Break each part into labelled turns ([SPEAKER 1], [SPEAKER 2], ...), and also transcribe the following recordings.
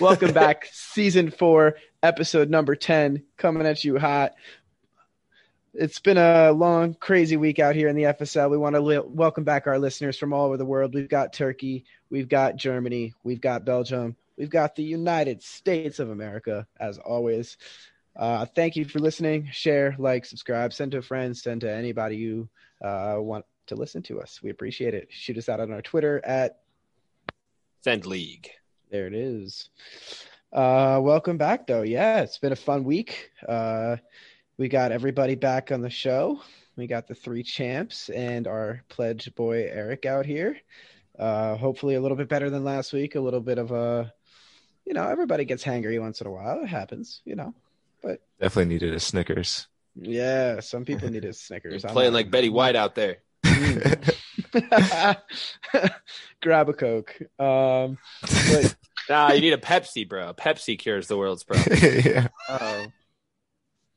[SPEAKER 1] Welcome back, season four, episode number 10, coming at you hot. It's been a long, crazy week out here in the FSL. We want to li- welcome back our listeners from all over the world. We've got Turkey, we've got Germany, we've got Belgium, we've got the United States of America, as always. Uh, thank you for listening. Share, like, subscribe, send to a friend, send to anybody you uh, want to listen to us. We appreciate it. Shoot us out on our Twitter at
[SPEAKER 2] Send League.
[SPEAKER 1] there it is. Uh, welcome back, though. Yeah, it's been a fun week. Uh, we got everybody back on the show. We got the three champs and our pledge boy Eric out here. Uh, hopefully, a little bit better than last week. A little bit of a, you know, everybody gets hangry once in a while. It happens, you know.
[SPEAKER 3] Definitely needed a Snickers.
[SPEAKER 1] Yeah, some people need a
[SPEAKER 2] You're
[SPEAKER 1] Snickers. I'm
[SPEAKER 2] playing
[SPEAKER 1] not-
[SPEAKER 2] like Betty White out there. Mm.
[SPEAKER 1] Grab a Coke. Um, but,
[SPEAKER 2] Nah, you need a Pepsi, bro. A Pepsi cures the world's problem.
[SPEAKER 3] yeah,
[SPEAKER 1] oh.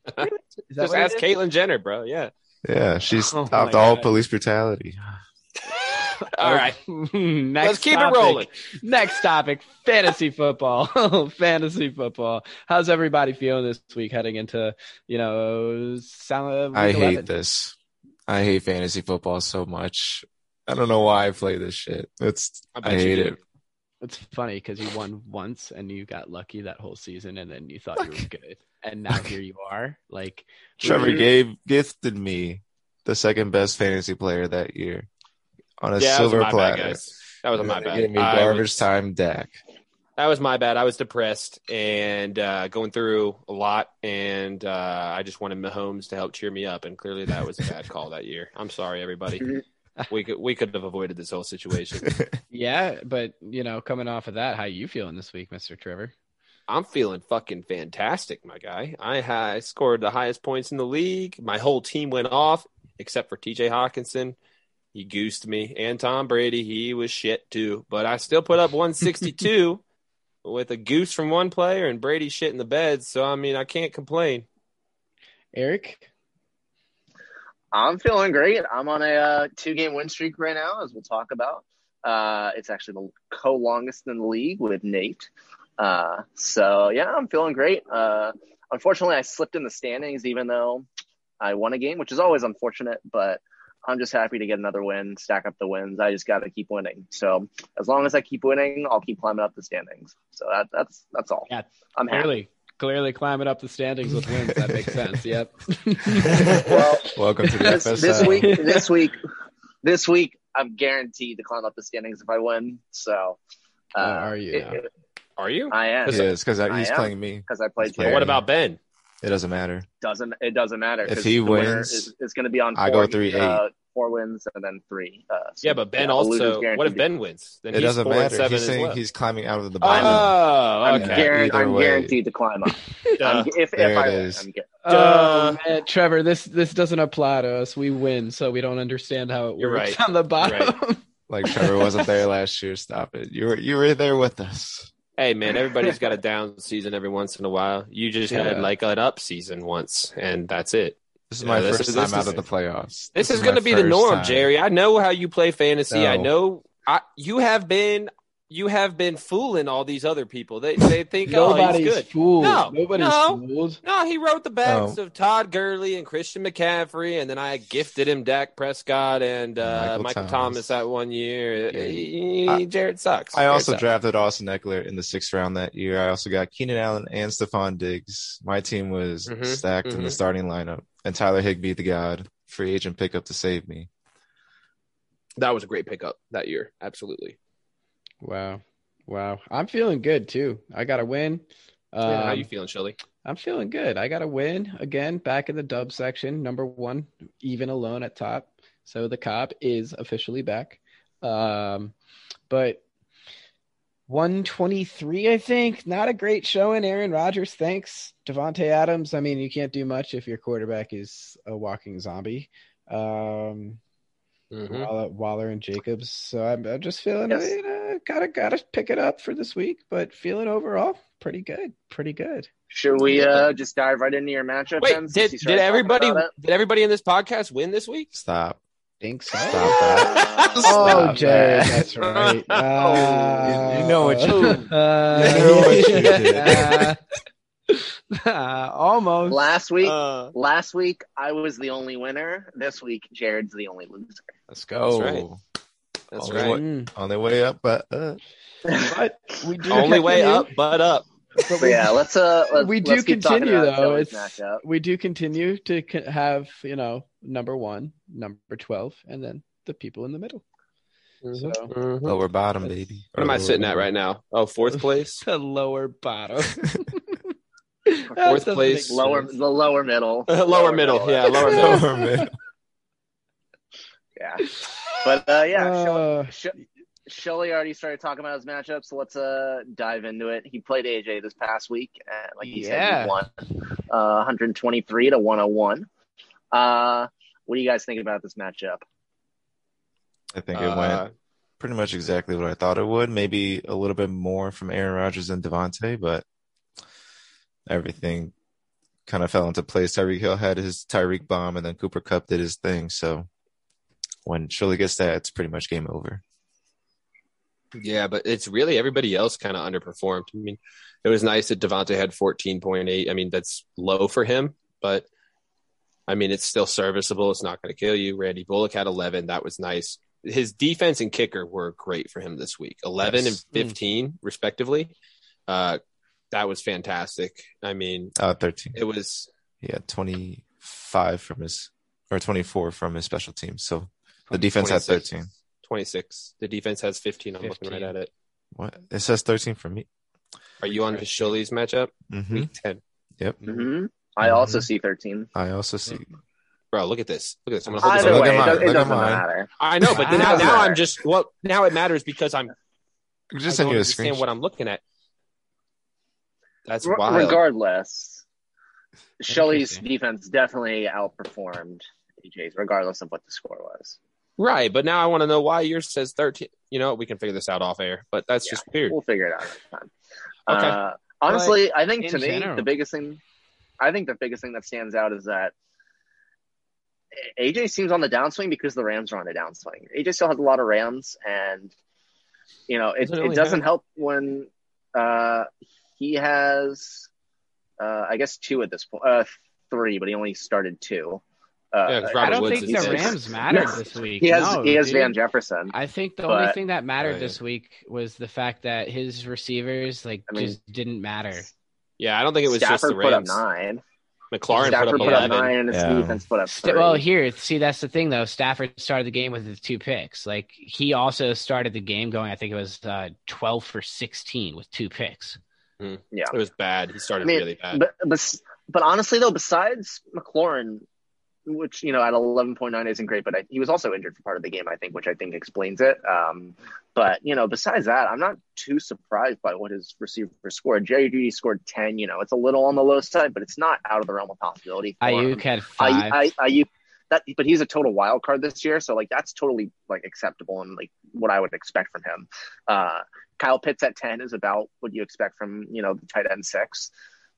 [SPEAKER 1] Is that
[SPEAKER 2] Just
[SPEAKER 1] what it
[SPEAKER 2] ask
[SPEAKER 1] is?
[SPEAKER 2] Caitlyn Jenner, bro. Yeah.
[SPEAKER 3] yeah. She
[SPEAKER 2] Oh
[SPEAKER 3] stopped
[SPEAKER 2] my
[SPEAKER 3] all
[SPEAKER 2] God.
[SPEAKER 3] police brutality.
[SPEAKER 2] All right.
[SPEAKER 1] Next
[SPEAKER 2] Let's keep
[SPEAKER 1] topic.
[SPEAKER 2] it rolling.
[SPEAKER 1] Next topic fantasy football. fantasy football. How's everybody feeling this week heading into, you know, sound, uh,
[SPEAKER 3] I hate this. I hate fantasy football so much. I don't know why I play this shit. It's
[SPEAKER 2] I
[SPEAKER 3] I,
[SPEAKER 2] bet you
[SPEAKER 3] hate
[SPEAKER 2] do.
[SPEAKER 3] it.
[SPEAKER 1] It's funny because you won once and you got lucky that whole season and then you thought you were good. And now here you are. Like,
[SPEAKER 3] Trevor
[SPEAKER 2] Mhm.
[SPEAKER 3] gave gifted me the second best fantasy player that year on
[SPEAKER 2] Yeah,
[SPEAKER 3] a
[SPEAKER 2] that was
[SPEAKER 3] silver
[SPEAKER 2] my bad,
[SPEAKER 3] platter.
[SPEAKER 2] guys. That was
[SPEAKER 3] And
[SPEAKER 2] my
[SPEAKER 3] then they
[SPEAKER 2] bad.
[SPEAKER 3] Gave me
[SPEAKER 2] I
[SPEAKER 3] garbage
[SPEAKER 2] was-
[SPEAKER 3] time Dak.
[SPEAKER 2] That was my bad. I was depressed and uh, going through a lot, and uh, I just wanted Mahomes to help cheer me up, and clearly that was a bad call that year. I'm sorry, everybody. We could we could have avoided this whole situation.
[SPEAKER 1] yeah, but, you know, coming off of that, how you feeling this week, Mr. Trevor?
[SPEAKER 2] I'm feeling fucking fantastic, my guy. I, ha- I scored the highest points in the league. My whole team went off except for T.J. Hawkinson. He goosed me, and Tom Brady. He was shit too, but I still put up 162 with a goose from one player and Brady shit in the bed. So I mean, I can't complain.
[SPEAKER 1] Eric?
[SPEAKER 4] I'm feeling great. I'm on a uh, two-game win streak right now, as we'll talk about. Uh, it's actually the co-longest in the league with Nate. Uh, so yeah, I'm feeling great. Uh, unfortunately, I slipped in the standings, even though I won a game, which is always unfortunate. But I'm just happy to get another win, stack up the wins. I just got to keep winning. So as long as I keep winning, I'll keep climbing up the standings. So that, that's that's all.
[SPEAKER 1] Yeah,
[SPEAKER 4] I'm happy.
[SPEAKER 1] Clearly, clearly climbing up the standings with wins. That makes sense. Yep.
[SPEAKER 4] Well,
[SPEAKER 3] Welcome to the
[SPEAKER 4] this,
[SPEAKER 3] FSL.
[SPEAKER 4] this week, this week, this week, I'm guaranteed to climb up the standings if I win. So, uh,
[SPEAKER 1] Where are you
[SPEAKER 4] it-
[SPEAKER 1] now?
[SPEAKER 4] it-
[SPEAKER 2] Are you?
[SPEAKER 4] I am
[SPEAKER 3] Yeah, it's because
[SPEAKER 4] I
[SPEAKER 3] he's
[SPEAKER 4] am.
[SPEAKER 3] playing me.
[SPEAKER 4] because I played.
[SPEAKER 3] That's fair.
[SPEAKER 4] Jared.
[SPEAKER 2] What about Ben?
[SPEAKER 3] It doesn't matter.
[SPEAKER 4] Doesn't it doesn't matter
[SPEAKER 3] If
[SPEAKER 4] 'cause
[SPEAKER 3] he
[SPEAKER 4] the winner
[SPEAKER 3] wins,
[SPEAKER 4] is, is going to be on. Four,
[SPEAKER 3] I go three, eight.
[SPEAKER 4] Uh, four wins and then three. Uh, so,
[SPEAKER 2] Yeah, but Ben
[SPEAKER 4] the loser's
[SPEAKER 2] also.
[SPEAKER 4] guaranteed
[SPEAKER 2] What if
[SPEAKER 4] to-
[SPEAKER 2] Ben wins? Then
[SPEAKER 3] it doesn't
[SPEAKER 2] four and
[SPEAKER 3] matter.
[SPEAKER 2] seven
[SPEAKER 3] He's
[SPEAKER 2] as
[SPEAKER 3] saying
[SPEAKER 2] well.
[SPEAKER 3] he's climbing out of the bottom.
[SPEAKER 2] Oh,
[SPEAKER 4] I'm,
[SPEAKER 2] okay. Uh,
[SPEAKER 3] guaranteed-
[SPEAKER 4] guaran-
[SPEAKER 3] either
[SPEAKER 4] I'm
[SPEAKER 3] way.
[SPEAKER 4] guaranteed to climb up.
[SPEAKER 2] Duh.
[SPEAKER 4] I'm, if if
[SPEAKER 3] There
[SPEAKER 4] I
[SPEAKER 3] it
[SPEAKER 4] win,
[SPEAKER 3] is.
[SPEAKER 4] I'm guaranteed.
[SPEAKER 1] Oh
[SPEAKER 2] Duh.
[SPEAKER 1] man, Trevor, this this doesn't apply to us. We win, so we don't understand how it
[SPEAKER 2] You're
[SPEAKER 1] works
[SPEAKER 2] right.
[SPEAKER 1] on the bottom.
[SPEAKER 3] Like Trevor wasn't there last year. Stop it. You were you were there with us.
[SPEAKER 2] Hey man, everybody's got a down season every once in a while. You just
[SPEAKER 1] Yeah.
[SPEAKER 2] had like an up season once, and that's it.
[SPEAKER 3] This is
[SPEAKER 2] Yeah,
[SPEAKER 3] my
[SPEAKER 2] this
[SPEAKER 3] first
[SPEAKER 2] is-
[SPEAKER 3] time
[SPEAKER 2] this
[SPEAKER 3] out
[SPEAKER 2] is-
[SPEAKER 3] of the playoffs.
[SPEAKER 2] This, is,
[SPEAKER 3] my
[SPEAKER 2] going to be the
[SPEAKER 3] first
[SPEAKER 2] norm,
[SPEAKER 3] time.
[SPEAKER 2] Jerry. I know how you play fantasy. I
[SPEAKER 3] No.
[SPEAKER 2] know I, you have been you have been fooling all these other people. They they think oh he's
[SPEAKER 1] Nobody's
[SPEAKER 2] good.
[SPEAKER 1] fooled.
[SPEAKER 2] No,
[SPEAKER 1] Nobody's
[SPEAKER 2] no.
[SPEAKER 1] fooled.
[SPEAKER 2] No, he wrote the
[SPEAKER 3] Oh.
[SPEAKER 2] backs of Todd Gurley and Christian McCaffrey, and then I gifted him Dak Prescott and uh,
[SPEAKER 3] Michael
[SPEAKER 2] Michael,
[SPEAKER 3] Thomas.
[SPEAKER 2] Thomas. that one year.
[SPEAKER 1] Yeah.
[SPEAKER 2] He- Jared sucks.
[SPEAKER 3] I
[SPEAKER 2] Jared
[SPEAKER 3] also
[SPEAKER 2] sucks.
[SPEAKER 3] drafted Austin Eckler in the sixth round that year. I also got Keenan Allen and Stephon Diggs. My team was
[SPEAKER 2] Mhm,
[SPEAKER 3] stacked in the
[SPEAKER 2] mhm.
[SPEAKER 3] starting lineup, and Tyler Higbee, the god, free agent pickup to save me.
[SPEAKER 2] that was a great pickup that year. Absolutely.
[SPEAKER 1] Wow, wow. I'm feeling good too. I got a win. Um,
[SPEAKER 2] How you feeling, Shelly?
[SPEAKER 1] I'm feeling good. I got a win again back in the dub section, number one, even alone at top. So the cop is officially back. Um, but 123, I think, not a great showing. Aaron Rodgers, thanks. Devontae Adams, I mean, you can't do much if your quarterback is a walking zombie. Um,
[SPEAKER 2] Mhm.
[SPEAKER 1] Waller, Waller and Jacobs. So I'm, I'm just feeling,
[SPEAKER 4] Yes.
[SPEAKER 1] you know, gotta gotta pick it up for this week, but feeling overall pretty good, pretty good.
[SPEAKER 4] Should we uh, just dive right into your matchup? then,
[SPEAKER 2] Wait,
[SPEAKER 4] since
[SPEAKER 2] did did
[SPEAKER 4] you started talking
[SPEAKER 2] everybody
[SPEAKER 4] about it?
[SPEAKER 2] did everybody in this podcast win this week?
[SPEAKER 3] Stop.
[SPEAKER 5] think so.
[SPEAKER 3] Stop that.
[SPEAKER 5] Oh,
[SPEAKER 3] Stop
[SPEAKER 5] Jared,
[SPEAKER 3] that.
[SPEAKER 5] that's right.
[SPEAKER 3] You- you know what you-
[SPEAKER 5] Uh,
[SPEAKER 3] you know what you
[SPEAKER 5] yeah. Uh, almost.
[SPEAKER 4] last week,
[SPEAKER 2] Uh,
[SPEAKER 4] last week I was the only winner. This week, Jared's the only loser.
[SPEAKER 3] Let's go.
[SPEAKER 2] That's right. that's
[SPEAKER 3] Only
[SPEAKER 2] right.
[SPEAKER 3] one-
[SPEAKER 5] Mm.
[SPEAKER 3] Oh, On their way up, but uh,
[SPEAKER 5] But we do
[SPEAKER 2] Only way
[SPEAKER 5] continue-
[SPEAKER 2] up, but up.
[SPEAKER 5] but
[SPEAKER 4] So
[SPEAKER 5] we-
[SPEAKER 4] yeah, let's uh, let's,
[SPEAKER 5] we do
[SPEAKER 4] let's keep talking
[SPEAKER 5] continue,
[SPEAKER 4] about
[SPEAKER 5] though.
[SPEAKER 4] Philly's
[SPEAKER 5] It's-
[SPEAKER 4] matchup.
[SPEAKER 5] we do continue to co- have you know number one, number twelve, and then the people in the middle. So
[SPEAKER 2] Mhm.
[SPEAKER 3] lower bottom,
[SPEAKER 5] That's-
[SPEAKER 3] baby.
[SPEAKER 2] What am I sitting at right now? Oh, fourth place.
[SPEAKER 5] the lower bottom, That
[SPEAKER 2] Fourth
[SPEAKER 5] doesn't
[SPEAKER 2] place.
[SPEAKER 5] make
[SPEAKER 4] Lower,
[SPEAKER 5] sense.
[SPEAKER 4] the lower middle,
[SPEAKER 2] Lower middle, yeah, lower middle.
[SPEAKER 3] Lower middle.
[SPEAKER 4] yeah. But uh, yeah,
[SPEAKER 5] Uh,
[SPEAKER 4] Sh- Shelly already started talking about his matchup, so let's uh dive into it. He played AJ this past week, and like he said,
[SPEAKER 5] Yeah.
[SPEAKER 4] he won uh, 123 to 101. Uh, what do you guys think about this matchup?
[SPEAKER 3] I think it
[SPEAKER 2] Uh,
[SPEAKER 3] went pretty much exactly what I thought it would. Maybe a little bit more from Aaron Rodgers and Devontae, but everything kind of fell into place. Tyreek Hill had his Tyreek bomb, and then Cooper Cup did his thing. So when Shirley gets that, it's pretty much game over.
[SPEAKER 2] Yeah, but it's really everybody else kind of underperformed. I mean, it was nice that Devontae had 14.8. I mean, that's low for him, but I mean, it's still serviceable. It's not going to kill you. Randy Bullock had 11. That was nice. His defense and kicker were great for him this week 11
[SPEAKER 3] Yes. Hmm.
[SPEAKER 2] and 15, respectively. Uh, that was fantastic. I mean,
[SPEAKER 3] Uh, 13.
[SPEAKER 2] it was
[SPEAKER 3] He had 25 from his, or 24 from his special team. So the defense had
[SPEAKER 2] 26.
[SPEAKER 3] 13.
[SPEAKER 2] 26. The defense has 15. I'm looking
[SPEAKER 5] 15.
[SPEAKER 2] right at it.
[SPEAKER 3] What? It says 13 for me.
[SPEAKER 2] Are you on Shully's matchup?
[SPEAKER 3] hmm
[SPEAKER 2] Week 10.
[SPEAKER 3] Yep.
[SPEAKER 5] Uh,
[SPEAKER 4] Mm-hmm. I also see 13.
[SPEAKER 3] I also see.
[SPEAKER 2] Bro, look at this. Look at this. I'm going to hold this
[SPEAKER 4] Either
[SPEAKER 2] up.
[SPEAKER 3] look
[SPEAKER 4] way,
[SPEAKER 3] at
[SPEAKER 4] it,
[SPEAKER 3] mine,
[SPEAKER 4] does,
[SPEAKER 3] look
[SPEAKER 4] it
[SPEAKER 3] at
[SPEAKER 4] doesn't
[SPEAKER 3] mine.
[SPEAKER 4] matter.
[SPEAKER 2] I know, but then
[SPEAKER 5] Wow.
[SPEAKER 2] now, now I'm just well. Now it matters because I'm
[SPEAKER 3] Just
[SPEAKER 2] I
[SPEAKER 3] send
[SPEAKER 2] don't
[SPEAKER 3] you a
[SPEAKER 2] understand
[SPEAKER 3] screenshot.
[SPEAKER 2] what I'm looking at. That's
[SPEAKER 4] Re-
[SPEAKER 2] wild.
[SPEAKER 4] regardless, Shelly's
[SPEAKER 2] Interesting.
[SPEAKER 4] defense definitely outperformed AJ's, regardless of what the score was.
[SPEAKER 2] right, but now I want to know why yours says 13. You know, we can figure this out off air, but that's
[SPEAKER 4] Yeah.
[SPEAKER 2] just weird.
[SPEAKER 4] We'll figure it out next time.
[SPEAKER 2] Okay.
[SPEAKER 4] Uh, honestly, I think
[SPEAKER 5] in
[SPEAKER 4] to me
[SPEAKER 5] general-
[SPEAKER 4] the biggest thing, I think the biggest thing that stands out is that AJ seems on the downswing because the Rams are on a downswing. AJ still has a lot of Rams, and you know it,
[SPEAKER 2] Doesn't
[SPEAKER 4] it
[SPEAKER 2] really
[SPEAKER 4] doesn't
[SPEAKER 2] have-
[SPEAKER 4] help when uh, he has, uh, I guess, two at this point, uh, three, but he only started two. Uh,
[SPEAKER 2] Yeah, 'cause
[SPEAKER 5] I
[SPEAKER 2] Robert
[SPEAKER 4] I-
[SPEAKER 5] don't
[SPEAKER 2] Woods
[SPEAKER 5] think
[SPEAKER 2] is
[SPEAKER 5] the
[SPEAKER 2] six.
[SPEAKER 5] Rams mattered
[SPEAKER 4] No.
[SPEAKER 5] this week.
[SPEAKER 4] he has
[SPEAKER 5] No,
[SPEAKER 4] he has
[SPEAKER 5] dude.
[SPEAKER 4] Van Jefferson.
[SPEAKER 5] I think the
[SPEAKER 4] But-
[SPEAKER 5] only thing that mattered
[SPEAKER 2] Right.
[SPEAKER 5] this week was the fact that his receivers like
[SPEAKER 4] I mean-
[SPEAKER 5] just didn't matter.
[SPEAKER 2] Yeah, I don't think it was just
[SPEAKER 4] Stafford
[SPEAKER 2] the
[SPEAKER 4] put up
[SPEAKER 2] Rams.
[SPEAKER 4] nine.
[SPEAKER 2] McLaurin
[SPEAKER 4] Stafford
[SPEAKER 2] put up 11.
[SPEAKER 4] nine, and his
[SPEAKER 3] Yeah.
[SPEAKER 4] defense put up. Three.
[SPEAKER 1] St- well, here, see, that's the thing though. Stafford started the game with his two picks. Like he also started the game going. I think it was uh, twelve for sixteen with two picks.
[SPEAKER 2] It was bad. He started
[SPEAKER 4] I mean,
[SPEAKER 2] really bad.
[SPEAKER 4] but, but but honestly though, besides McLaurin, which you know at eleven point nine isn't great, but I, he was also injured for part of the game, I think, which I think explains it. Um, but you know, besides that, I'm not too surprised by what his receiver scored. Jerry Judy scored ten. You know, it's a little on the low side, but it's not out of the realm of possibility. for him.
[SPEAKER 1] Ayuk had
[SPEAKER 4] I,
[SPEAKER 1] five.
[SPEAKER 4] I, I, you, that, but he's a total wild card this year, so like that's totally like acceptable and like what I would expect from him. Uh, Kyle Pitts at ten is about what you expect from you know the tight end six.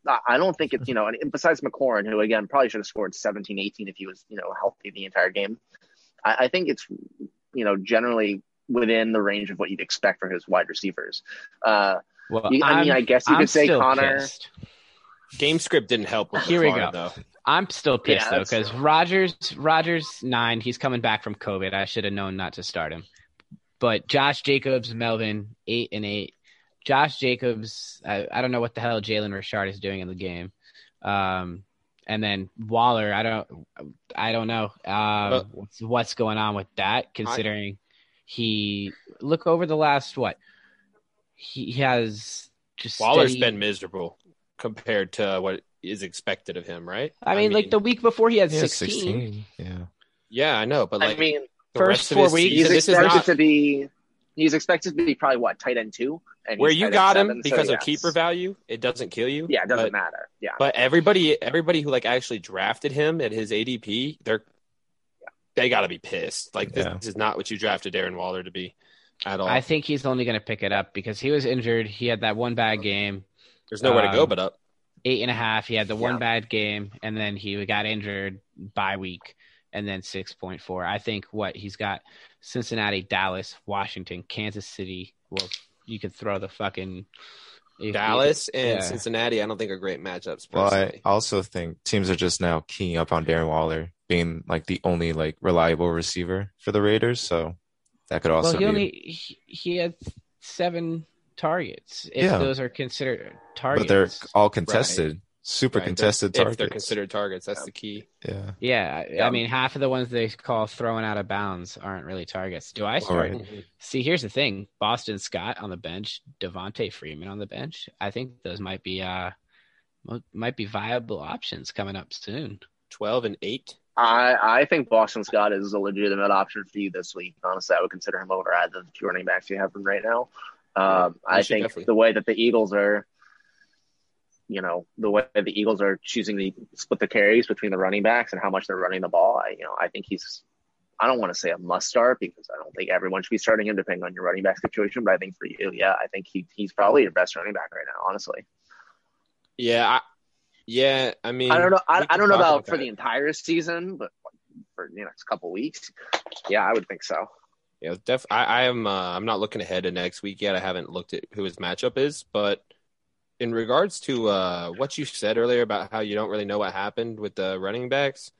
[SPEAKER 4] I- I don't think it's you know, and besides McLaurin, who again probably should have scored 17, 18 if he was you know healthy the entire game. I, I think it's you know generally within the range of what you'd expect for his wide receivers. Uh,
[SPEAKER 1] well,
[SPEAKER 4] you- I mean,
[SPEAKER 1] I'm-
[SPEAKER 4] I guess you
[SPEAKER 1] I'm
[SPEAKER 4] could say
[SPEAKER 1] still
[SPEAKER 4] Connor.
[SPEAKER 1] pissed.
[SPEAKER 2] Game script didn't help with
[SPEAKER 1] Here we go.
[SPEAKER 2] McLaurin, though.
[SPEAKER 1] I'm still pissed
[SPEAKER 4] Yeah,
[SPEAKER 1] though
[SPEAKER 4] that's
[SPEAKER 1] because Rogers, Rogers nine. He's coming back from COVID. I should have known not to start him. But Josh Jacobs, Melvin eight and eight. Josh Jacobs, I, I don't know what the hell Jalen Richard is doing in the game. Um, and then Waller, I don't, I don't know um,
[SPEAKER 2] But-
[SPEAKER 1] what's, what's going on with that. Considering he look over the last what he, he has just
[SPEAKER 2] Waller's
[SPEAKER 1] steady-
[SPEAKER 2] been miserable compared to what is expected of him, right?
[SPEAKER 1] I mean, like the week before he had
[SPEAKER 3] Yeah,
[SPEAKER 1] 16.
[SPEAKER 3] 16. Yeah.
[SPEAKER 2] Yeah, I know, but like
[SPEAKER 4] I mean,
[SPEAKER 2] the
[SPEAKER 1] first
[SPEAKER 2] rest of
[SPEAKER 1] four
[SPEAKER 2] his
[SPEAKER 1] weeks-
[SPEAKER 4] he's
[SPEAKER 2] season, this is
[SPEAKER 4] expected
[SPEAKER 2] not
[SPEAKER 4] to be he's expected to be probably what tight end two and
[SPEAKER 2] where
[SPEAKER 4] he's tight
[SPEAKER 2] you
[SPEAKER 4] end
[SPEAKER 2] got him
[SPEAKER 4] seven, so
[SPEAKER 2] because of
[SPEAKER 4] yes.
[SPEAKER 2] keeper value. It doesn't kill you.
[SPEAKER 4] yeah it doesn't
[SPEAKER 2] but-
[SPEAKER 4] matter yeah
[SPEAKER 2] But everybody, everybody who like actually drafted him at his ADP, they're they got to be pissed. Like this,
[SPEAKER 3] Yeah.
[SPEAKER 2] this is not what you drafted Aaron Waller to be at all.
[SPEAKER 1] I think he's only going to pick it up because he was injured. He had that one bad game,
[SPEAKER 2] There's nowhere to go
[SPEAKER 1] um,
[SPEAKER 2] but up.
[SPEAKER 1] eight and a half. He had the one
[SPEAKER 4] Yeah.
[SPEAKER 1] bad game, and then he got injured by week. and then 6.4. I think what he's got Cincinnati, Dallas, Washington, Kansas City. Well, you could throw the fucking if-
[SPEAKER 2] Dallas
[SPEAKER 1] yeah.
[SPEAKER 2] and Cincinnati, I don't think are great matchups.
[SPEAKER 3] Well, I
[SPEAKER 2] personally.
[SPEAKER 3] also think teams are just now keying up on Darren Waller being like the only like reliable receiver for the Raiders, so that could also
[SPEAKER 1] well, he
[SPEAKER 3] be
[SPEAKER 1] only he, he had seven targets. If
[SPEAKER 3] Yeah.
[SPEAKER 1] those are considered targets,
[SPEAKER 3] but they're all contested, super
[SPEAKER 2] Right, they're-
[SPEAKER 3] contested
[SPEAKER 2] if
[SPEAKER 3] targets.
[SPEAKER 2] they're considered targets, that's the key.
[SPEAKER 3] yeah.
[SPEAKER 1] yeah, I-
[SPEAKER 4] Yeah.
[SPEAKER 1] I mean, half of the ones they call throwing out of bounds aren't really targets. Do I start?
[SPEAKER 3] right.
[SPEAKER 1] See, here's the thing: Boston Scott on the bench, Devontae Freeman on the bench. I think those might be uh mo- might be viable options coming up soon.
[SPEAKER 2] Twelve and eight.
[SPEAKER 4] I, I think Boston Scott is a legitimate option for you this week. Honestly, I would consider him over either of the two running backs you have from right now. Um,
[SPEAKER 2] You
[SPEAKER 4] I
[SPEAKER 2] should
[SPEAKER 4] think
[SPEAKER 2] definitely.
[SPEAKER 4] the way that the Eagles are, you know, the way the Eagles are choosing to split the carries between the running backs and how much they're running the ball, I, you know, I think he's. I don't want to say a must start because I don't think everyone should be starting him depending on your running back situation. But I think for you, yeah, I think he, he's probably your best running back right now, honestly.
[SPEAKER 2] Yeah, I, yeah. I mean,
[SPEAKER 4] I don't know. I,
[SPEAKER 2] we
[SPEAKER 4] I
[SPEAKER 2] can
[SPEAKER 4] don't know
[SPEAKER 2] talk
[SPEAKER 4] about for
[SPEAKER 2] that.
[SPEAKER 4] the entire season, but for the next couple weeks, yeah, I would think so.
[SPEAKER 2] Yeah, def. I, I am. Uh, I'm not looking ahead to next week yet. I haven't looked at who his matchup is, but in regards to uh, what you said earlier about how you don't really know what happened with the running backs,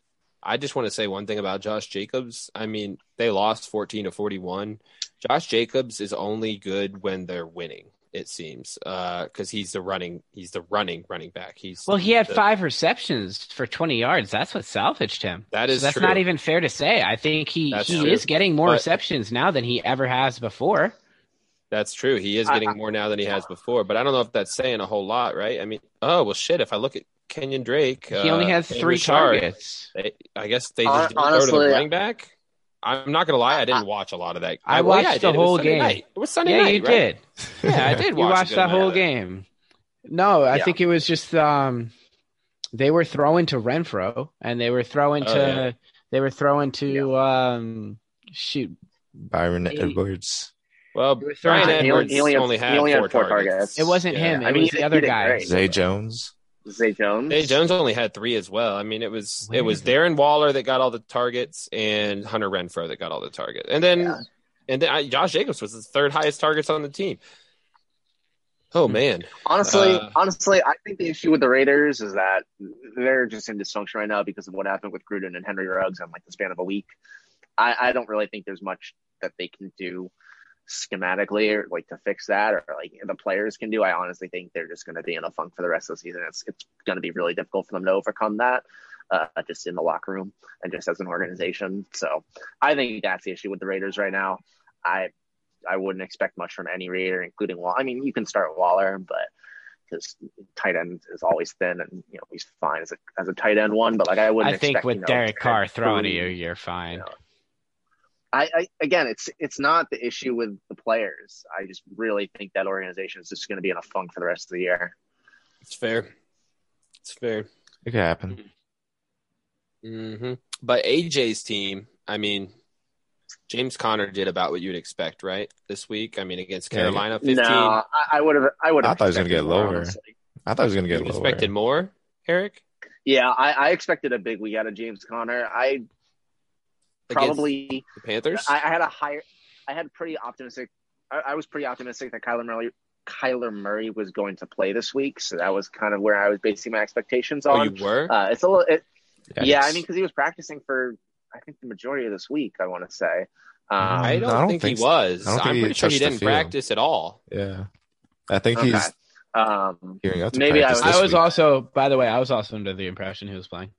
[SPEAKER 2] I just want to say one thing about Josh Jacobs. I mean, they lost 14 to 41. Josh Jacobs is only good when they're winning. It seems because he's the running. He's the running running back. He's
[SPEAKER 1] Well, he had
[SPEAKER 2] the-
[SPEAKER 1] five receptions for 20 yards. That's what salvaged him.
[SPEAKER 2] That is
[SPEAKER 1] that's
[SPEAKER 2] true.
[SPEAKER 1] not even fair to say. I think he
[SPEAKER 2] That's
[SPEAKER 1] he
[SPEAKER 2] true.
[SPEAKER 1] is getting more
[SPEAKER 2] But-
[SPEAKER 1] receptions now than he ever has before.
[SPEAKER 2] That's true. He is
[SPEAKER 4] I-
[SPEAKER 2] getting more now than he has before, but I don't know if that's saying a whole lot, right? I mean, oh well, shit. If I look at Kenyon Drake,
[SPEAKER 1] he only
[SPEAKER 2] uh,
[SPEAKER 1] has
[SPEAKER 2] Ken
[SPEAKER 1] three
[SPEAKER 2] Richard,
[SPEAKER 1] targets.
[SPEAKER 2] They, I guess they
[SPEAKER 4] Hon-
[SPEAKER 2] just didn't throw to the
[SPEAKER 4] honestly,
[SPEAKER 2] running back. I'm not gonna lie, I didn't watch a lot of that.
[SPEAKER 1] I
[SPEAKER 2] well, yeah,
[SPEAKER 1] watched
[SPEAKER 2] did.
[SPEAKER 1] the
[SPEAKER 2] It was
[SPEAKER 1] whole
[SPEAKER 2] Sunday
[SPEAKER 1] game.
[SPEAKER 2] night. It was Sunday
[SPEAKER 1] yeah,
[SPEAKER 2] night.
[SPEAKER 1] you
[SPEAKER 2] right?
[SPEAKER 1] did.
[SPEAKER 2] Yeah, I did.
[SPEAKER 1] You
[SPEAKER 2] watch a
[SPEAKER 1] watched
[SPEAKER 2] good
[SPEAKER 1] that
[SPEAKER 2] amount
[SPEAKER 1] whole
[SPEAKER 2] of it.
[SPEAKER 1] game.
[SPEAKER 5] No, I
[SPEAKER 4] uh, Yeah.
[SPEAKER 5] think it was just um, they were throwing to Renfro and they were throwing to
[SPEAKER 2] Oh, yeah.
[SPEAKER 5] they were throwing to um, shoot.
[SPEAKER 3] Byron
[SPEAKER 5] He-
[SPEAKER 3] Edwards,
[SPEAKER 2] Well,
[SPEAKER 5] He was
[SPEAKER 2] Brian
[SPEAKER 5] throwing-
[SPEAKER 4] he only-
[SPEAKER 2] Edwards
[SPEAKER 4] he only had-
[SPEAKER 2] only had,
[SPEAKER 4] he only had
[SPEAKER 2] four,
[SPEAKER 4] four
[SPEAKER 2] targets.
[SPEAKER 4] targets.
[SPEAKER 1] It wasn't him.
[SPEAKER 2] Yeah.
[SPEAKER 1] It
[SPEAKER 4] I mean,
[SPEAKER 1] was
[SPEAKER 4] he-
[SPEAKER 1] the
[SPEAKER 4] he
[SPEAKER 1] other
[SPEAKER 4] did
[SPEAKER 1] guy.
[SPEAKER 4] great.
[SPEAKER 3] Zay Jones.
[SPEAKER 4] Zay Jones.
[SPEAKER 2] Zay Jones only had three as well. I mean, it was
[SPEAKER 1] Where
[SPEAKER 2] it was
[SPEAKER 1] is it?
[SPEAKER 2] Darren Waller that got all the targets and Hunter Renfro that got all the targets, and then
[SPEAKER 4] Yeah.
[SPEAKER 2] and then I, Josh Jacobs was the third highest targets on the team.
[SPEAKER 4] Hmm.
[SPEAKER 2] Oh man,
[SPEAKER 4] Honestly,
[SPEAKER 2] Uh,
[SPEAKER 4] honestly, I think the issue with the Raiders is that they're just in dysfunction right now because of what happened with Gruden and Henry Ruggs on like the span of a week. I, I don't really think there's much that they can do schematically or like to fix that or like the players can do. I honestly think they're just going to be in a funk for the rest of the season. It's it's going to be really difficult for them to overcome that. Uh, just in the locker room and just as an organization. So I think that's the issue with the Raiders right now. I I wouldn't expect much from any Raider, including Waller. I mean, you can start Waller, but because tight end is always thin, and you know he's fine as a as a tight end one. But like I wouldn't.
[SPEAKER 1] I think
[SPEAKER 4] expect,
[SPEAKER 1] with
[SPEAKER 4] you know,
[SPEAKER 1] Derek Carr throwing at
[SPEAKER 4] three-
[SPEAKER 1] you, you're fine.
[SPEAKER 4] I, I again, it's it's not the issue with the players. I just really think that organization is just going to be in a funk for the rest of the year.
[SPEAKER 2] it's fair. It's fair.
[SPEAKER 3] It could happen.
[SPEAKER 2] hmm But AJ's team, I mean, James Conner did about what you'd expect, right? This week, I mean, against
[SPEAKER 3] Yeah,
[SPEAKER 2] Carolina, fifteen.
[SPEAKER 4] No, I, I would have. I would.
[SPEAKER 3] I thought it was gonna get lower. I thought it was gonna
[SPEAKER 2] you
[SPEAKER 3] get lower.
[SPEAKER 2] expected more, Eric.
[SPEAKER 4] Yeah, I, I expected a big week out of James Conner. I
[SPEAKER 2] Against
[SPEAKER 4] probably.
[SPEAKER 2] the Panthers.
[SPEAKER 4] I, I had a higher, I had pretty optimistic. I, I was pretty optimistic that Kyler Murray, Kyler Murray was going to play this week, so that was kind of where I was basing my expectations
[SPEAKER 2] oh,
[SPEAKER 4] on.
[SPEAKER 2] you were.
[SPEAKER 4] uh, it's a little, it, yeah, I
[SPEAKER 3] Yikes.
[SPEAKER 4] mean, because he was practicing for, I think the majority of this week. I want to say. Um,
[SPEAKER 2] I don't,
[SPEAKER 3] I don't
[SPEAKER 2] think,
[SPEAKER 3] think
[SPEAKER 2] he
[SPEAKER 3] so.
[SPEAKER 2] was.
[SPEAKER 3] I don't think
[SPEAKER 2] I'm
[SPEAKER 3] he
[SPEAKER 2] pretty sure he
[SPEAKER 3] touched the
[SPEAKER 2] didn't
[SPEAKER 3] field.
[SPEAKER 2] practice at all.
[SPEAKER 3] yeah. I think
[SPEAKER 4] Okay.
[SPEAKER 3] he's
[SPEAKER 4] um,
[SPEAKER 3] gearing up to
[SPEAKER 4] Maybe I
[SPEAKER 3] practice
[SPEAKER 4] was-
[SPEAKER 3] this
[SPEAKER 1] I was
[SPEAKER 3] week.
[SPEAKER 1] also, by the way, I was also under the impression he was playing.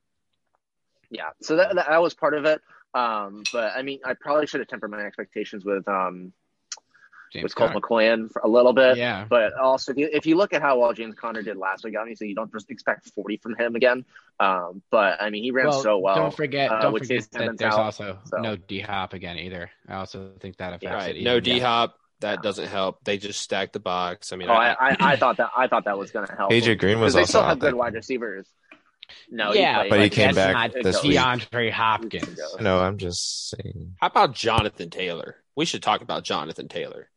[SPEAKER 4] yeah, so that, that that was part of it. Um, but I mean, I probably should have tempered my expectations with um
[SPEAKER 1] James
[SPEAKER 4] with Colt
[SPEAKER 1] Conner.
[SPEAKER 4] McCoy for a little bit.
[SPEAKER 1] Yeah.
[SPEAKER 4] But also, if you, if you look at how well James Conner did last week, obviously you don't just expect 40 from him again. Um, but I mean, he ran so well.
[SPEAKER 1] Don't forget,
[SPEAKER 4] uh,
[SPEAKER 1] don't
[SPEAKER 4] with
[SPEAKER 1] forget
[SPEAKER 4] his
[SPEAKER 1] that
[SPEAKER 4] attendance
[SPEAKER 1] there's
[SPEAKER 4] out,
[SPEAKER 1] also
[SPEAKER 4] so.
[SPEAKER 1] no D Hop again either. I also think that affects
[SPEAKER 2] All right,
[SPEAKER 1] it.
[SPEAKER 2] no
[SPEAKER 1] even.
[SPEAKER 2] D Hop. That
[SPEAKER 4] Yeah.
[SPEAKER 2] doesn't help. They just stacked the box. I mean,
[SPEAKER 4] oh,
[SPEAKER 2] I,
[SPEAKER 4] I, I, I thought that I thought that was going to help.
[SPEAKER 3] AJ Green was
[SPEAKER 4] they
[SPEAKER 3] also
[SPEAKER 4] still
[SPEAKER 3] out
[SPEAKER 4] have
[SPEAKER 3] there.
[SPEAKER 4] good wide receivers. No,
[SPEAKER 1] Yeah,
[SPEAKER 4] played
[SPEAKER 3] But he
[SPEAKER 4] like
[SPEAKER 3] came
[SPEAKER 1] that's
[SPEAKER 4] that.
[SPEAKER 3] back
[SPEAKER 1] not
[SPEAKER 3] this week.
[SPEAKER 1] DeAndre Hopkins.
[SPEAKER 3] No, I'm just saying.
[SPEAKER 2] how about Jonathan Taylor? We should talk about Jonathan Taylor.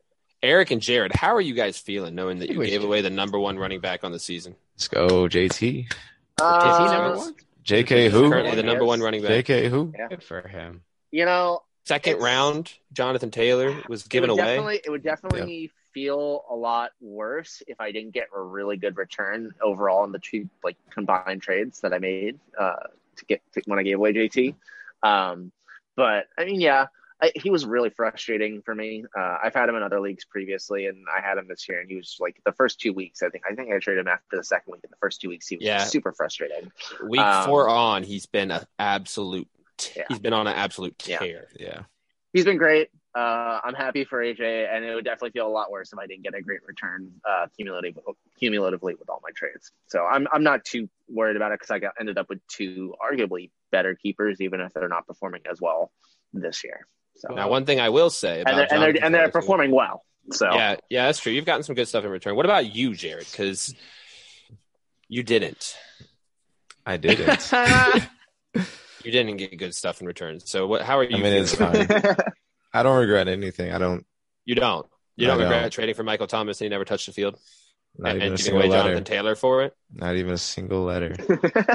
[SPEAKER 2] Eric and Jared, how are you guys feeling knowing that
[SPEAKER 1] think
[SPEAKER 2] you
[SPEAKER 1] we
[SPEAKER 2] gave
[SPEAKER 1] should-
[SPEAKER 2] away the number one running back on the season?
[SPEAKER 3] Let's go, JT.
[SPEAKER 4] Um,
[SPEAKER 2] Is he number one?
[SPEAKER 3] J.K.
[SPEAKER 2] He's
[SPEAKER 3] Who?
[SPEAKER 2] Currently the number one running back.
[SPEAKER 3] J.K. Who?
[SPEAKER 1] Good for him.
[SPEAKER 4] You know,
[SPEAKER 2] Second
[SPEAKER 4] It's-
[SPEAKER 2] round, Jonathan Taylor was given
[SPEAKER 4] it would
[SPEAKER 2] away.
[SPEAKER 4] Definitely, it would definitely feel a lot worse if I didn't get a really good return overall in the two like combined trades that I made uh, to get to, when I gave away JT. Um, but I mean, yeah, I, he was really frustrating for me. Uh, I've had him in other leagues previously, and I had him this year, and he was like the first two weeks. I think I think I traded him after the second week. In the first two weeks, he was
[SPEAKER 2] Yeah.
[SPEAKER 4] super frustrating.
[SPEAKER 2] Week
[SPEAKER 4] Um,
[SPEAKER 2] four on, he's been an absolute. t-
[SPEAKER 4] Yeah.
[SPEAKER 2] He's been on an absolute
[SPEAKER 4] Yeah.
[SPEAKER 2] tear.
[SPEAKER 3] Yeah.
[SPEAKER 4] He's been great. Uh, I'm happy for AJ, and it would definitely feel a lot worse if I didn't get a great return uh, cumulative, cumulatively with all my trades. So I'm I'm not too worried about it because I got ended up with two arguably better keepers, even if they're not performing as well this year. So
[SPEAKER 2] Now, one thing I will say about
[SPEAKER 4] and they're, and they're,
[SPEAKER 2] Jonathan
[SPEAKER 4] and they're
[SPEAKER 2] Taylor, too-
[SPEAKER 4] performing well. So
[SPEAKER 2] Yeah, yeah, that's true. You've gotten some good stuff in return. What about you, Jared? Because you didn't.
[SPEAKER 3] I didn't.
[SPEAKER 2] You didn't get good stuff in return. So what? How are you?
[SPEAKER 3] I mean, it's
[SPEAKER 2] feeling?
[SPEAKER 3] fine. I don't regret anything. I don't.
[SPEAKER 2] You don't. You
[SPEAKER 3] I
[SPEAKER 2] don't regret
[SPEAKER 3] don't.
[SPEAKER 2] trading for Michael Thomas and he never touched the field
[SPEAKER 3] Not
[SPEAKER 2] and,
[SPEAKER 3] even a
[SPEAKER 2] and giving
[SPEAKER 3] single
[SPEAKER 2] away
[SPEAKER 3] letter.
[SPEAKER 2] Jonathan Taylor for it.
[SPEAKER 3] Not even a single letter.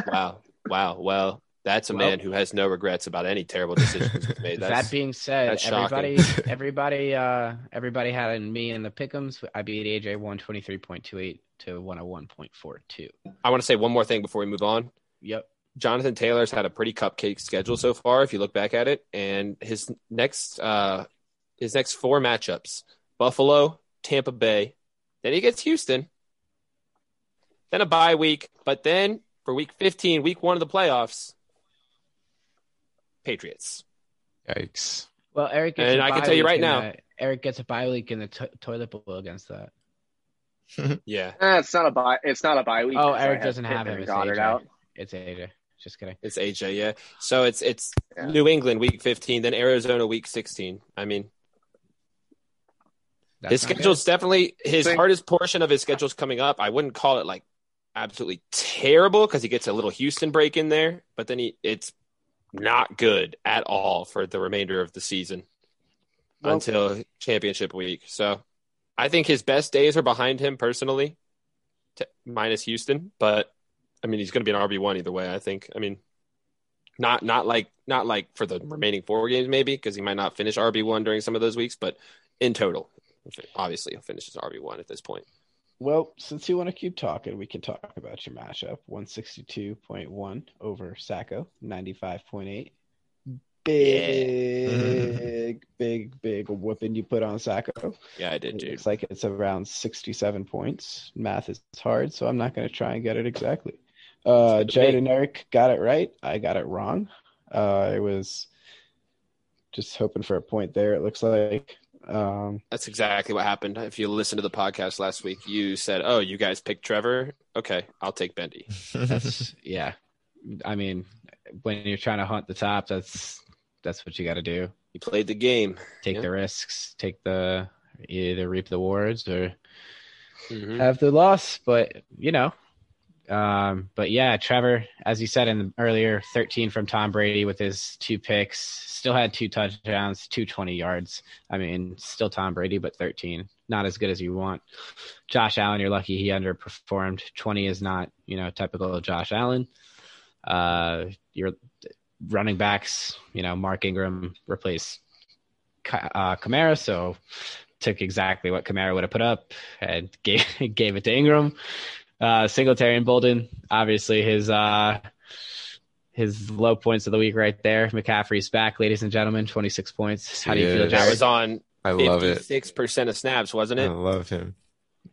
[SPEAKER 2] Wow, wow. Well, that's a
[SPEAKER 1] Well-
[SPEAKER 2] man who has no regrets about any terrible decisions he's made. That's,
[SPEAKER 1] that being said,
[SPEAKER 2] that's shocking.
[SPEAKER 1] everybody, everybody, uh, everybody had me in the pickums. I beat AJ one twenty three point two eight to one hundred one point four two.
[SPEAKER 2] I want to say one more thing before we move on.
[SPEAKER 1] Yep.
[SPEAKER 2] Jonathan Taylor's had a pretty cupcake schedule so far, if you look back at it. And his next uh his next four matchups Buffalo, Tampa Bay, then he gets Houston, then a bye week, but then for week fifteen, week one of the playoffs, Patriots.
[SPEAKER 3] Yikes.
[SPEAKER 1] Well, Eric, gets
[SPEAKER 2] And
[SPEAKER 1] a
[SPEAKER 2] I can
[SPEAKER 1] bye
[SPEAKER 2] tell you
[SPEAKER 1] week
[SPEAKER 2] right
[SPEAKER 1] in
[SPEAKER 2] now-
[SPEAKER 1] the- Eric gets a bye week in the to- toilet bowl against that.
[SPEAKER 2] Yeah.
[SPEAKER 4] Eh, it's not a buy. It's not a bye week.
[SPEAKER 1] Oh,
[SPEAKER 4] because I
[SPEAKER 1] Eric
[SPEAKER 4] had
[SPEAKER 1] doesn't have him.
[SPEAKER 4] Pittman and
[SPEAKER 1] It's
[SPEAKER 4] Goddard
[SPEAKER 1] AJ.
[SPEAKER 4] out.
[SPEAKER 1] It's AJ. Just kidding.
[SPEAKER 2] It's AJ, yeah. So it's it's
[SPEAKER 4] Yeah.
[SPEAKER 2] New England week fifteen, then Arizona week sixteen. I mean
[SPEAKER 1] That's
[SPEAKER 2] his
[SPEAKER 1] not good.
[SPEAKER 2] schedule's definitely his
[SPEAKER 4] Think-
[SPEAKER 2] hardest portion of his schedule's coming up. I wouldn't call it like absolutely terrible because he gets a little Houston break in there, but then he it's not good at all for the remainder of the season
[SPEAKER 5] Well-
[SPEAKER 2] until championship week. So I think his best days are behind him personally, t- minus Houston. But I mean, he's going to be an RB one either way. I think. I mean, not not like not like for the remaining four games maybe because he might not finish RB one during some of those weeks, but in total, obviously he'll finish as RB one at this point.
[SPEAKER 5] Well, since you want to keep talking, we can talk about your matchup. 162.1 over Sacco, 95.8. Big, big, big whooping you put on Sacco.
[SPEAKER 2] Yeah, I did,
[SPEAKER 5] It
[SPEAKER 2] dude.
[SPEAKER 5] looks like it's around 67 points. Math is hard, so I'm not going to try and get it exactly. Uh,
[SPEAKER 2] It's good to
[SPEAKER 5] Jared
[SPEAKER 2] me.
[SPEAKER 5] and Eric got it right. I got it wrong. Uh, I was just hoping for a point there. It looks like. Um,
[SPEAKER 2] That's exactly what happened. If you listen to the podcast last week, you said, "Oh, you guys picked Trevor. Okay, I'll take Bendy."
[SPEAKER 1] That's yeah. I mean, when you're trying to hunt the top, that's that's what you got to do.
[SPEAKER 2] He played the game.
[SPEAKER 1] Take
[SPEAKER 2] Yeah.
[SPEAKER 1] the risks. Take the either reap the rewards or
[SPEAKER 3] Mm-hmm.
[SPEAKER 2] Mhm.
[SPEAKER 1] have the loss. But you know, um, but yeah, Trevor, as you said in the, earlier, 13 from Tom Brady with his two picks. Still had two touchdowns, 220 yards. I mean, still Tom Brady, but 13, not as good as you want. Josh Allen, you're lucky he underperformed. 20 is not, you know, typical of Josh Allen. Uh, your running backs, you know, Mark Ingram replaced Ka- uh, Kamara, so took exactly what Kamara would have put up and gave gave it to Ingram. Uh, Singletary and Bolden, obviously his uh, his low points of the week right there. McCaffrey's back, ladies and gentlemen, twenty six points. How do you feel,
[SPEAKER 3] Dude.
[SPEAKER 2] That
[SPEAKER 1] Jared?
[SPEAKER 2] was on
[SPEAKER 3] I love it. Oh.
[SPEAKER 2] fifty-six percent of snaps, wasn't
[SPEAKER 3] I
[SPEAKER 2] it?
[SPEAKER 3] love him.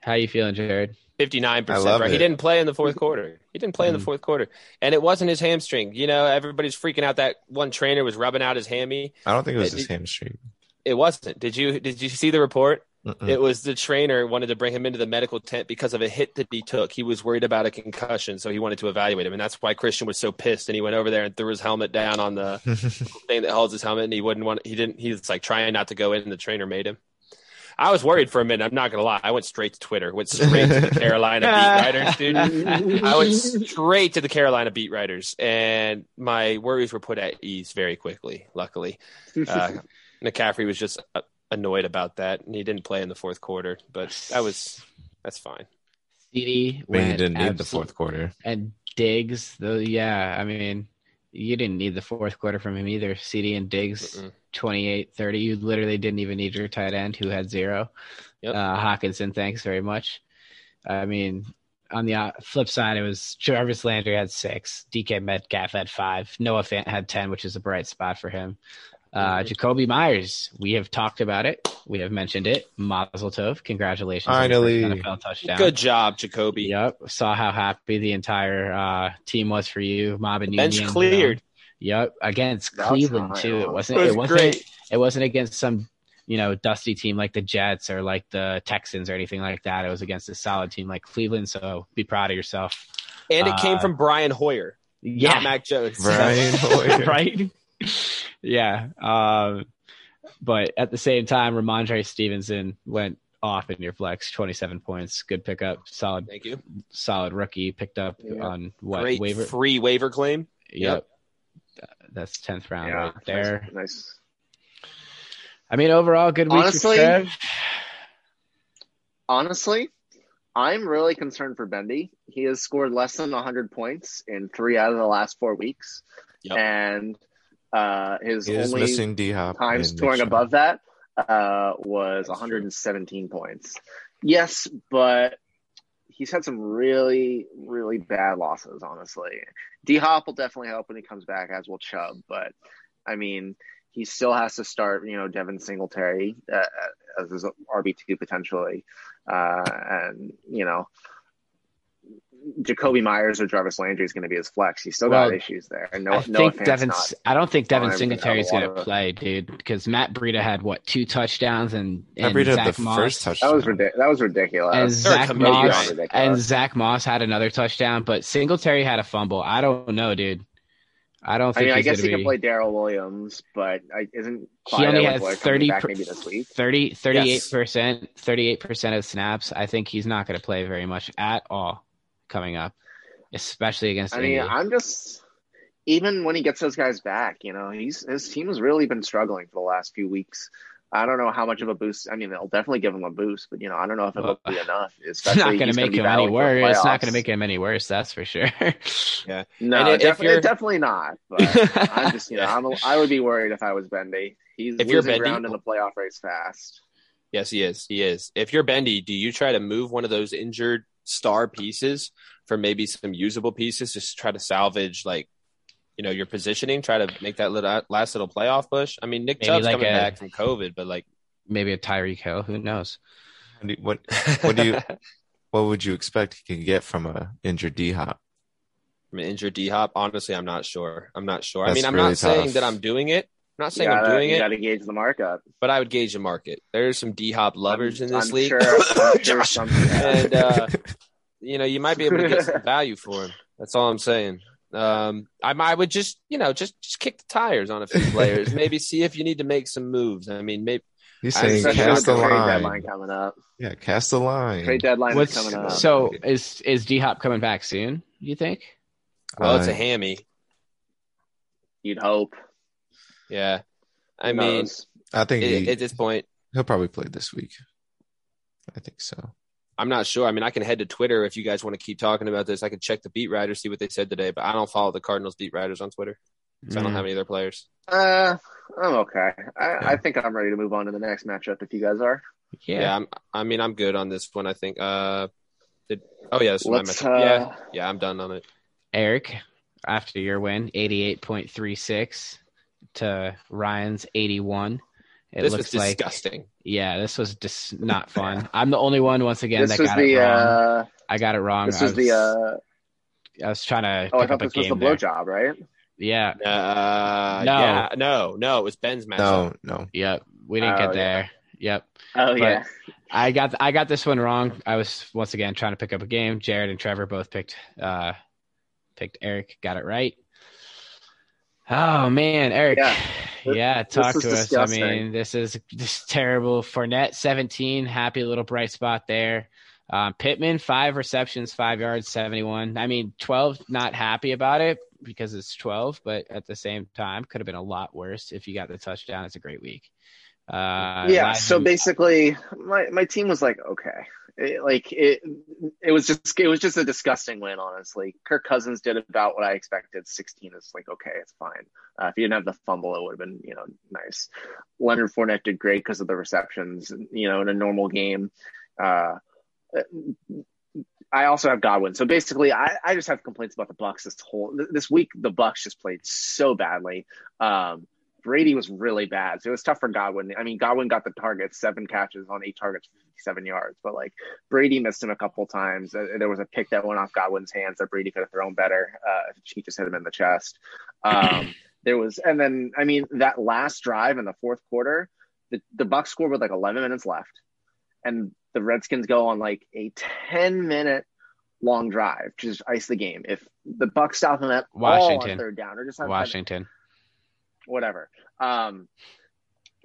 [SPEAKER 1] How you feeling, Jared?
[SPEAKER 2] Fifty-nine
[SPEAKER 3] I
[SPEAKER 2] percent.
[SPEAKER 3] love
[SPEAKER 2] Right? He
[SPEAKER 3] it.
[SPEAKER 2] didn't play in the fourth quarter. He didn't play in the
[SPEAKER 3] Mhm.
[SPEAKER 2] fourth quarter, and it wasn't his hamstring. You know, everybody's freaking out. That one trainer was rubbing out his hammy.
[SPEAKER 3] I don't think it was
[SPEAKER 2] It-
[SPEAKER 3] his hamstring.
[SPEAKER 2] It wasn't. Did you? Did you see the report?
[SPEAKER 3] Mm-mm.
[SPEAKER 2] It was the trainer wanted to bring him into the medical tent because of a hit that he took. He was worried about a concussion, so he wanted to evaluate him, and that's why Christian was so pissed. And he went over there and threw his helmet down on the thing that holds his helmet, and he wouldn't want. He didn't. He's like trying not to go in, and the trainer made him. I was worried for a minute. I'm not gonna lie. I went straight to Twitter. Went straight to the Carolina beat writers, dude. I went straight to the Carolina beat writers, and my worries were put at ease very quickly. Luckily, uh, McCaffrey was just uh, annoyed about that, and he didn't play in the fourth quarter. But that was that's fine.
[SPEAKER 1] CD
[SPEAKER 3] Man, you
[SPEAKER 1] went
[SPEAKER 3] didn't need the
[SPEAKER 1] absol-
[SPEAKER 3] fourth quarter.
[SPEAKER 1] and Diggs. Though, yeah, I mean, you didn't need the fourth quarter from him either. CD and Diggs,
[SPEAKER 2] Mm-mm.
[SPEAKER 1] twenty-eight, thirty. You literally didn't even need your tight end who had zero.
[SPEAKER 2] Yep.
[SPEAKER 1] Uh, Hawkinson, thanks very much. I mean, on the uh, flip side, it was Jarvis Landry had six, DK Metcalf had five, Noah Fant had 10, which is a bright spot for him. Uh,
[SPEAKER 2] Mhm.
[SPEAKER 1] Jacoby Myers, we have talked about it. We have mentioned it. Mazel tov. Congratulations. on your
[SPEAKER 3] Finally.
[SPEAKER 1] first NFL touchdown.
[SPEAKER 2] Good job, Jacoby.
[SPEAKER 1] Yep. Saw how happy the entire uh, team was for you, Mob and
[SPEAKER 2] Bench
[SPEAKER 1] Union.
[SPEAKER 2] cleared.
[SPEAKER 1] Yep. Against
[SPEAKER 4] That's
[SPEAKER 1] Cleveland
[SPEAKER 4] right.
[SPEAKER 1] too. It wasn't.
[SPEAKER 2] It was
[SPEAKER 1] It, wasn't.
[SPEAKER 2] great.
[SPEAKER 1] It wasn't against some you know dusty team like the Jets or like the Texans or anything like that. It was against a solid team like Cleveland. So be proud of yourself.
[SPEAKER 2] And it came
[SPEAKER 1] Uh,
[SPEAKER 2] from Brian Hoyer,
[SPEAKER 1] Yeah.
[SPEAKER 2] not Mac Jones.
[SPEAKER 3] Brian Hoyer.
[SPEAKER 1] right? Oh, yeah. Um, but at the same time, Ramondre Stevenson went off in your flex, 27 points. Good pickup. Solid,
[SPEAKER 2] Thank you.
[SPEAKER 1] solid rookie picked up
[SPEAKER 4] Yeah.
[SPEAKER 1] on what
[SPEAKER 2] Great
[SPEAKER 1] waiver?
[SPEAKER 2] free waiver claim.
[SPEAKER 1] Yep. That's 10th round right there.
[SPEAKER 4] Nice. nice.
[SPEAKER 1] I mean, overall, good week
[SPEAKER 4] Honestly,
[SPEAKER 1] for Trev.
[SPEAKER 4] Honestly, I'm really concerned for Bendy. He has scored less than 100 points in three out of the last four weeks,
[SPEAKER 2] Yep.
[SPEAKER 4] and uh, his
[SPEAKER 3] He is
[SPEAKER 4] only
[SPEAKER 3] missing D Hop.
[SPEAKER 4] time scoring above that uh, was 117 points. Yes, but he's had some really, really bad losses, honestly. D Hop will definitely help when he comes back, as will Chubb. But, I mean, he still has to start, you know, Devin Singletary uh, as his RB2 potentially. Uh, and, you know, Jacoby Myers or Jarvis Landry is going to be his flex. He's still
[SPEAKER 1] Well,
[SPEAKER 4] got issues there. And no,
[SPEAKER 1] I
[SPEAKER 4] no
[SPEAKER 1] think Devin's. I don't think Devin
[SPEAKER 4] fine
[SPEAKER 1] Singletary's
[SPEAKER 4] without a
[SPEAKER 1] going
[SPEAKER 4] lot
[SPEAKER 1] to
[SPEAKER 4] of-
[SPEAKER 1] play, dude, because Matt Breida had what two touchdowns and,
[SPEAKER 3] I
[SPEAKER 1] and
[SPEAKER 3] read it
[SPEAKER 1] Zach
[SPEAKER 3] the
[SPEAKER 1] Moss.
[SPEAKER 3] first uh, touchdown.
[SPEAKER 4] That was ridiculous. That was ridiculous.
[SPEAKER 1] and
[SPEAKER 2] They're
[SPEAKER 1] Zach
[SPEAKER 2] committed,
[SPEAKER 1] Moss
[SPEAKER 4] right?
[SPEAKER 1] and Zach Moss had another touchdown, but Singletary had a fumble. I don't know, dude. I don't
[SPEAKER 4] I
[SPEAKER 1] think
[SPEAKER 4] mean, I
[SPEAKER 1] he's
[SPEAKER 4] guess he
[SPEAKER 1] gonna
[SPEAKER 4] can
[SPEAKER 1] be.
[SPEAKER 4] play Daryl Williams, but I, isn't
[SPEAKER 1] he
[SPEAKER 4] Clyde
[SPEAKER 1] only
[SPEAKER 4] Edwards
[SPEAKER 1] had 30
[SPEAKER 4] Hilaire coming back maybe this week?
[SPEAKER 1] 30 38
[SPEAKER 2] Yes.
[SPEAKER 1] percent 38 percent of snaps. I think he's not going to play very much at all coming up, especially against.
[SPEAKER 4] I mean,
[SPEAKER 1] Indy.
[SPEAKER 4] I'm just even when he gets those guys back, you know, he's his team has really been struggling for the last few weeks. I don't know how much of a boost. I mean, they'll definitely give him a boost, but you know, I don't know if it'll
[SPEAKER 1] Well,
[SPEAKER 4] be enough.
[SPEAKER 1] It's not
[SPEAKER 4] Especially
[SPEAKER 1] going
[SPEAKER 4] he's
[SPEAKER 1] to
[SPEAKER 4] gonna
[SPEAKER 1] make
[SPEAKER 4] be
[SPEAKER 1] him any
[SPEAKER 4] battling for the
[SPEAKER 1] worse. It's not
[SPEAKER 4] playoffs.
[SPEAKER 1] going to make him any worse. That's for sure.
[SPEAKER 2] And
[SPEAKER 4] No,
[SPEAKER 2] if
[SPEAKER 4] definitely,
[SPEAKER 2] you're-
[SPEAKER 4] definitely not. But I'm
[SPEAKER 1] yeah,
[SPEAKER 4] just, you know, I'm, I would be worried if I was Bendy. He's
[SPEAKER 2] If you're
[SPEAKER 4] losing
[SPEAKER 2] Bendy-
[SPEAKER 4] ground in the playoff race fast.
[SPEAKER 2] Yes, he is. He is. If you're Bendy, do you try to move one of those injured star pieces for maybe some usable pieces? Just try to salvage like, you know, your positioning. Try to make that little uh, last little playoff push. I mean, Nick
[SPEAKER 1] Maybe
[SPEAKER 2] Chubb's
[SPEAKER 1] like
[SPEAKER 2] coming
[SPEAKER 1] a-
[SPEAKER 2] back from COVID, but like,
[SPEAKER 1] maybe a Tyreek Hill. Who knows?
[SPEAKER 3] What What do you- what would you expect he could get from a injured D Hop?
[SPEAKER 2] from an injured D Hop? Honestly, I'm not sure. I'm not sure. I
[SPEAKER 3] That's
[SPEAKER 2] mean, I'm
[SPEAKER 3] really
[SPEAKER 2] not saying
[SPEAKER 3] tough.
[SPEAKER 2] that I'm doing it. I'm not
[SPEAKER 4] You
[SPEAKER 2] saying
[SPEAKER 4] gotta,
[SPEAKER 2] I'm doing
[SPEAKER 4] you
[SPEAKER 2] it,
[SPEAKER 4] gotta gauge the markup.
[SPEAKER 2] but I would gauge the market. There's some D Hop lovers
[SPEAKER 4] I'm-
[SPEAKER 2] in this
[SPEAKER 4] I'm
[SPEAKER 2] league.
[SPEAKER 4] Sure, I'm sure
[SPEAKER 2] Josh.
[SPEAKER 4] some-
[SPEAKER 2] and uh, you know you might be able to get some value for him. That's all I'm saying. Um, I, I would just you know just just kick the tires on a few players. maybe see if you need to make some moves. I mean, maybe
[SPEAKER 3] He's
[SPEAKER 2] I
[SPEAKER 3] saying
[SPEAKER 4] especially with
[SPEAKER 3] cast
[SPEAKER 4] the
[SPEAKER 3] a
[SPEAKER 4] trade
[SPEAKER 3] line.
[SPEAKER 4] deadline coming up.
[SPEAKER 3] Yeah, cast a line.
[SPEAKER 4] Trade deadline
[SPEAKER 1] What's-
[SPEAKER 4] is coming up.
[SPEAKER 1] so is is D Hop coming back soon? You think?
[SPEAKER 2] well, it's
[SPEAKER 3] Uh,
[SPEAKER 2] a hammy.
[SPEAKER 4] You'd hope.
[SPEAKER 2] Yeah, I
[SPEAKER 4] Who
[SPEAKER 2] mean,
[SPEAKER 4] knows?
[SPEAKER 3] I think
[SPEAKER 2] it,
[SPEAKER 3] he,
[SPEAKER 2] at this point,
[SPEAKER 3] he'll probably play this week. I think so.
[SPEAKER 2] I'm not sure. I mean, I can head to Twitter if you guys want to keep talking about this. I can check the beat writers, see what they said today. But I don't follow the Cardinals beat writers on Twitter, so I don't
[SPEAKER 1] Mm.
[SPEAKER 2] have any of their players.
[SPEAKER 4] uh, I'm okay. I, I think I'm ready to move on to the next matchup if you guys are.
[SPEAKER 1] Yeah.
[SPEAKER 2] Yeah, I'm, I mean, I'm good on this one. I think. Uh, did, oh yeah, this is my
[SPEAKER 4] Let's,
[SPEAKER 2] matchup. yeah,
[SPEAKER 4] uh,
[SPEAKER 2] yeah, I'm done on it.
[SPEAKER 1] Eric, after your win, eighty-eight point three six to Ryan's eighty-one. It
[SPEAKER 2] this
[SPEAKER 1] looks
[SPEAKER 2] was
[SPEAKER 1] like
[SPEAKER 2] disgusting.
[SPEAKER 1] yeah, this was just not fun. I'm the only one once again
[SPEAKER 4] this
[SPEAKER 1] that
[SPEAKER 4] was
[SPEAKER 1] got
[SPEAKER 4] the
[SPEAKER 1] it wrong.
[SPEAKER 4] uh,
[SPEAKER 1] I got it wrong.
[SPEAKER 4] this
[SPEAKER 1] I
[SPEAKER 4] was the uh,
[SPEAKER 1] I was trying to
[SPEAKER 4] oh, I
[SPEAKER 1] pick
[SPEAKER 4] thought
[SPEAKER 1] up a
[SPEAKER 4] this was the
[SPEAKER 1] game. there.
[SPEAKER 4] blowjob, right? Oh,
[SPEAKER 1] Yeah,
[SPEAKER 2] Uh,
[SPEAKER 1] No.
[SPEAKER 2] yeah, no, no. It was Ben's match.
[SPEAKER 3] No, no.
[SPEAKER 1] yep. We didn't
[SPEAKER 4] Oh,
[SPEAKER 1] get
[SPEAKER 4] yeah.
[SPEAKER 1] there. Yep.
[SPEAKER 4] Oh yeah,
[SPEAKER 1] I got I got this one wrong. I was once again trying to pick up a game. Jared and Trevor both picked uh picked Eric. Got it right. Oh man, Eric.
[SPEAKER 4] Yeah.
[SPEAKER 1] Yeah,
[SPEAKER 4] This-
[SPEAKER 1] talk to
[SPEAKER 4] this is
[SPEAKER 1] us.
[SPEAKER 4] disgusting.
[SPEAKER 1] I mean, this is this is terrible. Fournette, seventeen, happy little bright spot there. Um, Pittman, five receptions, five yards, seventy-one. I mean, twelve. Not happy about it because it's twelve, but at the same time, could have been a lot worse. If you got the touchdown, it's a great week. Uh,
[SPEAKER 4] yeah.
[SPEAKER 1] Elijah-
[SPEAKER 4] So basically, my, my team was like, okay, It- like it it was just it was just a disgusting win. Honestly, Kirk Cousins did about what I expected. Sixteen is like okay, it's fine. Uh, if he didn't have the fumble, it would have been you know nice. Leonard Fournette did great because of the receptions. You know, in a normal game. Uh, I also have Godwin. So basically, I, I just have complaints about the Bucks this whole this week. The Bucks just played so badly. Um, Brady was really bad, so it was tough for Godwin. I mean, Godwin got the targets, seven catches on eight targets, seven yards. But like Brady missed him a couple times. Uh, there was a pick that went off Godwin's hands that Brady could have thrown better uh, if he just hit him in the chest. Um, there was, and then I mean that last drive in the fourth quarter, the the Bucks scored with like 11 minutes left and the Redskins go on like a 10 minute long drive to just ice the game. If the Bucks stop them at all
[SPEAKER 1] Washington.
[SPEAKER 4] on third down or just have
[SPEAKER 1] Washington.
[SPEAKER 4] whatever. Um,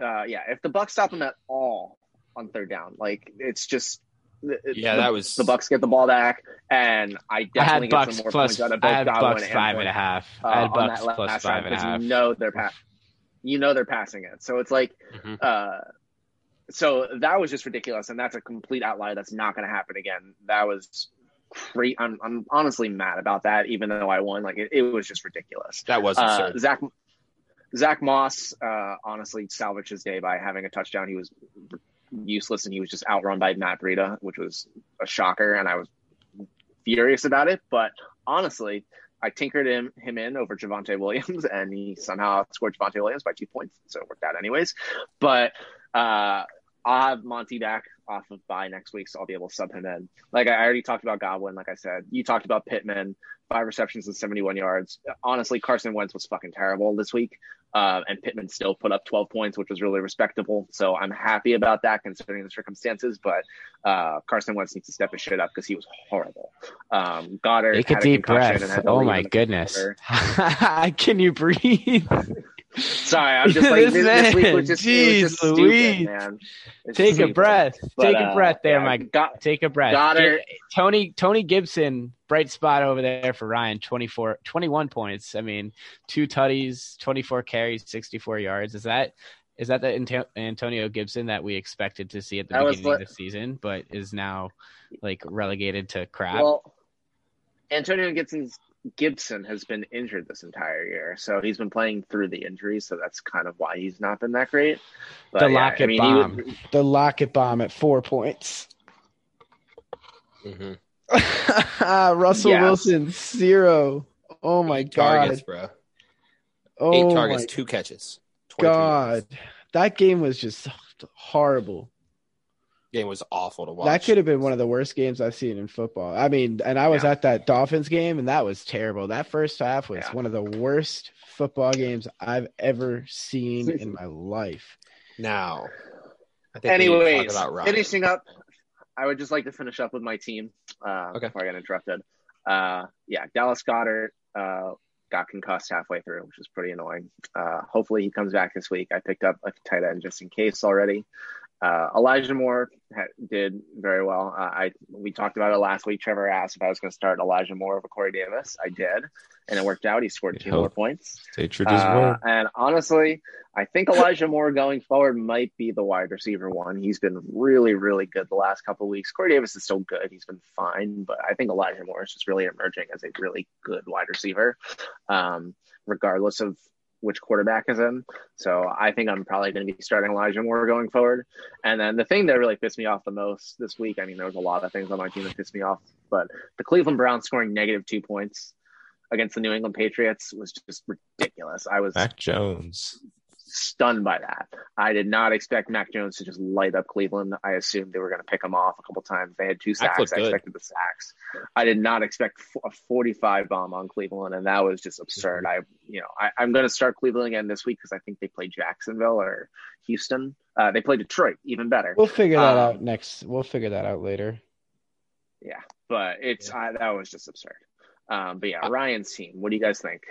[SPEAKER 4] uh, yeah, if the Bucks stop them at all on third down, like it's just it- it-
[SPEAKER 2] Yeah,
[SPEAKER 4] the,
[SPEAKER 2] that was
[SPEAKER 4] the Bucks get the ball back, and I
[SPEAKER 1] I
[SPEAKER 4] definitely
[SPEAKER 1] had
[SPEAKER 4] get
[SPEAKER 1] Bucks
[SPEAKER 4] some more
[SPEAKER 1] plus.
[SPEAKER 4] points out of
[SPEAKER 1] I
[SPEAKER 4] both
[SPEAKER 1] had
[SPEAKER 4] Godwin
[SPEAKER 1] Bucks
[SPEAKER 4] and
[SPEAKER 1] five
[SPEAKER 4] Fournette
[SPEAKER 1] and a half.
[SPEAKER 4] uh,
[SPEAKER 1] I had
[SPEAKER 4] on
[SPEAKER 1] Bucks
[SPEAKER 4] that la-
[SPEAKER 1] plus
[SPEAKER 4] last
[SPEAKER 1] five
[SPEAKER 4] round
[SPEAKER 1] and a half.
[SPEAKER 4] because you know they're pa- you know they're passing it. So it's like,
[SPEAKER 1] Mm-hmm.
[SPEAKER 2] Mhm.
[SPEAKER 4] uh, so that was just ridiculous, and that's a complete outlier. That's not going to happen again. That was great. I'm I'm honestly mad about that, even though I won. Like it, it was just ridiculous.
[SPEAKER 2] That was
[SPEAKER 4] Uh,
[SPEAKER 2] absurd.
[SPEAKER 4] Zach Zach Moss uh, honestly salvaged his day by having a touchdown. He was useless, and he was just outrun by Matt Breida, which was a shocker, and I was furious about it. But honestly, I tinkered him him in over Javante Williams, and he somehow scored Javante Williams by two points, so it worked out anyways. But uh, I'll have Monty back off of bye next week, so I'll be able to sub him in. Like I already talked about Godwin, like I said, you talked about Pittman, five receptions and seventy-one yards. Honestly, Carson Wentz was fucking terrible this week, uh, and Pittman still put up twelve points, which was really respectable. So I'm happy about that considering the circumstances. But uh, Carson Wentz needs to step his shit up because he was horrible. Um, Goddard
[SPEAKER 1] Take a
[SPEAKER 4] had
[SPEAKER 1] deep
[SPEAKER 4] concussion
[SPEAKER 1] breath.
[SPEAKER 4] and had to
[SPEAKER 1] Oh
[SPEAKER 4] leave
[SPEAKER 1] my
[SPEAKER 4] in the
[SPEAKER 1] goodness.
[SPEAKER 4] quarter.
[SPEAKER 1] Can you breathe?
[SPEAKER 4] Sorry, I'm just like
[SPEAKER 1] This
[SPEAKER 4] this, this week
[SPEAKER 1] man,
[SPEAKER 4] was just, it was just
[SPEAKER 1] jeez
[SPEAKER 4] stupid,
[SPEAKER 1] Louise.
[SPEAKER 4] man. It's
[SPEAKER 1] Take a
[SPEAKER 4] stupid.
[SPEAKER 1] breath.
[SPEAKER 4] But,
[SPEAKER 1] Take a
[SPEAKER 4] uh,
[SPEAKER 1] breath there,
[SPEAKER 4] yeah,
[SPEAKER 1] Mike.
[SPEAKER 4] Go-
[SPEAKER 1] Take a breath.
[SPEAKER 4] Goddard.
[SPEAKER 1] Get- Tony Tony Gibson, bright spot over there for Ryan, 24, 21 points. I mean, two tutties, 24 carries, 64 yards. Is that is that the Ant- Antonio Gibson that we expected to see at the
[SPEAKER 4] That was
[SPEAKER 1] beginning
[SPEAKER 4] what-
[SPEAKER 1] of the season, but is now like relegated to crap?
[SPEAKER 4] Well, Antonio Gibson's Gibson has been injured this entire year, so he's been playing through the injury, so that's kind of why he's not been that great. But
[SPEAKER 1] The
[SPEAKER 4] yeah,
[SPEAKER 1] Lockett
[SPEAKER 4] I mean, he
[SPEAKER 1] bomb.
[SPEAKER 4] would-
[SPEAKER 5] The Lockett bomb at four points.
[SPEAKER 2] Mhm.
[SPEAKER 5] Russell
[SPEAKER 4] Yeah.
[SPEAKER 5] Wilson zero. Oh my
[SPEAKER 2] Eight
[SPEAKER 5] god.
[SPEAKER 2] targets, bro. Eight
[SPEAKER 5] Oh
[SPEAKER 2] targets,
[SPEAKER 5] my
[SPEAKER 2] two catches. 23 yards.
[SPEAKER 5] god. That game was just horrible.
[SPEAKER 2] game was awful to watch.
[SPEAKER 5] That could have been one of the worst games I've seen in football. I mean, and I was
[SPEAKER 4] Yeah.
[SPEAKER 5] at that Dolphins game and that was terrible. That first half was
[SPEAKER 4] Yeah.
[SPEAKER 5] one of the worst football games I've ever seen in my life.
[SPEAKER 2] now. I think we need to talk
[SPEAKER 4] Anyways,
[SPEAKER 2] about Ryan.
[SPEAKER 4] finishing up, I would just like to finish up with my team uh,
[SPEAKER 2] Okay.
[SPEAKER 4] before I get interrupted. Uh, yeah, Dallas Goddard uh, got concussed halfway through, which is pretty annoying. Uh, hopefully, he comes back this week. I picked up a tight end just in case already. Uh, Elijah Moore ha- did very well. Uh, I we talked about it last week. Trevor asked if I was going to start Elijah Moore over Corey Davis. I did, and it worked out. He scored
[SPEAKER 3] It
[SPEAKER 4] two more
[SPEAKER 3] helped.
[SPEAKER 4] points.
[SPEAKER 3] Stay true to his word.
[SPEAKER 4] Uh, and honestly, I think Elijah Moore going forward might be the wide receiver one. He's been really, really good the last couple of weeks. Corey Davis is still good. He's been fine, but I think Elijah Moore is just really emerging as a really good wide receiver, um, regardless of which quarterback is in. So I think I'm probably going to be starting Elijah Moore going forward. And then the thing that really pissed me off the most this week, I mean, there was a lot of things on my team that pissed me off, but the Cleveland Browns scoring negative two points against the New England Patriots was just ridiculous. I was
[SPEAKER 3] Mac Jones.
[SPEAKER 4] stunned by that. I did not expect Mac Jones to just light up Cleveland. I assumed they were going to pick him off a couple times. They had two
[SPEAKER 2] Mac
[SPEAKER 4] sacks.
[SPEAKER 2] looked
[SPEAKER 4] I
[SPEAKER 2] good.
[SPEAKER 4] expected the sacks. I did not expect f- a 45 bomb on Cleveland, and that was just absurd. I, you know, I, I'm going to start Cleveland again this week because I think they play Jacksonville or Houston. Uh, they play Detroit, even better.
[SPEAKER 5] We'll figure that
[SPEAKER 4] Um,
[SPEAKER 5] out next. We'll figure that out later.
[SPEAKER 4] But it's I, that was just absurd. Um, but yeah,
[SPEAKER 2] Uh,
[SPEAKER 4] Ryan's team. What do you guys think?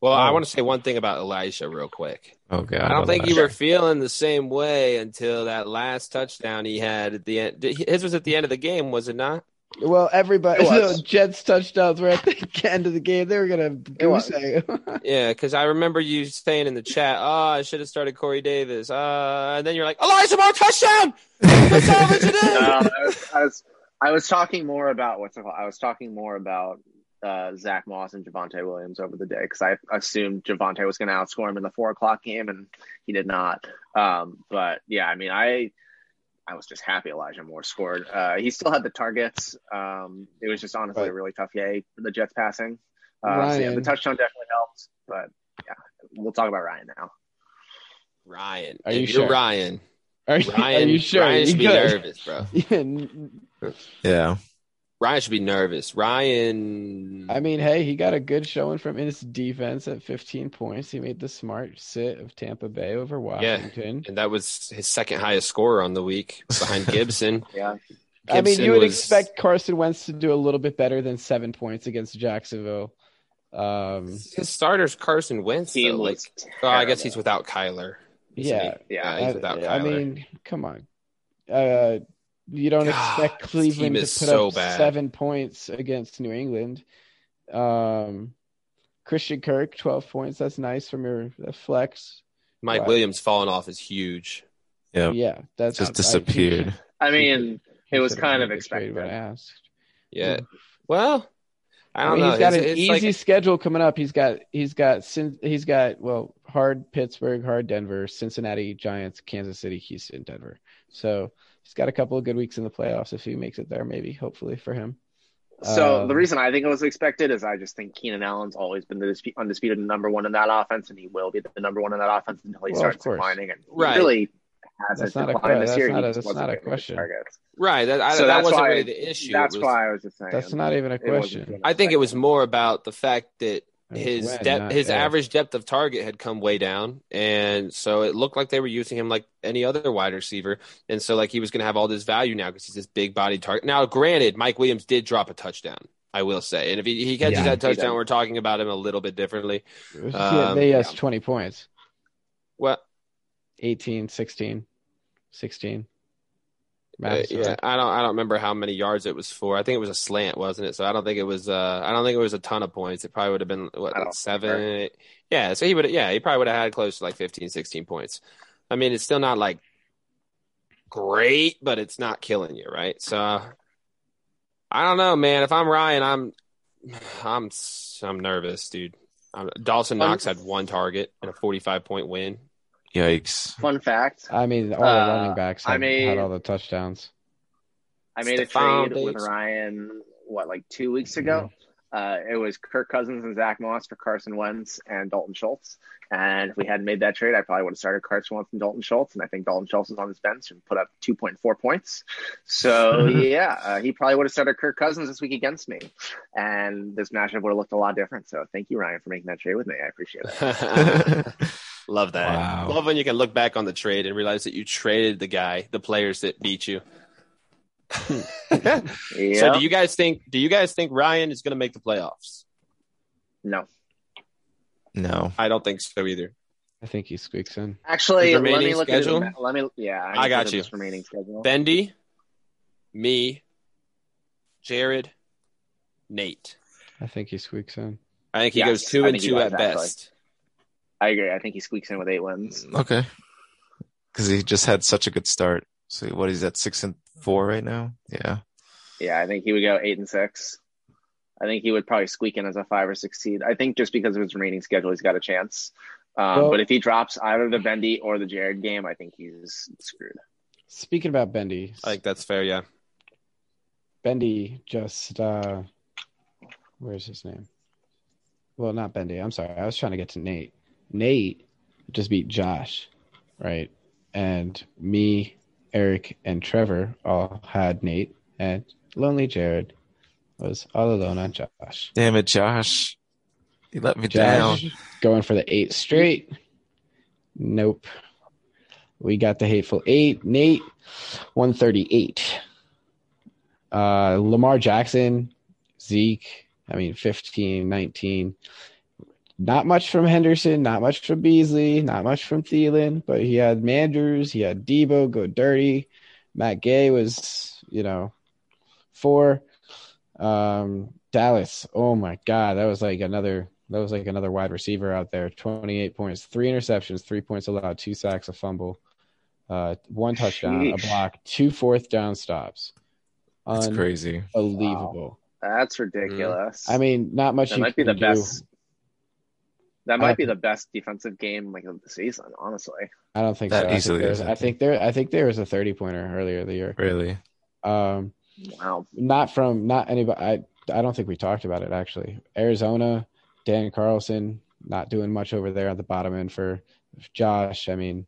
[SPEAKER 2] well, I
[SPEAKER 3] Oh.
[SPEAKER 2] want to say one thing about Elijah real quick.
[SPEAKER 3] Oh god.
[SPEAKER 2] I don't think you
[SPEAKER 3] Elijah.
[SPEAKER 2] were feeling the same way until that last touchdown he had at the end. Did- His was at the end of the game, was it not?
[SPEAKER 1] Well, everybody,
[SPEAKER 4] It
[SPEAKER 1] so
[SPEAKER 4] was.
[SPEAKER 1] Jets touchdowns were at the end of the game. They were gonna goose
[SPEAKER 4] was.
[SPEAKER 1] egg.
[SPEAKER 2] Yeah, because I remember you saying in the chat, "Ah, I should have started Corey Davis." Uh, and then you're like, "Elijah Moore touchdown! That's all that you
[SPEAKER 4] No,
[SPEAKER 2] did."
[SPEAKER 4] Um, I was, I was I was talking more about what's it called? I was talking more about uh, Zach Moss and Javante Williams over the day because I assumed Javante was going to outscore him in the four o'clock game, and he did not. Um, but yeah, I mean, I I was just happy Elijah Moore scored. Uh, he still had the targets. Um, it was just honestly a really tough yay for the Jets passing. Uh, so yeah,
[SPEAKER 1] Ryan.
[SPEAKER 4] the touchdown definitely helped, but yeah, we'll talk about Ryan now.
[SPEAKER 2] Ryan,
[SPEAKER 1] Are
[SPEAKER 2] if
[SPEAKER 1] you
[SPEAKER 2] you're
[SPEAKER 1] sure?
[SPEAKER 2] Ryan?
[SPEAKER 1] Are you,
[SPEAKER 2] Ryan,
[SPEAKER 1] are you sure?
[SPEAKER 2] Ryan
[SPEAKER 1] You
[SPEAKER 2] should be
[SPEAKER 1] good?
[SPEAKER 2] nervous, bro.
[SPEAKER 1] Yeah, n-
[SPEAKER 3] Yeah.
[SPEAKER 2] Ryan should be nervous. Ryan,
[SPEAKER 1] I mean, hey, he got a good showing from his defense at 15 points. He made the smart sit of Tampa Bay over Washington.
[SPEAKER 2] and that was his second highest scorer on the week behind Gibson.
[SPEAKER 4] Yeah.
[SPEAKER 1] I mean,
[SPEAKER 2] Gibson
[SPEAKER 1] you would
[SPEAKER 2] was-
[SPEAKER 1] expect Carson Wentz to do a little bit better than seven points against Jacksonville. Um,
[SPEAKER 2] his starters Carson Wentz.
[SPEAKER 4] He
[SPEAKER 2] Though, like,
[SPEAKER 4] looks
[SPEAKER 2] oh, I guess
[SPEAKER 4] terrible.
[SPEAKER 2] he's without Kyler. isn't he?
[SPEAKER 1] yeah,
[SPEAKER 4] yeah.
[SPEAKER 2] he's
[SPEAKER 1] I,
[SPEAKER 2] without
[SPEAKER 1] I
[SPEAKER 2] Kyler.
[SPEAKER 1] mean, come on. Uh, you don't
[SPEAKER 2] God,
[SPEAKER 1] expect
[SPEAKER 2] this team
[SPEAKER 1] Cleveland to put
[SPEAKER 2] is so
[SPEAKER 1] up
[SPEAKER 2] bad.
[SPEAKER 1] seven points against New England. Um, Christian Kirk, 12 points. That's nice from your flex.
[SPEAKER 2] Mike
[SPEAKER 1] Right.
[SPEAKER 2] Williams falling off is huge.
[SPEAKER 3] Yeah.
[SPEAKER 1] Yeah, that's
[SPEAKER 3] Just
[SPEAKER 1] I-
[SPEAKER 3] disappeared.
[SPEAKER 4] I mean, it was
[SPEAKER 1] should've
[SPEAKER 4] kind
[SPEAKER 1] made
[SPEAKER 4] of
[SPEAKER 1] the trade
[SPEAKER 4] expected.
[SPEAKER 1] When asked,
[SPEAKER 2] Yeah. Well, I
[SPEAKER 1] Hmm.
[SPEAKER 2] don't
[SPEAKER 1] mean,
[SPEAKER 2] know.
[SPEAKER 1] He's got
[SPEAKER 2] It's-
[SPEAKER 1] an
[SPEAKER 2] it's like-
[SPEAKER 1] easy schedule coming up. He's got he's got Cin- he's got well hard Pittsburgh, hard Denver, Cincinnati Giants, Kansas City, Houston, Denver. So he's got a couple of good weeks in the playoffs if he makes it there. Maybe hopefully for him.
[SPEAKER 4] So
[SPEAKER 1] Um,
[SPEAKER 4] the reason I think it was expected is I just think Keenan Allen's always been the dispu- undisputed number one in that offense, and he will be the number one in that offense until
[SPEAKER 1] Well,
[SPEAKER 4] he
[SPEAKER 1] of
[SPEAKER 4] starts
[SPEAKER 1] course.
[SPEAKER 4] declining. And he
[SPEAKER 2] Right.
[SPEAKER 4] really hasn't
[SPEAKER 1] That's not a que-
[SPEAKER 4] declined this
[SPEAKER 1] that's
[SPEAKER 4] year.
[SPEAKER 1] not
[SPEAKER 4] He
[SPEAKER 1] a-
[SPEAKER 4] just
[SPEAKER 1] that's
[SPEAKER 4] wasn't
[SPEAKER 1] not a
[SPEAKER 4] getting hhis
[SPEAKER 1] question.
[SPEAKER 4] targets.
[SPEAKER 2] Right. That, I,
[SPEAKER 4] So
[SPEAKER 2] that
[SPEAKER 4] that's
[SPEAKER 2] wasn't
[SPEAKER 4] why-
[SPEAKER 2] really the issue.
[SPEAKER 4] That's
[SPEAKER 2] It was-
[SPEAKER 4] why I was just saying
[SPEAKER 1] That's not even a
[SPEAKER 4] it wasn't
[SPEAKER 1] question.
[SPEAKER 4] being
[SPEAKER 2] I think it was
[SPEAKER 4] expected.
[SPEAKER 2] more about the fact that
[SPEAKER 1] That was
[SPEAKER 2] his
[SPEAKER 1] when,
[SPEAKER 2] depth,
[SPEAKER 1] not
[SPEAKER 2] his
[SPEAKER 1] if.
[SPEAKER 2] average depth of target had come way down, and so it looked like they were using him like any other wide receiver, and so like he was going to have all this value now because he's this big body target. Now, granted, Mike Williams did drop a touchdown, I will say, and if he, he catches
[SPEAKER 1] Yeah,
[SPEAKER 2] that
[SPEAKER 4] he
[SPEAKER 2] touchdown,
[SPEAKER 4] did.
[SPEAKER 2] we're talking about him a little bit differently.
[SPEAKER 1] Yeah, they
[SPEAKER 2] um,
[SPEAKER 1] has 20 points,
[SPEAKER 2] Well,
[SPEAKER 1] 18, 16, 16.
[SPEAKER 2] uh,
[SPEAKER 1] Math's
[SPEAKER 2] yeah,
[SPEAKER 1] hard.
[SPEAKER 2] I don't, I don't remember how many yards it was for. I think it was a slant, wasn't it? So I don't think it was, uh, I don't think it was a ton of points. It probably would have been what
[SPEAKER 4] I don't
[SPEAKER 2] like seven, eight- yeah. So he would, yeah, he probably would have had close to like 15, 16 points. I mean, it's still not like great, but it's not killing you, right? So I don't know, man. If I'm Ryan, I'm, I'm, s- I'm nervous, dude. I'm, Dawson
[SPEAKER 4] Um,
[SPEAKER 2] Knox had one target and a 45 point win.
[SPEAKER 3] Yikes.
[SPEAKER 4] Fun fact:
[SPEAKER 1] I mean, all the
[SPEAKER 4] Uh,
[SPEAKER 1] running backs
[SPEAKER 4] I
[SPEAKER 1] had, had
[SPEAKER 4] mean-
[SPEAKER 1] all the touchdowns.
[SPEAKER 4] I made a
[SPEAKER 2] Stephon
[SPEAKER 4] trade with
[SPEAKER 2] Diggs. Mm-hmm.
[SPEAKER 4] Ryan what like two weeks ago. Uh, it was Kirk Cousins and Zach Moss for Carson Wentz and Dalton Schultz. And if we hadn't made that trade, I probably would have started Carson Wentz and Dalton Schultz. And I think Dalton Schultz was on his bench and put up 2.4 points. So, yeah, uh, he probably would have started Kirk Cousins this week against me. And this matchup would have looked a lot different. So, thank you, Ryan, for making that trade with me. I appreciate it.
[SPEAKER 2] Love that.
[SPEAKER 3] Wow.
[SPEAKER 2] Love when you can look back on the trade and realize that you traded the guy, the players that beat you.
[SPEAKER 4] Yeah.
[SPEAKER 2] So do you guys think do you guys think Ryan is going to make the playoffs?
[SPEAKER 4] no.
[SPEAKER 3] no.
[SPEAKER 2] I don't think so either.
[SPEAKER 1] I think he squeaks in.
[SPEAKER 4] Actually,
[SPEAKER 2] The
[SPEAKER 4] let me
[SPEAKER 2] remaining
[SPEAKER 4] look at his
[SPEAKER 2] schedule?
[SPEAKER 4] ma- Let me, yeah.
[SPEAKER 2] I
[SPEAKER 4] need to
[SPEAKER 2] got
[SPEAKER 4] look at
[SPEAKER 2] you.
[SPEAKER 4] his remaining schedule.
[SPEAKER 2] Bendy, me, Jared, Nate.
[SPEAKER 1] I think he squeaks in.
[SPEAKER 2] I think he
[SPEAKER 4] Yes,
[SPEAKER 2] goes 2
[SPEAKER 4] I
[SPEAKER 2] and
[SPEAKER 4] think he
[SPEAKER 2] 2
[SPEAKER 4] does,
[SPEAKER 2] at
[SPEAKER 4] actually.
[SPEAKER 2] best.
[SPEAKER 4] I agree. I think he squeaks in with eight wins.
[SPEAKER 3] Okay. Because he just had such a good start. So what he's at six and four right now. Yeah.
[SPEAKER 4] Yeah, I think he would go eight and six. I think he would probably squeak in as a five or six seed. I think just because of his remaining schedule, he's got a chance. Um,
[SPEAKER 1] Well-
[SPEAKER 4] but if he drops either the Bendy or the Jared game, I think he's screwed.
[SPEAKER 1] Speaking about Bendy,
[SPEAKER 2] I think that's fair, yeah.
[SPEAKER 1] Bendy just uh where's his name? Well, not Bendy. I'm sorry. I was trying to get to Nate. Nate just beat Josh, right? And me, Eric, and Trevor all had Nate, and lonely Jared was all alone on Josh.
[SPEAKER 3] Damn it, Josh. You let me
[SPEAKER 1] Josh
[SPEAKER 3] down.
[SPEAKER 1] going for the eight straight. Nope. We got the hateful eight. Nate, 138. Uh, Lamar Jackson, Zeke, I mean, 15, 19. Not much from Henderson, not much from Beasley, not much from Thielen, but he had Manders, he had Debo go dirty. Matt Gay was, you know, four. Um, Dallas. Oh my God, that was like another. That was like another wide receiver out there. Twenty-eight points, three interceptions, three points allowed, two sacks, a fumble, uh, one touchdown,
[SPEAKER 4] Sheesh.
[SPEAKER 1] a block, two fourth down stops.
[SPEAKER 3] That's crazy.
[SPEAKER 1] Unbelievable.
[SPEAKER 4] That's ridiculous.
[SPEAKER 1] Mm-hmm. I mean, not much.
[SPEAKER 4] that
[SPEAKER 1] you
[SPEAKER 4] might be
[SPEAKER 1] can
[SPEAKER 4] the
[SPEAKER 1] do.
[SPEAKER 4] best. That
[SPEAKER 1] I-
[SPEAKER 4] might be the best defensive game like of the season, honestly.
[SPEAKER 1] I don't think
[SPEAKER 3] That
[SPEAKER 1] so. I think
[SPEAKER 3] easily
[SPEAKER 1] there's-
[SPEAKER 3] isn't.
[SPEAKER 1] I think there. I think there was a thirty pointer earlier in the year.
[SPEAKER 3] Really?
[SPEAKER 1] Um,
[SPEAKER 4] Wow.
[SPEAKER 1] not from not anybody. I I don't think we talked about it actually. Arizona, Dan Carlson not doing much over there at the bottom end for Josh. I mean,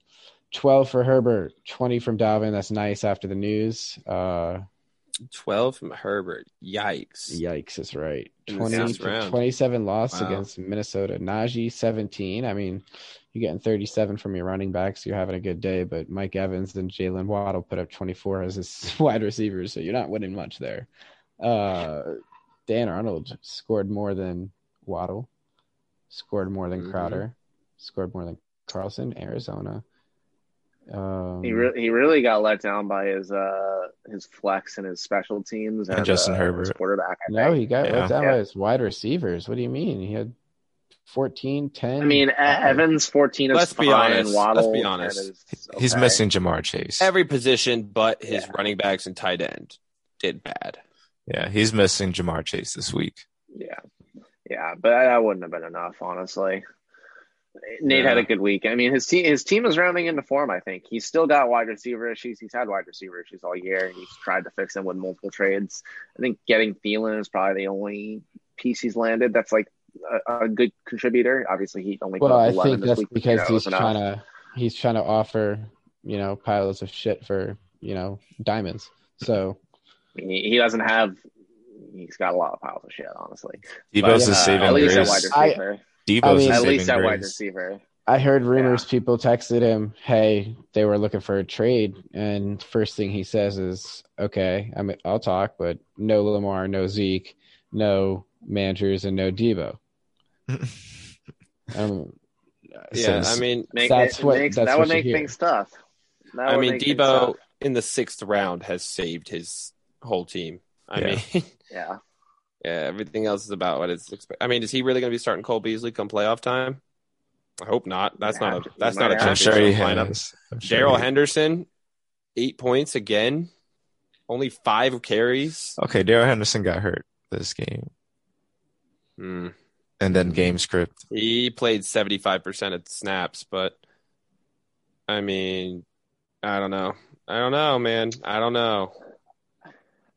[SPEAKER 1] twelve for Herbert, twenty from Dalvin. That's nice after the news. Uh,
[SPEAKER 2] 12 from Herbert. Yikes.
[SPEAKER 1] yikes, is right.
[SPEAKER 2] In the
[SPEAKER 1] 20,
[SPEAKER 2] sixth round.
[SPEAKER 1] 27 loss
[SPEAKER 2] Wow.
[SPEAKER 1] against Minnesota. Najee seventeen. I mean, you're getting thirty seven from your running backs. You're having a good day, but Mike Evans and Jalen Waddle put up twenty four as his wide receivers, so you're not winning much there. uh, Dan Arnold scored more than Waddle, scored more than
[SPEAKER 2] Mhm.
[SPEAKER 1] Crowder, scored more than Carlson, Arizona. Um,
[SPEAKER 4] He really he really got let down by his uh his flex and his special teams and,
[SPEAKER 3] And Justin
[SPEAKER 4] uh,
[SPEAKER 3] Herbert.
[SPEAKER 4] his quarterback. I
[SPEAKER 1] no,
[SPEAKER 4] think.
[SPEAKER 1] he got
[SPEAKER 3] Yeah.
[SPEAKER 1] let down by
[SPEAKER 4] Yeah.
[SPEAKER 1] his wide receivers. What do you mean? He had 14, 10.
[SPEAKER 4] I mean, E- Evans fourteen is
[SPEAKER 2] Let's be
[SPEAKER 4] fine.
[SPEAKER 2] honest.
[SPEAKER 4] Waddle,
[SPEAKER 2] Let's be honest.
[SPEAKER 4] and is
[SPEAKER 3] He's
[SPEAKER 4] okay.
[SPEAKER 3] missing Jamar Chase.
[SPEAKER 2] Every position but his
[SPEAKER 4] Yeah.
[SPEAKER 2] running backs and tight end did bad.
[SPEAKER 3] yeah, he's missing Jamar Chase this week.
[SPEAKER 4] Yeah, yeah, but that wouldn't have been enough, honestly. Nate had
[SPEAKER 2] Yeah.
[SPEAKER 4] a good week. I mean, his team his team is rounding into form. I think he's still got wide receiver issues. He's had wide receiver issues all year. He's tried to fix them with multiple trades. I think getting Thielen is probably the only piece he's landed. That's like a, a good contributor. Obviously, he only put
[SPEAKER 1] well,
[SPEAKER 4] up
[SPEAKER 1] I
[SPEAKER 4] 11
[SPEAKER 1] think
[SPEAKER 4] this
[SPEAKER 1] that's
[SPEAKER 4] week.
[SPEAKER 1] because
[SPEAKER 4] That
[SPEAKER 1] he's
[SPEAKER 4] was enough.
[SPEAKER 1] trying to he's trying to offer you know piles of shit for you know diamonds. So
[SPEAKER 4] I mean, he, he doesn't have. He's got a lot of piles of shit, honestly.
[SPEAKER 1] yeah,
[SPEAKER 3] Debo's the saving
[SPEAKER 4] uh, at least at wide
[SPEAKER 3] grace.
[SPEAKER 1] I-
[SPEAKER 4] receiver.
[SPEAKER 3] Debo's
[SPEAKER 1] I mean-
[SPEAKER 3] the
[SPEAKER 4] at
[SPEAKER 3] saving
[SPEAKER 4] least at wide
[SPEAKER 3] grace.
[SPEAKER 4] receiver.
[SPEAKER 1] I heard rumors people texted him, "Hey, they were looking for a trade." And first thing he says is, "Okay, I mean, I'll talk, but no Lamar, no Zeke, no Mandrews and no Debo." Um,
[SPEAKER 2] Yeah,
[SPEAKER 3] Says-
[SPEAKER 2] I mean,
[SPEAKER 4] Make,
[SPEAKER 1] That's
[SPEAKER 4] it
[SPEAKER 1] what-
[SPEAKER 4] makes,
[SPEAKER 1] that's
[SPEAKER 4] that
[SPEAKER 1] what
[SPEAKER 4] would
[SPEAKER 1] you
[SPEAKER 4] make
[SPEAKER 1] hear.
[SPEAKER 4] things tough. That
[SPEAKER 2] I
[SPEAKER 4] would
[SPEAKER 2] mean,
[SPEAKER 4] make things
[SPEAKER 2] Debo
[SPEAKER 4] tough.
[SPEAKER 2] in the sixth round has saved his whole team. I
[SPEAKER 3] Yeah.
[SPEAKER 2] mean,
[SPEAKER 4] Yeah,
[SPEAKER 2] yeah, everything else is about what it's. Expect- I mean, is he really going to be starting Cole Beasley come playoff time? I hope not. That's
[SPEAKER 4] Yeah,
[SPEAKER 2] not a.
[SPEAKER 4] he
[SPEAKER 2] That's
[SPEAKER 4] might
[SPEAKER 2] not a.
[SPEAKER 4] have.
[SPEAKER 3] I'm sure he
[SPEAKER 2] championship lineup.
[SPEAKER 3] has. I'm sure
[SPEAKER 2] Daryl
[SPEAKER 3] he-
[SPEAKER 2] Henderson, eight points again. Only five carries.
[SPEAKER 3] Okay, Daryl Henderson got hurt this game,
[SPEAKER 2] Hmm.
[SPEAKER 3] and then game script.
[SPEAKER 2] He played seventy five percent of the snaps, but I mean, I don't know. I don't know, man. I don't know.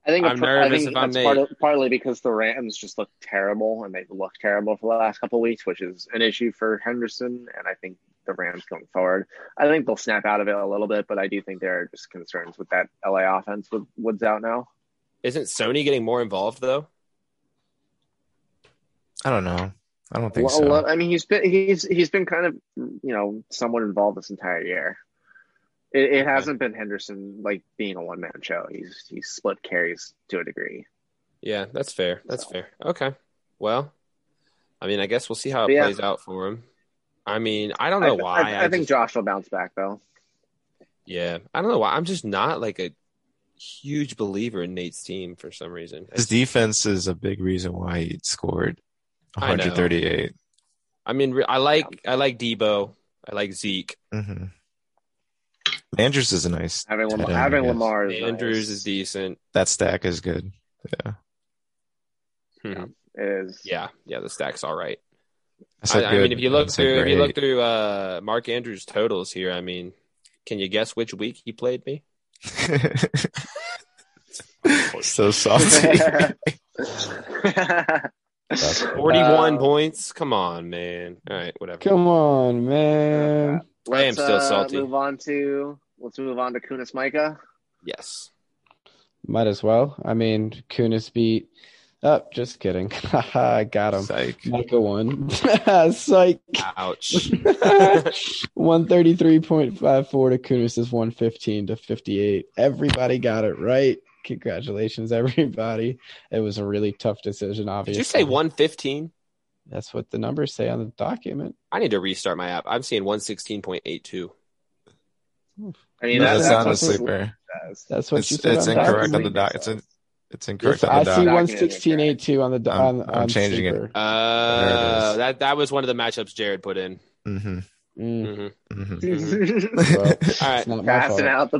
[SPEAKER 4] I think
[SPEAKER 2] I'm
[SPEAKER 4] a pro- I
[SPEAKER 2] nervous
[SPEAKER 4] think
[SPEAKER 2] if I'm
[SPEAKER 4] that's part of, partly because the Rams just look terrible, and they look terrible for the last couple of weeks, which is an issue for Henderson. And I think the Rams going forward, I think they'll snap out of it a little bit, but I do think there are just concerns with that LA offense with Woods out now.
[SPEAKER 2] Isn't Sony getting more involved though?
[SPEAKER 3] I don't know. I don't think
[SPEAKER 4] Well,
[SPEAKER 3] so.
[SPEAKER 4] well, I mean, he's been he's he's been kind of you know somewhat involved this entire year. It, it hasn't been Henderson like being a one man show. He's he's split carries to a degree.
[SPEAKER 2] Yeah, that's fair. That's
[SPEAKER 4] So-
[SPEAKER 2] fair. Okay. Well, I mean, I guess we'll see how
[SPEAKER 4] But
[SPEAKER 2] it
[SPEAKER 4] yeah.
[SPEAKER 2] plays out for him. I mean, I don't know
[SPEAKER 4] I,
[SPEAKER 2] why.
[SPEAKER 4] I, I think
[SPEAKER 2] just-
[SPEAKER 4] Josh will bounce back though.
[SPEAKER 2] yeah, I don't know why. I'm just not like a huge believer in Nate's team for some reason.
[SPEAKER 3] His defense is a big reason why he scored
[SPEAKER 2] I know.
[SPEAKER 3] 138.
[SPEAKER 2] I mean, re- I like I like Debo. I like Zeke.
[SPEAKER 3] Mm-hmm. Andrews is a nice.
[SPEAKER 4] Having
[SPEAKER 3] tight
[SPEAKER 4] Lamar,
[SPEAKER 3] end, I
[SPEAKER 4] having
[SPEAKER 3] guess.
[SPEAKER 4] Lamar is
[SPEAKER 2] Andrews
[SPEAKER 4] nice.
[SPEAKER 2] is decent.
[SPEAKER 3] That stack is good.
[SPEAKER 4] is
[SPEAKER 2] Yeah, yeah, the stack's all right.
[SPEAKER 3] I,
[SPEAKER 2] I,
[SPEAKER 3] said
[SPEAKER 2] I mean,
[SPEAKER 3] good.
[SPEAKER 2] if you look
[SPEAKER 3] I said
[SPEAKER 2] through, if you look
[SPEAKER 3] great.
[SPEAKER 2] through uh, Mark Andrews' totals here, I mean, can you guess which week he played me?
[SPEAKER 3] so salty.
[SPEAKER 2] Forty-one
[SPEAKER 4] Uh,
[SPEAKER 2] points. Come on, man. All right, whatever.
[SPEAKER 1] come on, man.
[SPEAKER 2] I am
[SPEAKER 4] Let's,
[SPEAKER 2] still
[SPEAKER 4] uh,
[SPEAKER 2] salty.
[SPEAKER 4] Move on to let's move on to Kunis Micah.
[SPEAKER 2] Yes.
[SPEAKER 1] Might as well. I mean, Kunis beat. Oh, just kidding. I got him.
[SPEAKER 3] Psych.
[SPEAKER 1] Micah won. Psych.
[SPEAKER 2] Ouch.
[SPEAKER 1] 133.54 to Kunis is 115 to 58. Everybody got it right. Congratulations, everybody. It was a really tough decision, obviously.
[SPEAKER 2] Did you say 115?
[SPEAKER 1] That's what the numbers say on the document.
[SPEAKER 2] I need to restart my app. I'm seeing 116.82.
[SPEAKER 4] I mean,
[SPEAKER 1] No,
[SPEAKER 4] that-
[SPEAKER 3] that's
[SPEAKER 1] that's
[SPEAKER 3] on the
[SPEAKER 1] what-
[SPEAKER 3] sleeper.
[SPEAKER 4] what it says.
[SPEAKER 1] That's what
[SPEAKER 3] it's
[SPEAKER 1] you said
[SPEAKER 3] it's
[SPEAKER 1] on
[SPEAKER 3] incorrect
[SPEAKER 1] document.
[SPEAKER 3] on the doc. It's in, It's
[SPEAKER 1] Yes,
[SPEAKER 3] incorrect. on the
[SPEAKER 1] I see
[SPEAKER 3] dot.
[SPEAKER 1] one sixteen eight two on the do-
[SPEAKER 3] I'm-
[SPEAKER 1] on,
[SPEAKER 3] I'm
[SPEAKER 1] on
[SPEAKER 3] changing it.
[SPEAKER 1] Sleeper.
[SPEAKER 2] Uh,
[SPEAKER 3] is.
[SPEAKER 2] that that was one of the matchups Jared put in.
[SPEAKER 3] Mm-hmm.
[SPEAKER 1] Mm,
[SPEAKER 2] Mhm.
[SPEAKER 3] Mm-hmm.
[SPEAKER 1] well,
[SPEAKER 2] All right.
[SPEAKER 1] it's not my
[SPEAKER 4] Passing
[SPEAKER 1] fault.
[SPEAKER 4] out the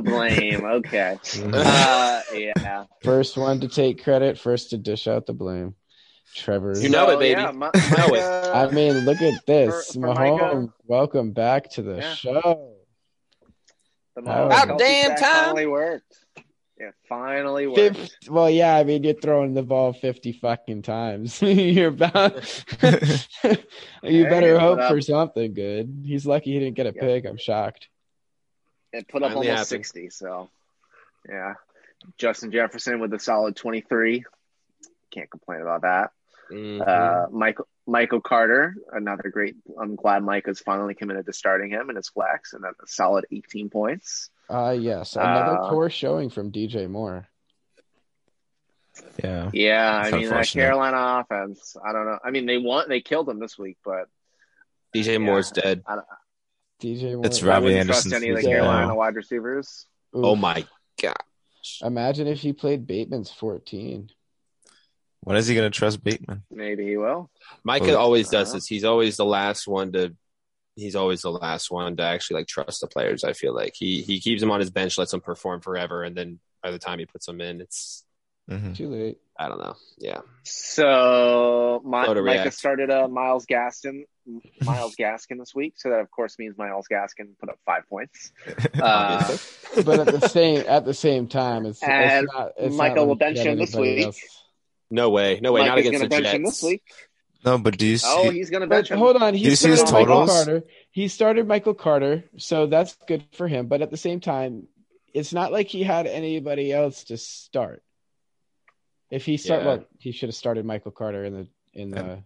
[SPEAKER 4] blame. Okay.
[SPEAKER 3] Mhm.
[SPEAKER 4] Uh, yeah.
[SPEAKER 1] First one to take credit, first to dish out the blame. Trevor.
[SPEAKER 2] You know it, baby.
[SPEAKER 4] Yeah, my,
[SPEAKER 2] You know
[SPEAKER 4] my,
[SPEAKER 2] it.
[SPEAKER 4] uh,
[SPEAKER 1] I mean, look at this.
[SPEAKER 4] for
[SPEAKER 1] Mahomes,
[SPEAKER 4] Micah-
[SPEAKER 1] welcome back to the
[SPEAKER 4] Yeah.
[SPEAKER 1] show.
[SPEAKER 4] the
[SPEAKER 1] Oh.
[SPEAKER 4] Mahomes
[SPEAKER 1] About
[SPEAKER 4] Kelsey
[SPEAKER 2] damn
[SPEAKER 4] sack
[SPEAKER 2] time.
[SPEAKER 4] Finally worked. Yeah, finally worked.
[SPEAKER 1] Fif- well, yeah, I mean, you're throwing the ball 50 fucking times. you're about, you
[SPEAKER 4] Hey,
[SPEAKER 1] better
[SPEAKER 4] what
[SPEAKER 1] hope
[SPEAKER 4] up?
[SPEAKER 1] for something good. He's lucky he didn't get a
[SPEAKER 4] Yeah.
[SPEAKER 1] pick. I'm shocked.
[SPEAKER 4] It put up
[SPEAKER 2] Finally
[SPEAKER 4] almost
[SPEAKER 2] happened.
[SPEAKER 4] 60, so yeah. Justin Jefferson with a solid 23. Can't complain about that.
[SPEAKER 2] Mhm.
[SPEAKER 4] Uh, Michael Michael Carter, another great. I'm glad Mike has finally committed to starting him in his flex, and that's a solid 18 points.
[SPEAKER 1] Uh, yes, another
[SPEAKER 4] Uh,
[SPEAKER 1] poor showing from DJ Moore.
[SPEAKER 3] yeah.
[SPEAKER 4] Yeah,
[SPEAKER 3] That's
[SPEAKER 4] I mean that
[SPEAKER 3] unfortunate.
[SPEAKER 4] Carolina offense. I don't know. I mean they want they killed him this week, but
[SPEAKER 2] DJ Moore's dead.
[SPEAKER 1] DJ Moore.
[SPEAKER 3] It's
[SPEAKER 4] I
[SPEAKER 3] Robbie
[SPEAKER 4] wouldn't
[SPEAKER 3] Anderson.
[SPEAKER 4] trust any of the
[SPEAKER 1] season.
[SPEAKER 4] Carolina
[SPEAKER 1] Yeah.
[SPEAKER 4] wide receivers.
[SPEAKER 1] Oof.
[SPEAKER 2] Oh my!
[SPEAKER 1] Imagine if he played Bateman's 14.
[SPEAKER 3] When is he going to trust Bateman?
[SPEAKER 4] Maybe he will.
[SPEAKER 2] Micah always does
[SPEAKER 4] Uh-huh.
[SPEAKER 2] this. He's always the last one to. He's always the last one to actually like trust the players. I feel like he he keeps them on his bench, lets them perform forever, and then by the time he puts them in, it's
[SPEAKER 3] Mm-hmm.
[SPEAKER 1] Too late.
[SPEAKER 2] I don't know. Yeah,
[SPEAKER 4] So my,
[SPEAKER 2] Slow to
[SPEAKER 4] Micah
[SPEAKER 2] react.
[SPEAKER 4] started uh, Miles Gaston, Miles Gaskin this week. So that of course means Miles Gaskin put up five points. Uh,
[SPEAKER 2] Obviously.
[SPEAKER 1] But at the same at the same time, it's,
[SPEAKER 4] And
[SPEAKER 1] it's not. It's not
[SPEAKER 4] Michael will
[SPEAKER 1] like he
[SPEAKER 4] bench
[SPEAKER 1] had
[SPEAKER 4] him this
[SPEAKER 1] anybody
[SPEAKER 4] week.
[SPEAKER 1] else.
[SPEAKER 2] no way, no way,
[SPEAKER 4] Mike
[SPEAKER 2] Oh, not
[SPEAKER 4] is
[SPEAKER 2] against
[SPEAKER 4] gonna
[SPEAKER 2] the
[SPEAKER 4] bench
[SPEAKER 2] Jets.
[SPEAKER 4] him this week.
[SPEAKER 3] No, but do you see?
[SPEAKER 4] Oh, he's going to
[SPEAKER 1] But
[SPEAKER 4] bench him.
[SPEAKER 1] hold on,
[SPEAKER 3] you
[SPEAKER 1] he
[SPEAKER 3] see his
[SPEAKER 1] started Michael
[SPEAKER 3] totals?
[SPEAKER 1] Carter. He started Michael Carter, so that's good for him. But at the same time, it's not like he had anybody else to start. If he start,
[SPEAKER 2] Yeah.
[SPEAKER 1] well, he should have started Michael Carter in the in the.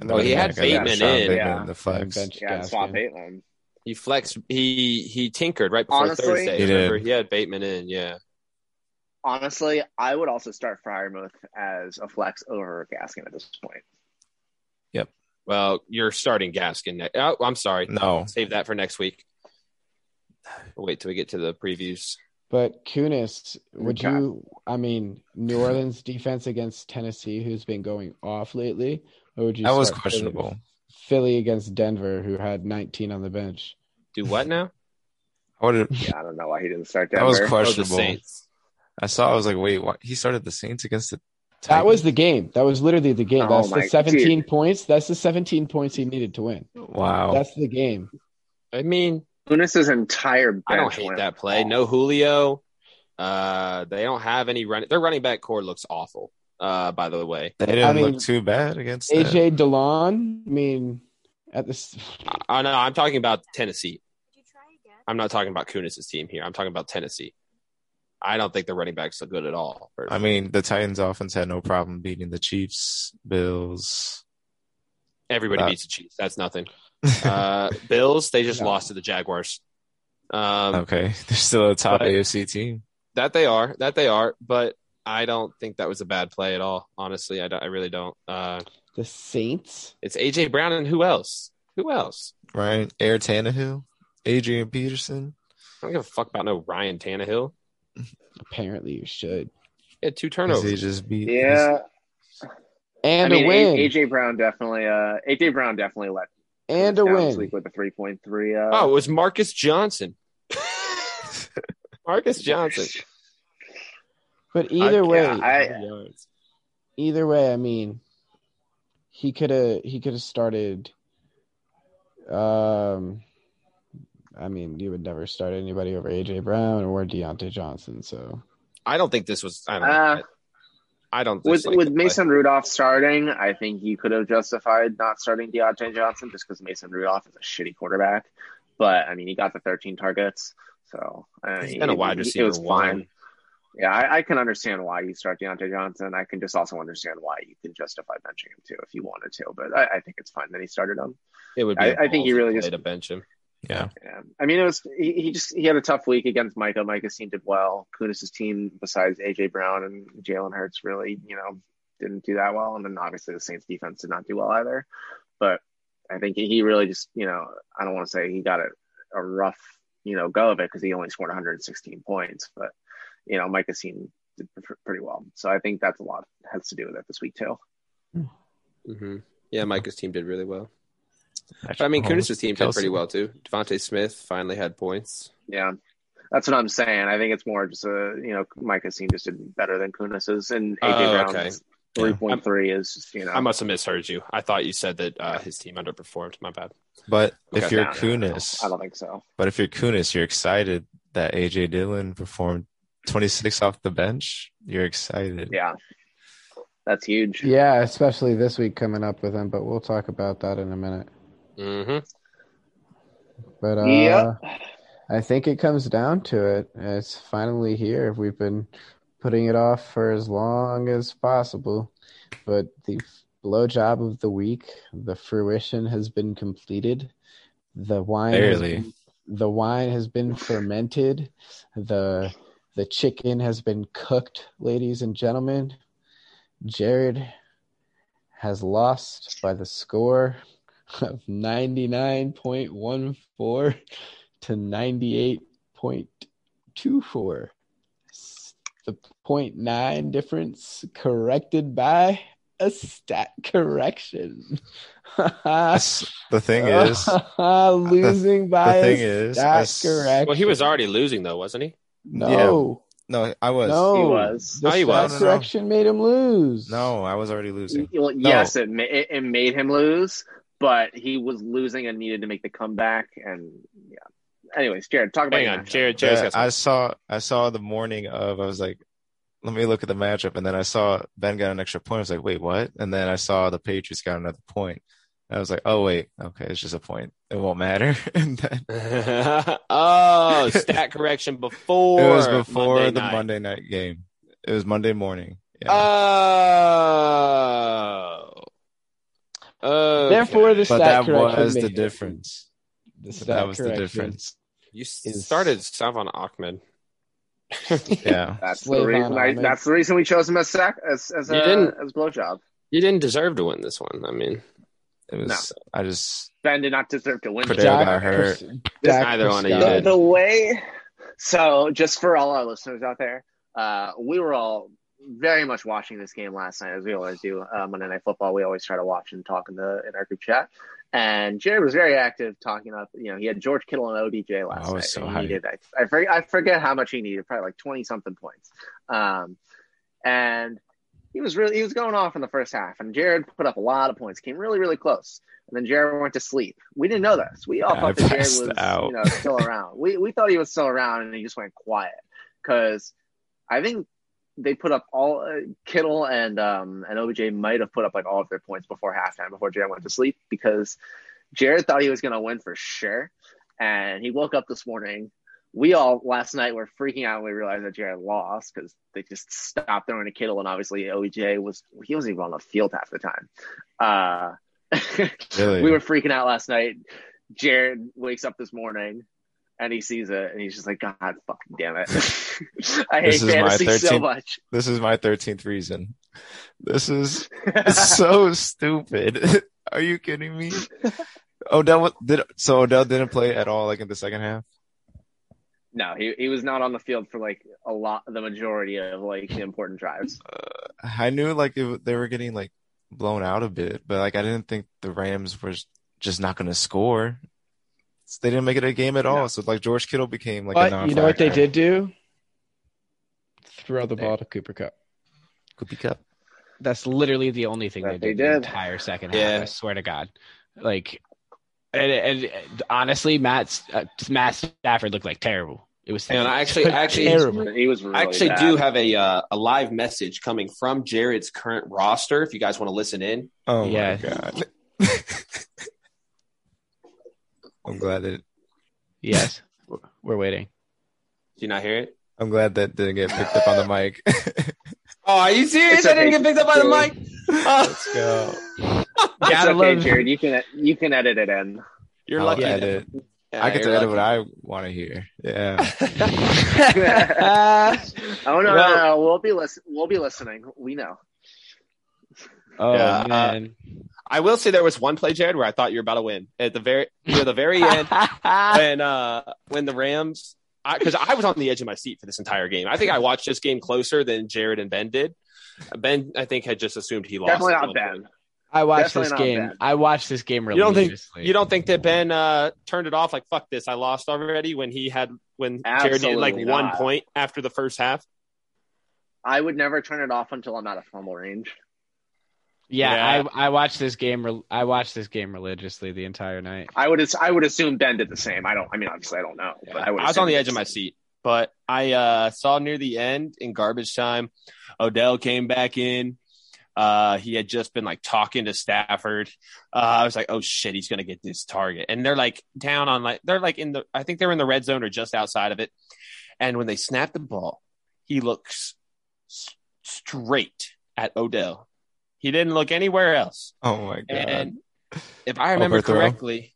[SPEAKER 3] And
[SPEAKER 1] Well,
[SPEAKER 2] Oh,
[SPEAKER 3] then
[SPEAKER 1] he
[SPEAKER 3] I
[SPEAKER 1] had
[SPEAKER 3] got
[SPEAKER 4] Bateman
[SPEAKER 3] Rashad
[SPEAKER 2] in.
[SPEAKER 3] Bateman
[SPEAKER 4] Yeah.
[SPEAKER 3] in the flex.
[SPEAKER 1] bench.
[SPEAKER 4] Yeah, swap
[SPEAKER 1] Gaskin.
[SPEAKER 4] Bateman.
[SPEAKER 2] He flexed. He he tinkered right before
[SPEAKER 4] Honestly-
[SPEAKER 2] Thursday.
[SPEAKER 3] He did.
[SPEAKER 2] remember, he had Bateman in. Yeah,
[SPEAKER 4] Honestly, I would also start Fryermuth as a flex over Gaskin at this point.
[SPEAKER 2] Well, you're starting Gaskin. ne- Oh, I'm sorry.
[SPEAKER 3] No,
[SPEAKER 2] Save that for next week. We'll wait till we get to the previews.
[SPEAKER 1] But Kunis, would
[SPEAKER 4] Okay.
[SPEAKER 1] you? I mean, New Orleans defense against Tennessee, who's been going off lately, or would you?
[SPEAKER 3] that was
[SPEAKER 1] start Philly-
[SPEAKER 3] questionable.
[SPEAKER 1] Philly against Denver, who had 19 on the bench.
[SPEAKER 2] Do what now?
[SPEAKER 3] I would've-
[SPEAKER 4] Yeah, I don't know why he didn't start
[SPEAKER 3] that was
[SPEAKER 4] Denver.
[SPEAKER 2] Oh, the
[SPEAKER 3] questionable.
[SPEAKER 2] Saints.
[SPEAKER 3] I saw. I was like, wait, what? He started the Saints against the.
[SPEAKER 1] That was the game. That was literally the game.
[SPEAKER 4] Oh
[SPEAKER 1] That's
[SPEAKER 4] my-
[SPEAKER 1] the 17 points. That's the 17 points he needed to win.
[SPEAKER 3] wow.
[SPEAKER 4] Oh.
[SPEAKER 1] That's the game.
[SPEAKER 2] I mean,
[SPEAKER 4] Kunis's entire bench.
[SPEAKER 2] I don't hate
[SPEAKER 4] went
[SPEAKER 2] that play.
[SPEAKER 4] off.
[SPEAKER 2] No Julio. Uh, they don't have any running. Their running back core looks awful. Uh, by the way,
[SPEAKER 3] they didn't
[SPEAKER 1] I mean,
[SPEAKER 3] look too bad against that.
[SPEAKER 1] AJ Dillon. I mean, at this,
[SPEAKER 2] oh no, I'm talking about Tennessee.
[SPEAKER 6] Did you try again?
[SPEAKER 2] I'm not talking about Kunis's team here. I'm talking about Tennessee. I don't think the running backs look good at all.
[SPEAKER 3] I mean, the Titans' offense had no problem beating the Chiefs, Bills.
[SPEAKER 2] everybody
[SPEAKER 3] uh,
[SPEAKER 2] beats the Chiefs. That's nothing.
[SPEAKER 3] Um,
[SPEAKER 2] Uh, Bills, they just
[SPEAKER 1] No.
[SPEAKER 2] lost to the Jaguars. Um,
[SPEAKER 4] Oh.
[SPEAKER 3] okay, they're still a top
[SPEAKER 2] but-
[SPEAKER 3] AFC team.
[SPEAKER 2] That they are. That they are. But I don't think that was a bad play at all. Honestly, I, don't, I really don't. Uh,
[SPEAKER 1] the Saints.
[SPEAKER 2] it's AJ Brown and who else? Who else?
[SPEAKER 3] Ryan, Air Tannehill, Adrian Peterson.
[SPEAKER 2] I don't give a fuck about no Ryan Tannehill.
[SPEAKER 1] Apparently, you should.
[SPEAKER 2] He had two
[SPEAKER 3] Is
[SPEAKER 2] turnovers.
[SPEAKER 3] he just beat?
[SPEAKER 4] Yeah, I
[SPEAKER 1] And
[SPEAKER 4] mean,
[SPEAKER 1] a win.
[SPEAKER 4] A- AJ Brown definitely. Uh, AJ Brown definitely let
[SPEAKER 1] and a
[SPEAKER 4] down
[SPEAKER 1] win.
[SPEAKER 4] this week with a three point three. Uh,
[SPEAKER 2] oh, it was Marcus Johnson. Marcus Johnson.
[SPEAKER 1] But either
[SPEAKER 2] I-
[SPEAKER 1] way,
[SPEAKER 4] yeah, I-
[SPEAKER 2] yards.
[SPEAKER 1] either way, I mean, he could have he could have started. Um, I mean, you would never start anybody over AJ Brown or Deontay Johnson. So
[SPEAKER 2] I don't think this was. I don't.
[SPEAKER 4] Uh,
[SPEAKER 2] I don't.
[SPEAKER 4] with
[SPEAKER 2] dislike
[SPEAKER 4] with
[SPEAKER 2] the play.
[SPEAKER 4] Mason Rudolph starting, I think you could have justified not starting Deontay Johnson just because Mason Rudolph is a shitty quarterback. But I mean, he got the 13 targets, so uh,
[SPEAKER 2] He's been a
[SPEAKER 4] he-
[SPEAKER 2] wide
[SPEAKER 4] he-
[SPEAKER 2] receiver.
[SPEAKER 4] It was
[SPEAKER 2] one.
[SPEAKER 4] fine. Yeah, I, I can understand why you start Deontay Johnson. I can just also understand why you can justify benching him too if you wanted to. But I, I think it's fine that he started him.
[SPEAKER 2] It would. Be
[SPEAKER 4] I-
[SPEAKER 2] a
[SPEAKER 4] I think he
[SPEAKER 2] ballsy
[SPEAKER 4] really
[SPEAKER 2] play
[SPEAKER 4] just-
[SPEAKER 2] to bench him.
[SPEAKER 3] Yeah,
[SPEAKER 4] Yeah. I mean, it was he, he just he had a tough week against Micah. Micah's team did well. Kunis's team, besides AJ Brown and Jalen Hurts, really you know didn't do that well. And then obviously the Saints defense did not do well either. But I think he really just you know I don't want to say he got a, a rough you know go of it because he only scored 116 points. But you know Micah's team did pr- pretty well. So I think that's a lot has to do with it this week too.
[SPEAKER 2] hmm Yeah, Micah's team did really well.
[SPEAKER 3] Patrick
[SPEAKER 2] I mean,
[SPEAKER 3] Mahomes,
[SPEAKER 2] Kuniz's team did
[SPEAKER 3] Kelsey.
[SPEAKER 2] pretty well too. Devontae Smith finally had points.
[SPEAKER 4] Yeah, that's what I'm saying. I think it's more just a you know Micah's team just did better than Kunis's and AJ
[SPEAKER 2] Oh,
[SPEAKER 4] Brown's
[SPEAKER 2] okay.
[SPEAKER 4] three point three is just, you know
[SPEAKER 2] I must have misheard you. I thought you said that uh, his team underperformed. My bad.
[SPEAKER 3] But if
[SPEAKER 2] Okay.
[SPEAKER 3] you're
[SPEAKER 4] No, no, no, no.
[SPEAKER 3] Kunis,
[SPEAKER 4] I don't think so.
[SPEAKER 3] but if you're Kunis, you're excited that AJ Dillon performed 26 off the bench. You're excited.
[SPEAKER 4] Yeah, that's huge.
[SPEAKER 5] Yeah, especially this week coming up with them, but we'll talk about that in a minute.
[SPEAKER 2] Mm-hmm.
[SPEAKER 5] But uh,
[SPEAKER 4] Yep.
[SPEAKER 5] I think it comes down to it. It's finally here. We've been putting it off for as long as possible, but the blow job of the week, the fruition has been completed. The wine, has
[SPEAKER 3] Barely.
[SPEAKER 5] been- the wine has been fermented. the The chicken has been cooked, ladies and gentlemen. Jared has lost by the score of 99.14 to 98.24. S- The 0.9 difference corrected by a stat correction.
[SPEAKER 3] That's- the thing is,
[SPEAKER 5] losing by
[SPEAKER 3] the thing
[SPEAKER 5] a
[SPEAKER 3] is,
[SPEAKER 5] stat
[SPEAKER 3] I s-
[SPEAKER 5] correction.
[SPEAKER 2] Well, he was already losing though, wasn't he?
[SPEAKER 5] no,
[SPEAKER 3] no, I was
[SPEAKER 5] no,
[SPEAKER 4] He was.
[SPEAKER 5] The
[SPEAKER 2] No, he
[SPEAKER 5] stat
[SPEAKER 2] was. No,
[SPEAKER 3] no, no.
[SPEAKER 5] correction made him lose.
[SPEAKER 3] no, I was already losing.
[SPEAKER 4] Well, yes, it, ma- it it made him lose, but he was losing and needed to make the comeback. And yeah. Anyways, Jared, talk about
[SPEAKER 2] Hang
[SPEAKER 4] your
[SPEAKER 2] on,
[SPEAKER 4] matchup.
[SPEAKER 2] Jared. Jared's
[SPEAKER 3] Yeah,
[SPEAKER 2] got
[SPEAKER 3] I
[SPEAKER 2] some.
[SPEAKER 3] saw I saw the morning of I was like, let me look at the matchup, and then I saw Ben got an extra point. I was like, wait, what? And then I saw the Patriots got another point. I was like, oh wait, okay, it's just a point. It won't matter. and then
[SPEAKER 2] oh, stat correction before.
[SPEAKER 3] it was before
[SPEAKER 2] Monday
[SPEAKER 3] the
[SPEAKER 2] night.
[SPEAKER 3] Monday night game. It was Monday morning. Yeah.
[SPEAKER 2] Oh. Okay.
[SPEAKER 5] Therefore, the
[SPEAKER 3] but
[SPEAKER 5] stat
[SPEAKER 3] that
[SPEAKER 5] correction
[SPEAKER 3] was the
[SPEAKER 5] made-
[SPEAKER 3] difference.
[SPEAKER 5] The stat
[SPEAKER 3] That was the
[SPEAKER 5] correction
[SPEAKER 3] difference.
[SPEAKER 2] you s-
[SPEAKER 5] is-
[SPEAKER 2] started Savon Ahmed.
[SPEAKER 3] Yeah.
[SPEAKER 4] That's the
[SPEAKER 5] Slave
[SPEAKER 4] reason.
[SPEAKER 5] on
[SPEAKER 4] I,
[SPEAKER 5] Ahmed.
[SPEAKER 4] that's the reason we chose him as sack as as
[SPEAKER 2] You
[SPEAKER 4] a
[SPEAKER 2] didn't-
[SPEAKER 4] as blowjob.
[SPEAKER 2] You didn't deserve to win this one. I mean,
[SPEAKER 3] It was I just
[SPEAKER 4] Ben did not deserve to win.
[SPEAKER 3] Purdue
[SPEAKER 4] that.
[SPEAKER 3] got hurt.
[SPEAKER 2] neither one of you
[SPEAKER 4] the,
[SPEAKER 2] did.
[SPEAKER 4] the way so just for all our listeners out there uh, we were all very much watching this game last night as we always do uh, monday night football we always try to watch and talk in the in our group chat and jared was very active talking up you know he had george kittle and odj last
[SPEAKER 3] I was
[SPEAKER 4] night
[SPEAKER 3] so
[SPEAKER 4] and
[SPEAKER 3] hyped.
[SPEAKER 4] he needed, I, I, forget, I forget how much he needed probably like 20 something points um, and he was really he was going off in the first half and jared put up a lot of points came really really close and then Jared went to sleep. We didn't know this. We all
[SPEAKER 3] I
[SPEAKER 4] thought that Jared
[SPEAKER 3] passed
[SPEAKER 4] was
[SPEAKER 3] out.
[SPEAKER 4] you know still around. we we thought he was still around, and he just went quiet because I think they put up all uh, Kittle and um and OBJ might have put up like all of their points before halftime before Jared went to sleep because Jared thought he was going to win for sure, and he woke up this morning. We all last night were freaking out when we realized that Jared lost because they just stopped throwing to Kittle, and obviously OBJ was he wasn't even on the field half the time. Uh,
[SPEAKER 3] Really?
[SPEAKER 4] we were freaking out last night. Jared wakes up this morning and he sees it and he's just like, God fucking damn it. I hate
[SPEAKER 3] This is my
[SPEAKER 4] fantasy so
[SPEAKER 3] 13th
[SPEAKER 4] much.
[SPEAKER 3] this is my thirteenth reason. This is so stupid. Are you kidding me? Odell wa- did so. Odell didn't play at all, like in the second half.
[SPEAKER 4] no, he, he was not on the field for like a lot, the majority of like the important drives.
[SPEAKER 3] I knew like it, they were getting like blown out a bit, but like I didn't think the Rams were just not going to score. So they didn't make it a game at all.
[SPEAKER 4] No.
[SPEAKER 3] So like George Kittle became like a
[SPEAKER 5] But
[SPEAKER 3] non.
[SPEAKER 5] you know what they did do? Throw the ball to Cooper Cup.
[SPEAKER 3] Coopy Cup.
[SPEAKER 1] That's literally the only thing
[SPEAKER 4] That
[SPEAKER 1] they
[SPEAKER 4] they
[SPEAKER 1] did,
[SPEAKER 4] did.
[SPEAKER 1] the entire second half.
[SPEAKER 2] Yeah.
[SPEAKER 1] I swear to God, like, and, and, and honestly, Matt uh, Matt Stafford looked like terrible. It was
[SPEAKER 2] and I actually, I actually,
[SPEAKER 1] terrible.
[SPEAKER 4] He was really
[SPEAKER 2] I actually
[SPEAKER 4] bad.
[SPEAKER 2] do have a uh, a live message coming from Jared's current roster. If you guys want to listen in,
[SPEAKER 3] Oh
[SPEAKER 1] Yeah.
[SPEAKER 3] my god. I'm glad that
[SPEAKER 1] Yes, we're- we're waiting.
[SPEAKER 2] do you not hear it?
[SPEAKER 3] I'm glad that didn't get picked up on the mic.
[SPEAKER 2] Oh, are you serious?
[SPEAKER 4] It's
[SPEAKER 2] I didn't
[SPEAKER 4] okay,
[SPEAKER 2] get picked up by the
[SPEAKER 4] Jared.
[SPEAKER 2] mic.
[SPEAKER 3] Let's go.
[SPEAKER 4] It's
[SPEAKER 1] Gotta
[SPEAKER 4] okay,
[SPEAKER 1] love-
[SPEAKER 4] Jared. You can, you can edit it in.
[SPEAKER 2] You're
[SPEAKER 3] I'll
[SPEAKER 2] lucky.
[SPEAKER 3] edit
[SPEAKER 2] that-
[SPEAKER 3] it.
[SPEAKER 2] Yeah,
[SPEAKER 3] I get to
[SPEAKER 2] you're
[SPEAKER 3] edit what
[SPEAKER 2] lucky.
[SPEAKER 3] I want to hear. Yeah.
[SPEAKER 4] Oh, no,
[SPEAKER 2] Well-
[SPEAKER 4] no, no. We'll be, listen- we'll be listening. We know.
[SPEAKER 1] oh
[SPEAKER 2] Yeah, uh,
[SPEAKER 1] man.
[SPEAKER 2] I will say there was one play, Jared, where I thought you were about to win at the very near the very end when uh when the Rams because I, was on the edge of my seat for this entire game. I think I watched this game closer than Jared and Ben did. Ben, I think, had just assumed he lost.
[SPEAKER 4] Definitely
[SPEAKER 2] at
[SPEAKER 4] not
[SPEAKER 2] one
[SPEAKER 4] Ben.
[SPEAKER 2] point.
[SPEAKER 1] I watched
[SPEAKER 4] Definitely
[SPEAKER 1] this
[SPEAKER 4] not
[SPEAKER 1] game.
[SPEAKER 4] bad.
[SPEAKER 1] I watched this game
[SPEAKER 2] You don't think-
[SPEAKER 1] religiously.
[SPEAKER 2] You don't think that Ben uh, turned it off like fuck this? I lost already when he had when Jared needed like
[SPEAKER 4] Absolutely
[SPEAKER 2] one
[SPEAKER 4] not.
[SPEAKER 2] point after the first half.
[SPEAKER 4] I would never turn it off until I'm out of fumble range.
[SPEAKER 1] Yeah,
[SPEAKER 2] Yeah.
[SPEAKER 1] I I watched this game. Re- I watched this game religiously the entire night.
[SPEAKER 4] I would as- I would assume Ben did the same. I don't. I mean, obviously, I don't know. But I,
[SPEAKER 2] I
[SPEAKER 4] would
[SPEAKER 2] was
[SPEAKER 4] assume
[SPEAKER 2] on the
[SPEAKER 4] he
[SPEAKER 2] edge of
[SPEAKER 4] did.
[SPEAKER 2] my seat, but I uh, saw near the end in garbage time, Odell came back in. Uh, he had just been like talking to Stafford. Uh, I was like, oh shit, he's gonna get this target. And they're like down on like they're like in the I think they're in the red zone or just outside of it. And when they snap the ball, he looks s- straight at Odell. He didn't look anywhere else.
[SPEAKER 3] Oh my god.
[SPEAKER 2] And if I remember
[SPEAKER 3] Overthrow?
[SPEAKER 2] correctly,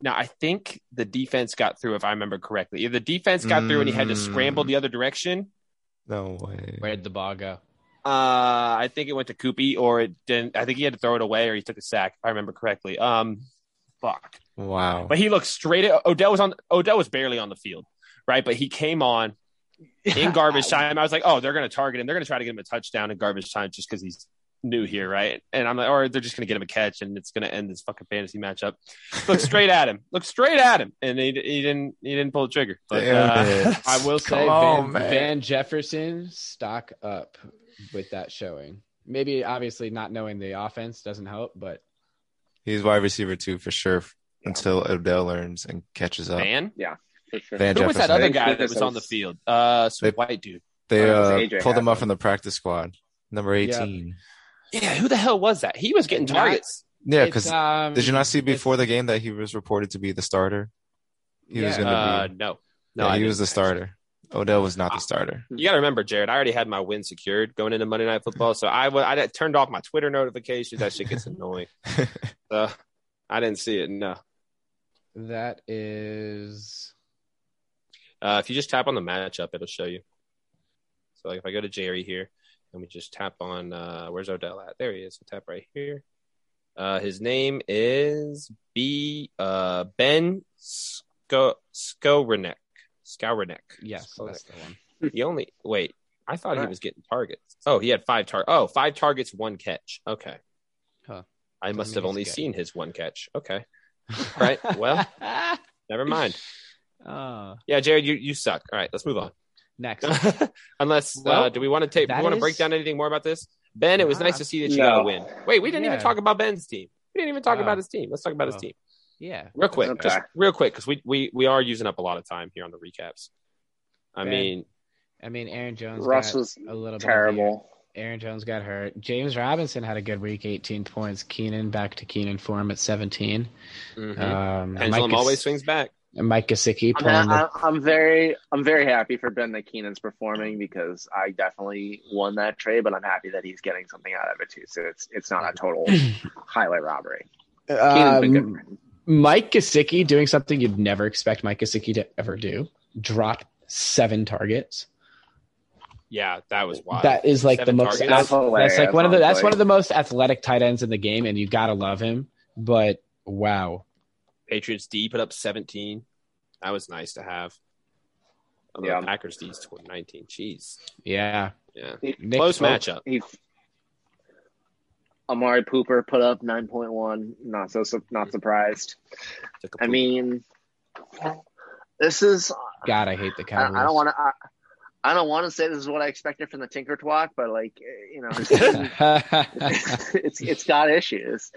[SPEAKER 2] now I think the defense got through. If I remember correctly, Either the defense got through and he had to scramble
[SPEAKER 3] Mm.
[SPEAKER 2] the other direction.
[SPEAKER 3] no way.
[SPEAKER 1] Where'd the ball go?
[SPEAKER 2] Uh, I think it went to Koopy, or it didn't. I think he had to throw it away, or he took a sack. If I remember correctly, um, fuck.
[SPEAKER 3] Wow.
[SPEAKER 2] But he looked straight at Odell. Was on Odell was barely on the field, right? But he came on in garbage time. I was like, oh, they're gonna target him. They're gonna try to get him a touchdown in garbage time just because he's new here, right? And I'm like, or they're just gonna get him a catch, and it's gonna end this fucking fantasy matchup. Look straight at him. Look straight at him, and he, he didn't he didn't pull the trigger. But
[SPEAKER 3] Damn
[SPEAKER 2] uh,
[SPEAKER 3] it.
[SPEAKER 1] I will
[SPEAKER 3] Come
[SPEAKER 1] say
[SPEAKER 3] on,
[SPEAKER 1] Van,
[SPEAKER 3] man.
[SPEAKER 1] Van Jefferson stock up with that showing. Maybe obviously not knowing the offense doesn't help, but
[SPEAKER 3] He's wide receiver two for sure until Odell learns and catches up.
[SPEAKER 2] man,
[SPEAKER 4] For sure.
[SPEAKER 3] Van
[SPEAKER 2] who was that
[SPEAKER 3] Jefferson.
[SPEAKER 2] other
[SPEAKER 4] They-
[SPEAKER 2] guy that was on the field? Uh, some
[SPEAKER 3] They-
[SPEAKER 2] white dude.
[SPEAKER 3] They
[SPEAKER 4] Oh,
[SPEAKER 3] uh,
[SPEAKER 4] it's AJ
[SPEAKER 3] pulled him
[SPEAKER 4] Haslam.
[SPEAKER 3] up from the practice squad, number
[SPEAKER 1] Yeah.
[SPEAKER 3] eighteen.
[SPEAKER 2] Yeah, who the hell was that? He was getting
[SPEAKER 1] Not-
[SPEAKER 2] targets.
[SPEAKER 3] Yeah,
[SPEAKER 1] It's,
[SPEAKER 3] because
[SPEAKER 1] um,
[SPEAKER 3] did you not see
[SPEAKER 1] it's-
[SPEAKER 3] before the game that he was reported to be the starter? He was
[SPEAKER 1] Yeah.
[SPEAKER 3] gonna
[SPEAKER 2] Uh,
[SPEAKER 3] be.
[SPEAKER 2] no, no,
[SPEAKER 3] No,
[SPEAKER 2] I
[SPEAKER 3] he was the
[SPEAKER 2] didn't, actually. Uh,
[SPEAKER 3] starter. Odell was not the starter.
[SPEAKER 2] You got to remember, Jared. I already had my win secured going into Monday Night Football, so I wa- I had turned off my Twitter notifications. That shit gets annoying. So I didn't see it. No.
[SPEAKER 1] that is
[SPEAKER 2] Uh, if you just tap on the matchup, it'll show you. So like, if I go to Jerry here, and we just tap on uh, where's Odell at? There he is. We tap right here. Uh, his name is B uh, Ben Sko Skowronek. Skowronek.
[SPEAKER 1] yes,
[SPEAKER 2] Skowronek.
[SPEAKER 1] that's the one.
[SPEAKER 2] He only wait. I thought he
[SPEAKER 4] Right.
[SPEAKER 2] was getting targets. Oh, he had five tar. Oh, five targets, one catch. Okay.
[SPEAKER 1] Huh.
[SPEAKER 2] I
[SPEAKER 1] Doesn't
[SPEAKER 2] must
[SPEAKER 1] mean
[SPEAKER 2] have
[SPEAKER 1] he's
[SPEAKER 2] only
[SPEAKER 1] good.
[SPEAKER 2] seen his one catch. Okay. Right, well. Never mind.
[SPEAKER 1] oh,
[SPEAKER 2] Yeah, Jared, you, you suck. All right, let's move on.
[SPEAKER 1] next.
[SPEAKER 2] Unless uh,
[SPEAKER 1] Well,
[SPEAKER 2] do we want to take? Do
[SPEAKER 1] that
[SPEAKER 2] we want to
[SPEAKER 1] is-
[SPEAKER 2] break down anything more about this? Ben, it was
[SPEAKER 1] Nah.
[SPEAKER 2] nice to see that you
[SPEAKER 4] No.
[SPEAKER 2] got a win. Wait, we didn't even
[SPEAKER 1] Yeah.
[SPEAKER 2] talk about Ben's team. We didn't even talk
[SPEAKER 1] Oh.
[SPEAKER 2] about his team. Let's talk about
[SPEAKER 1] Oh.
[SPEAKER 2] his team
[SPEAKER 1] Yeah.
[SPEAKER 2] real quick,
[SPEAKER 4] Okay.
[SPEAKER 2] just real quick, because we, we we are using up a lot of time here on the recaps. I
[SPEAKER 1] Ben.
[SPEAKER 2] mean,
[SPEAKER 1] I mean, Aaron Jones
[SPEAKER 4] Russ
[SPEAKER 1] got
[SPEAKER 4] was
[SPEAKER 1] a little bit of a-
[SPEAKER 4] terrible.
[SPEAKER 1] Aaron Jones got hurt. James Robinson had a good week, 18 points. Keenan back to Keenan form at 17.
[SPEAKER 2] mhm.
[SPEAKER 1] Um,
[SPEAKER 2] pendulum
[SPEAKER 1] Mike Gas-
[SPEAKER 2] always swings back.
[SPEAKER 1] Mike Gesicki
[SPEAKER 4] I'm,
[SPEAKER 1] pulling the,
[SPEAKER 4] I'm, I'm very, I'm very happy for Ben that Keenan's performing because I definitely won that trade, but I'm happy that he's getting something out of it too. So it's, it's not a total highway robbery. Keenan's been good.
[SPEAKER 5] Um,
[SPEAKER 1] Mike Gesicki doing something you'd never expect Mike Gesicki to ever do. Drop seven targets.
[SPEAKER 2] Yeah, that was wild.
[SPEAKER 1] That is like
[SPEAKER 2] Seven
[SPEAKER 1] the most.
[SPEAKER 2] targets?
[SPEAKER 1] ath- that's like one of the. That's
[SPEAKER 4] honestly.
[SPEAKER 1] one of the most athletic tight ends in the game, and you gotta love him. But wow,
[SPEAKER 2] Patriots D put up 17. That was nice to have. Although
[SPEAKER 4] Yeah.
[SPEAKER 2] the Packers D's scored 19. Jeez.
[SPEAKER 1] yeah,
[SPEAKER 2] Yeah.
[SPEAKER 1] Nick
[SPEAKER 2] Close
[SPEAKER 1] Folk-
[SPEAKER 2] matchup.
[SPEAKER 4] He, Amari Pooper put up nine point one. Not so, su- not surprised.
[SPEAKER 2] Took a
[SPEAKER 4] I
[SPEAKER 2] poop.
[SPEAKER 4] mean, this is.
[SPEAKER 1] God, I hate the
[SPEAKER 4] I,
[SPEAKER 1] Cowboys.
[SPEAKER 4] I don't want to. I, I don't want to say this is what I expected from the Tinker Twat, but like eh, you know, it's it's, it's got issues.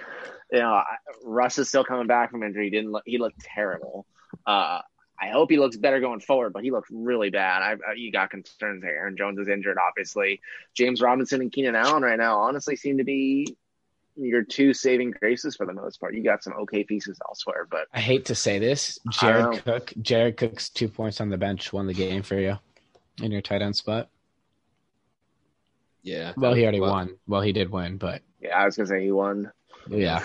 [SPEAKER 4] You know, I, Russ is still coming back from injury. He didn't look, he looked terrible. Uh, I hope he looks better going forward, but he looked really bad. I, I you got concerns there. Aaron Jones is injured, obviously. James Robinson and Keenan Allen right now honestly seem to be your two saving graces for the most part. You got some okay pieces elsewhere, but
[SPEAKER 1] I hate to say this,
[SPEAKER 4] I know.
[SPEAKER 1] Jared Cook. Jared Cook's two points on the bench won the game for you in your tight end spot.
[SPEAKER 2] yeah.
[SPEAKER 1] Well, he already
[SPEAKER 2] Well,
[SPEAKER 1] won. Well, he did win, but
[SPEAKER 4] yeah, I was gonna say he won.
[SPEAKER 1] yeah.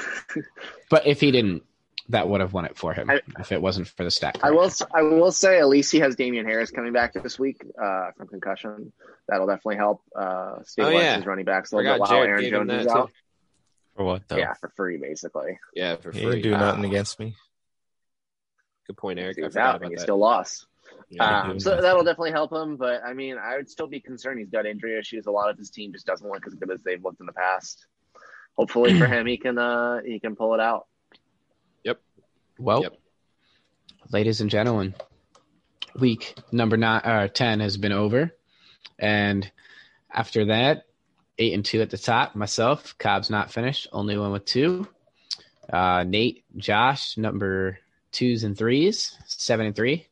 [SPEAKER 1] But if he didn't, that would have won it for him
[SPEAKER 4] I-
[SPEAKER 1] if it wasn't for the stat.
[SPEAKER 4] I will. s- I will say at least he has Damian Harris coming back this week uh, from concussion. That'll definitely help uh, stabilize
[SPEAKER 2] Oh, yeah.
[SPEAKER 4] his running backs a little bit
[SPEAKER 2] Forgot
[SPEAKER 4] while
[SPEAKER 2] Jared
[SPEAKER 4] Aaron
[SPEAKER 2] gave him
[SPEAKER 4] Jones
[SPEAKER 2] that.
[SPEAKER 4] is out.
[SPEAKER 2] Too.
[SPEAKER 3] For what though?
[SPEAKER 4] Yeah, for free basically.
[SPEAKER 2] Yeah, for
[SPEAKER 3] He didn't
[SPEAKER 2] free.
[SPEAKER 3] do
[SPEAKER 4] Ah.
[SPEAKER 3] nothing against me.
[SPEAKER 2] Good point, Eric. I
[SPEAKER 4] He's
[SPEAKER 2] forgot
[SPEAKER 4] out
[SPEAKER 2] about
[SPEAKER 4] and he
[SPEAKER 2] that.
[SPEAKER 4] still lost. Um, so that'll definitely help him, but I mean, I would still be concerned. He's got injury issues. A lot of his team just doesn't look as good as they've looked in the past. Hopefully for him, he can uh, he can pull it out.
[SPEAKER 1] Well,
[SPEAKER 2] Yep.
[SPEAKER 1] ladies and gentlemen, week number nine or ten has been over, and after that, eight and two at the top. Myself, Cobb's not finished, only one with two. Uh, Nate, Josh, number twos and threes, seven and three.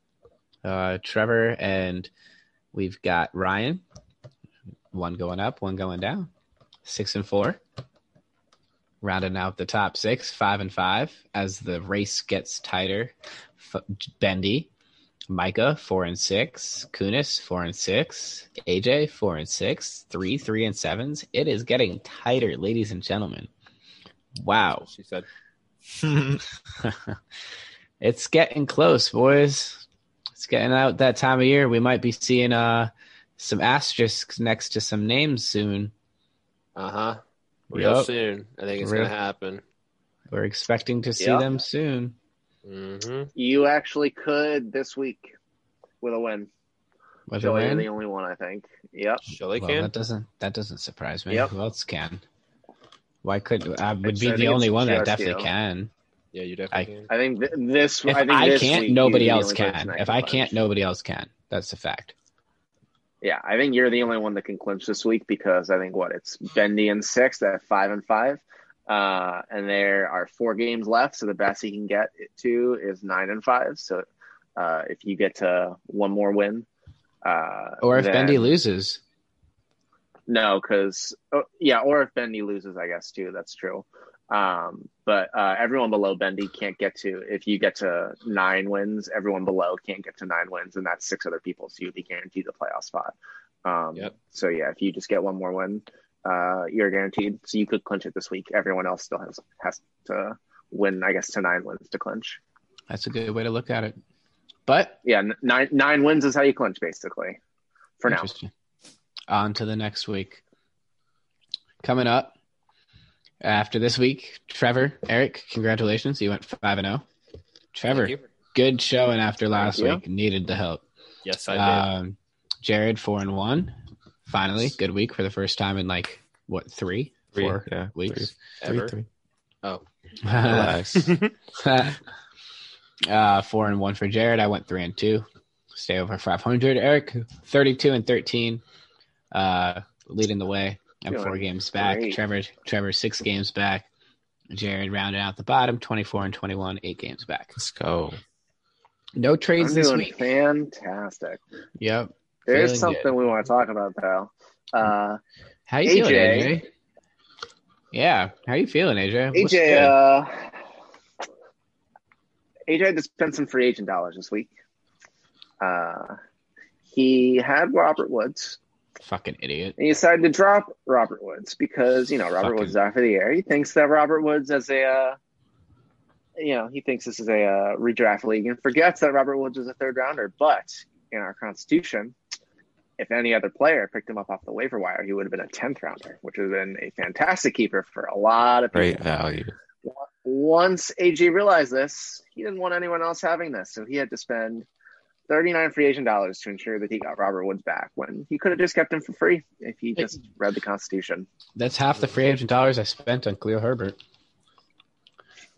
[SPEAKER 1] Uh, Trevor and we've got Ryan. One going up, one going down. Six and four rounding out the top six, five and five, as the race gets tighter. F- Bendy, Micah, four and six, Kunis, four and six, AJ, four and six, three, three and sevens. It is getting tighter, ladies and gentlemen. Wow.
[SPEAKER 2] She said,
[SPEAKER 1] it's getting close, boys. It's getting out that time of year. We might be seeing uh some asterisks next to some names soon.
[SPEAKER 2] "Uh huh." Real
[SPEAKER 1] Yep.
[SPEAKER 2] soon, I think it's
[SPEAKER 1] Real-
[SPEAKER 2] gonna happen.
[SPEAKER 1] We're expecting to see
[SPEAKER 4] Yeah.
[SPEAKER 1] them soon.
[SPEAKER 2] hmm
[SPEAKER 4] You actually could this week with a win.
[SPEAKER 1] With a
[SPEAKER 4] Joey, you're
[SPEAKER 1] win.
[SPEAKER 4] the only one, I think. Yep.
[SPEAKER 2] Shelly
[SPEAKER 1] Well,
[SPEAKER 2] can.
[SPEAKER 1] that doesn't that doesn't surprise me.
[SPEAKER 4] Yep.
[SPEAKER 1] Who else can? Why could I would
[SPEAKER 4] It's-
[SPEAKER 1] be
[SPEAKER 4] I
[SPEAKER 1] the
[SPEAKER 4] think
[SPEAKER 1] only
[SPEAKER 4] it's
[SPEAKER 1] one that
[SPEAKER 4] just
[SPEAKER 1] definitely
[SPEAKER 4] you.
[SPEAKER 1] can.
[SPEAKER 2] yeah, you definitely can.
[SPEAKER 4] I think th- this.
[SPEAKER 1] If
[SPEAKER 4] I,
[SPEAKER 1] I,
[SPEAKER 4] think this
[SPEAKER 1] can't,
[SPEAKER 4] week,
[SPEAKER 1] nobody
[SPEAKER 4] you're the
[SPEAKER 1] else
[SPEAKER 4] only person
[SPEAKER 1] can.
[SPEAKER 4] that
[SPEAKER 1] If I
[SPEAKER 4] punch.
[SPEAKER 1] can't, nobody else can. That's a fact.
[SPEAKER 4] Yeah, I think you're the only one that can clinch this week because I think what it's Bendy and six at five and five, uh, and there are four games left. So the best he can get it to is nine and five. So uh, if you get to one more win, uh,
[SPEAKER 1] Or if
[SPEAKER 4] then-
[SPEAKER 1] Bendy loses,
[SPEAKER 4] no, because oh, yeah, or if Bendy loses, I guess too. That's true. Um, but uh, everyone below Bendy can't get to. If you get to nine wins, everyone below can't get to nine wins, and that's six other people, so you'd be guaranteed the playoff spot. Um,
[SPEAKER 2] Yep.
[SPEAKER 4] So yeah, if you just get one more win, uh, you're guaranteed. So you could clinch it this week. Everyone else still has has to win, I guess, to nine wins to clinch.
[SPEAKER 1] that's a good way to look at it. But
[SPEAKER 4] Yeah, n- nine nine wins is how you clinch basically. For now,
[SPEAKER 1] Interesting. On to the next week. Coming up after this week, Trevor, Eric, congratulations. You went five and zero. Trevor,
[SPEAKER 2] Thank you.
[SPEAKER 1] good showing after last
[SPEAKER 4] you.
[SPEAKER 1] week. Needed the help.
[SPEAKER 2] Yes, I did.
[SPEAKER 1] Um, Jared four and one. Finally, good week for the first time in like what three,
[SPEAKER 3] Three,
[SPEAKER 1] four
[SPEAKER 3] yeah,
[SPEAKER 1] weeks.
[SPEAKER 3] Three,
[SPEAKER 2] Ever.
[SPEAKER 3] three. Relax.
[SPEAKER 1] uh, four and one for Jared. I went three and two. Stay over five hundred. Eric thirty-two and thirteen, uh, leading the way. I'm
[SPEAKER 4] Doing
[SPEAKER 1] four games back.
[SPEAKER 4] great.
[SPEAKER 1] Trevor, Trevor six games back. Jared rounded out the bottom, twenty-four and twenty-one, eight games back.
[SPEAKER 3] Let's go.
[SPEAKER 1] No
[SPEAKER 4] I'm
[SPEAKER 1] trades this
[SPEAKER 4] doing
[SPEAKER 1] week.
[SPEAKER 4] fantastic.
[SPEAKER 1] Yep.
[SPEAKER 4] There's
[SPEAKER 1] Feeling
[SPEAKER 4] something
[SPEAKER 1] good.
[SPEAKER 4] we want to talk about though. Uh,
[SPEAKER 1] How you
[SPEAKER 4] AJ.
[SPEAKER 1] feeling, AJ? Yeah. How you feeling, AJ? What's
[SPEAKER 4] AJ,
[SPEAKER 1] good?
[SPEAKER 4] uh, AJ had to spend some free agent dollars this week. Uh, he had Robert Woods,
[SPEAKER 1] Fucking idiot.
[SPEAKER 4] and he decided to drop Robert Woods because you know Robert
[SPEAKER 1] Fucking-
[SPEAKER 4] Woods is out for the air. He thinks that Robert Woods as a, uh, you know, he thinks this is a uh, redraft league and forgets that Robert Woods is a third rounder. But in our Constitution, if any other player picked him up off the waiver wire, he would have been a tenth rounder, which would have been a fantastic keeper for a lot of people
[SPEAKER 3] Great value.
[SPEAKER 4] once AG realized this, he didn't want anyone else having this, so he had to spend 39 free agent dollars to ensure that he got Robert Woods back when he could have just kept him for free if he just read the Constitution.
[SPEAKER 1] That's half the free agent dollars I spent on Cleo Herbert.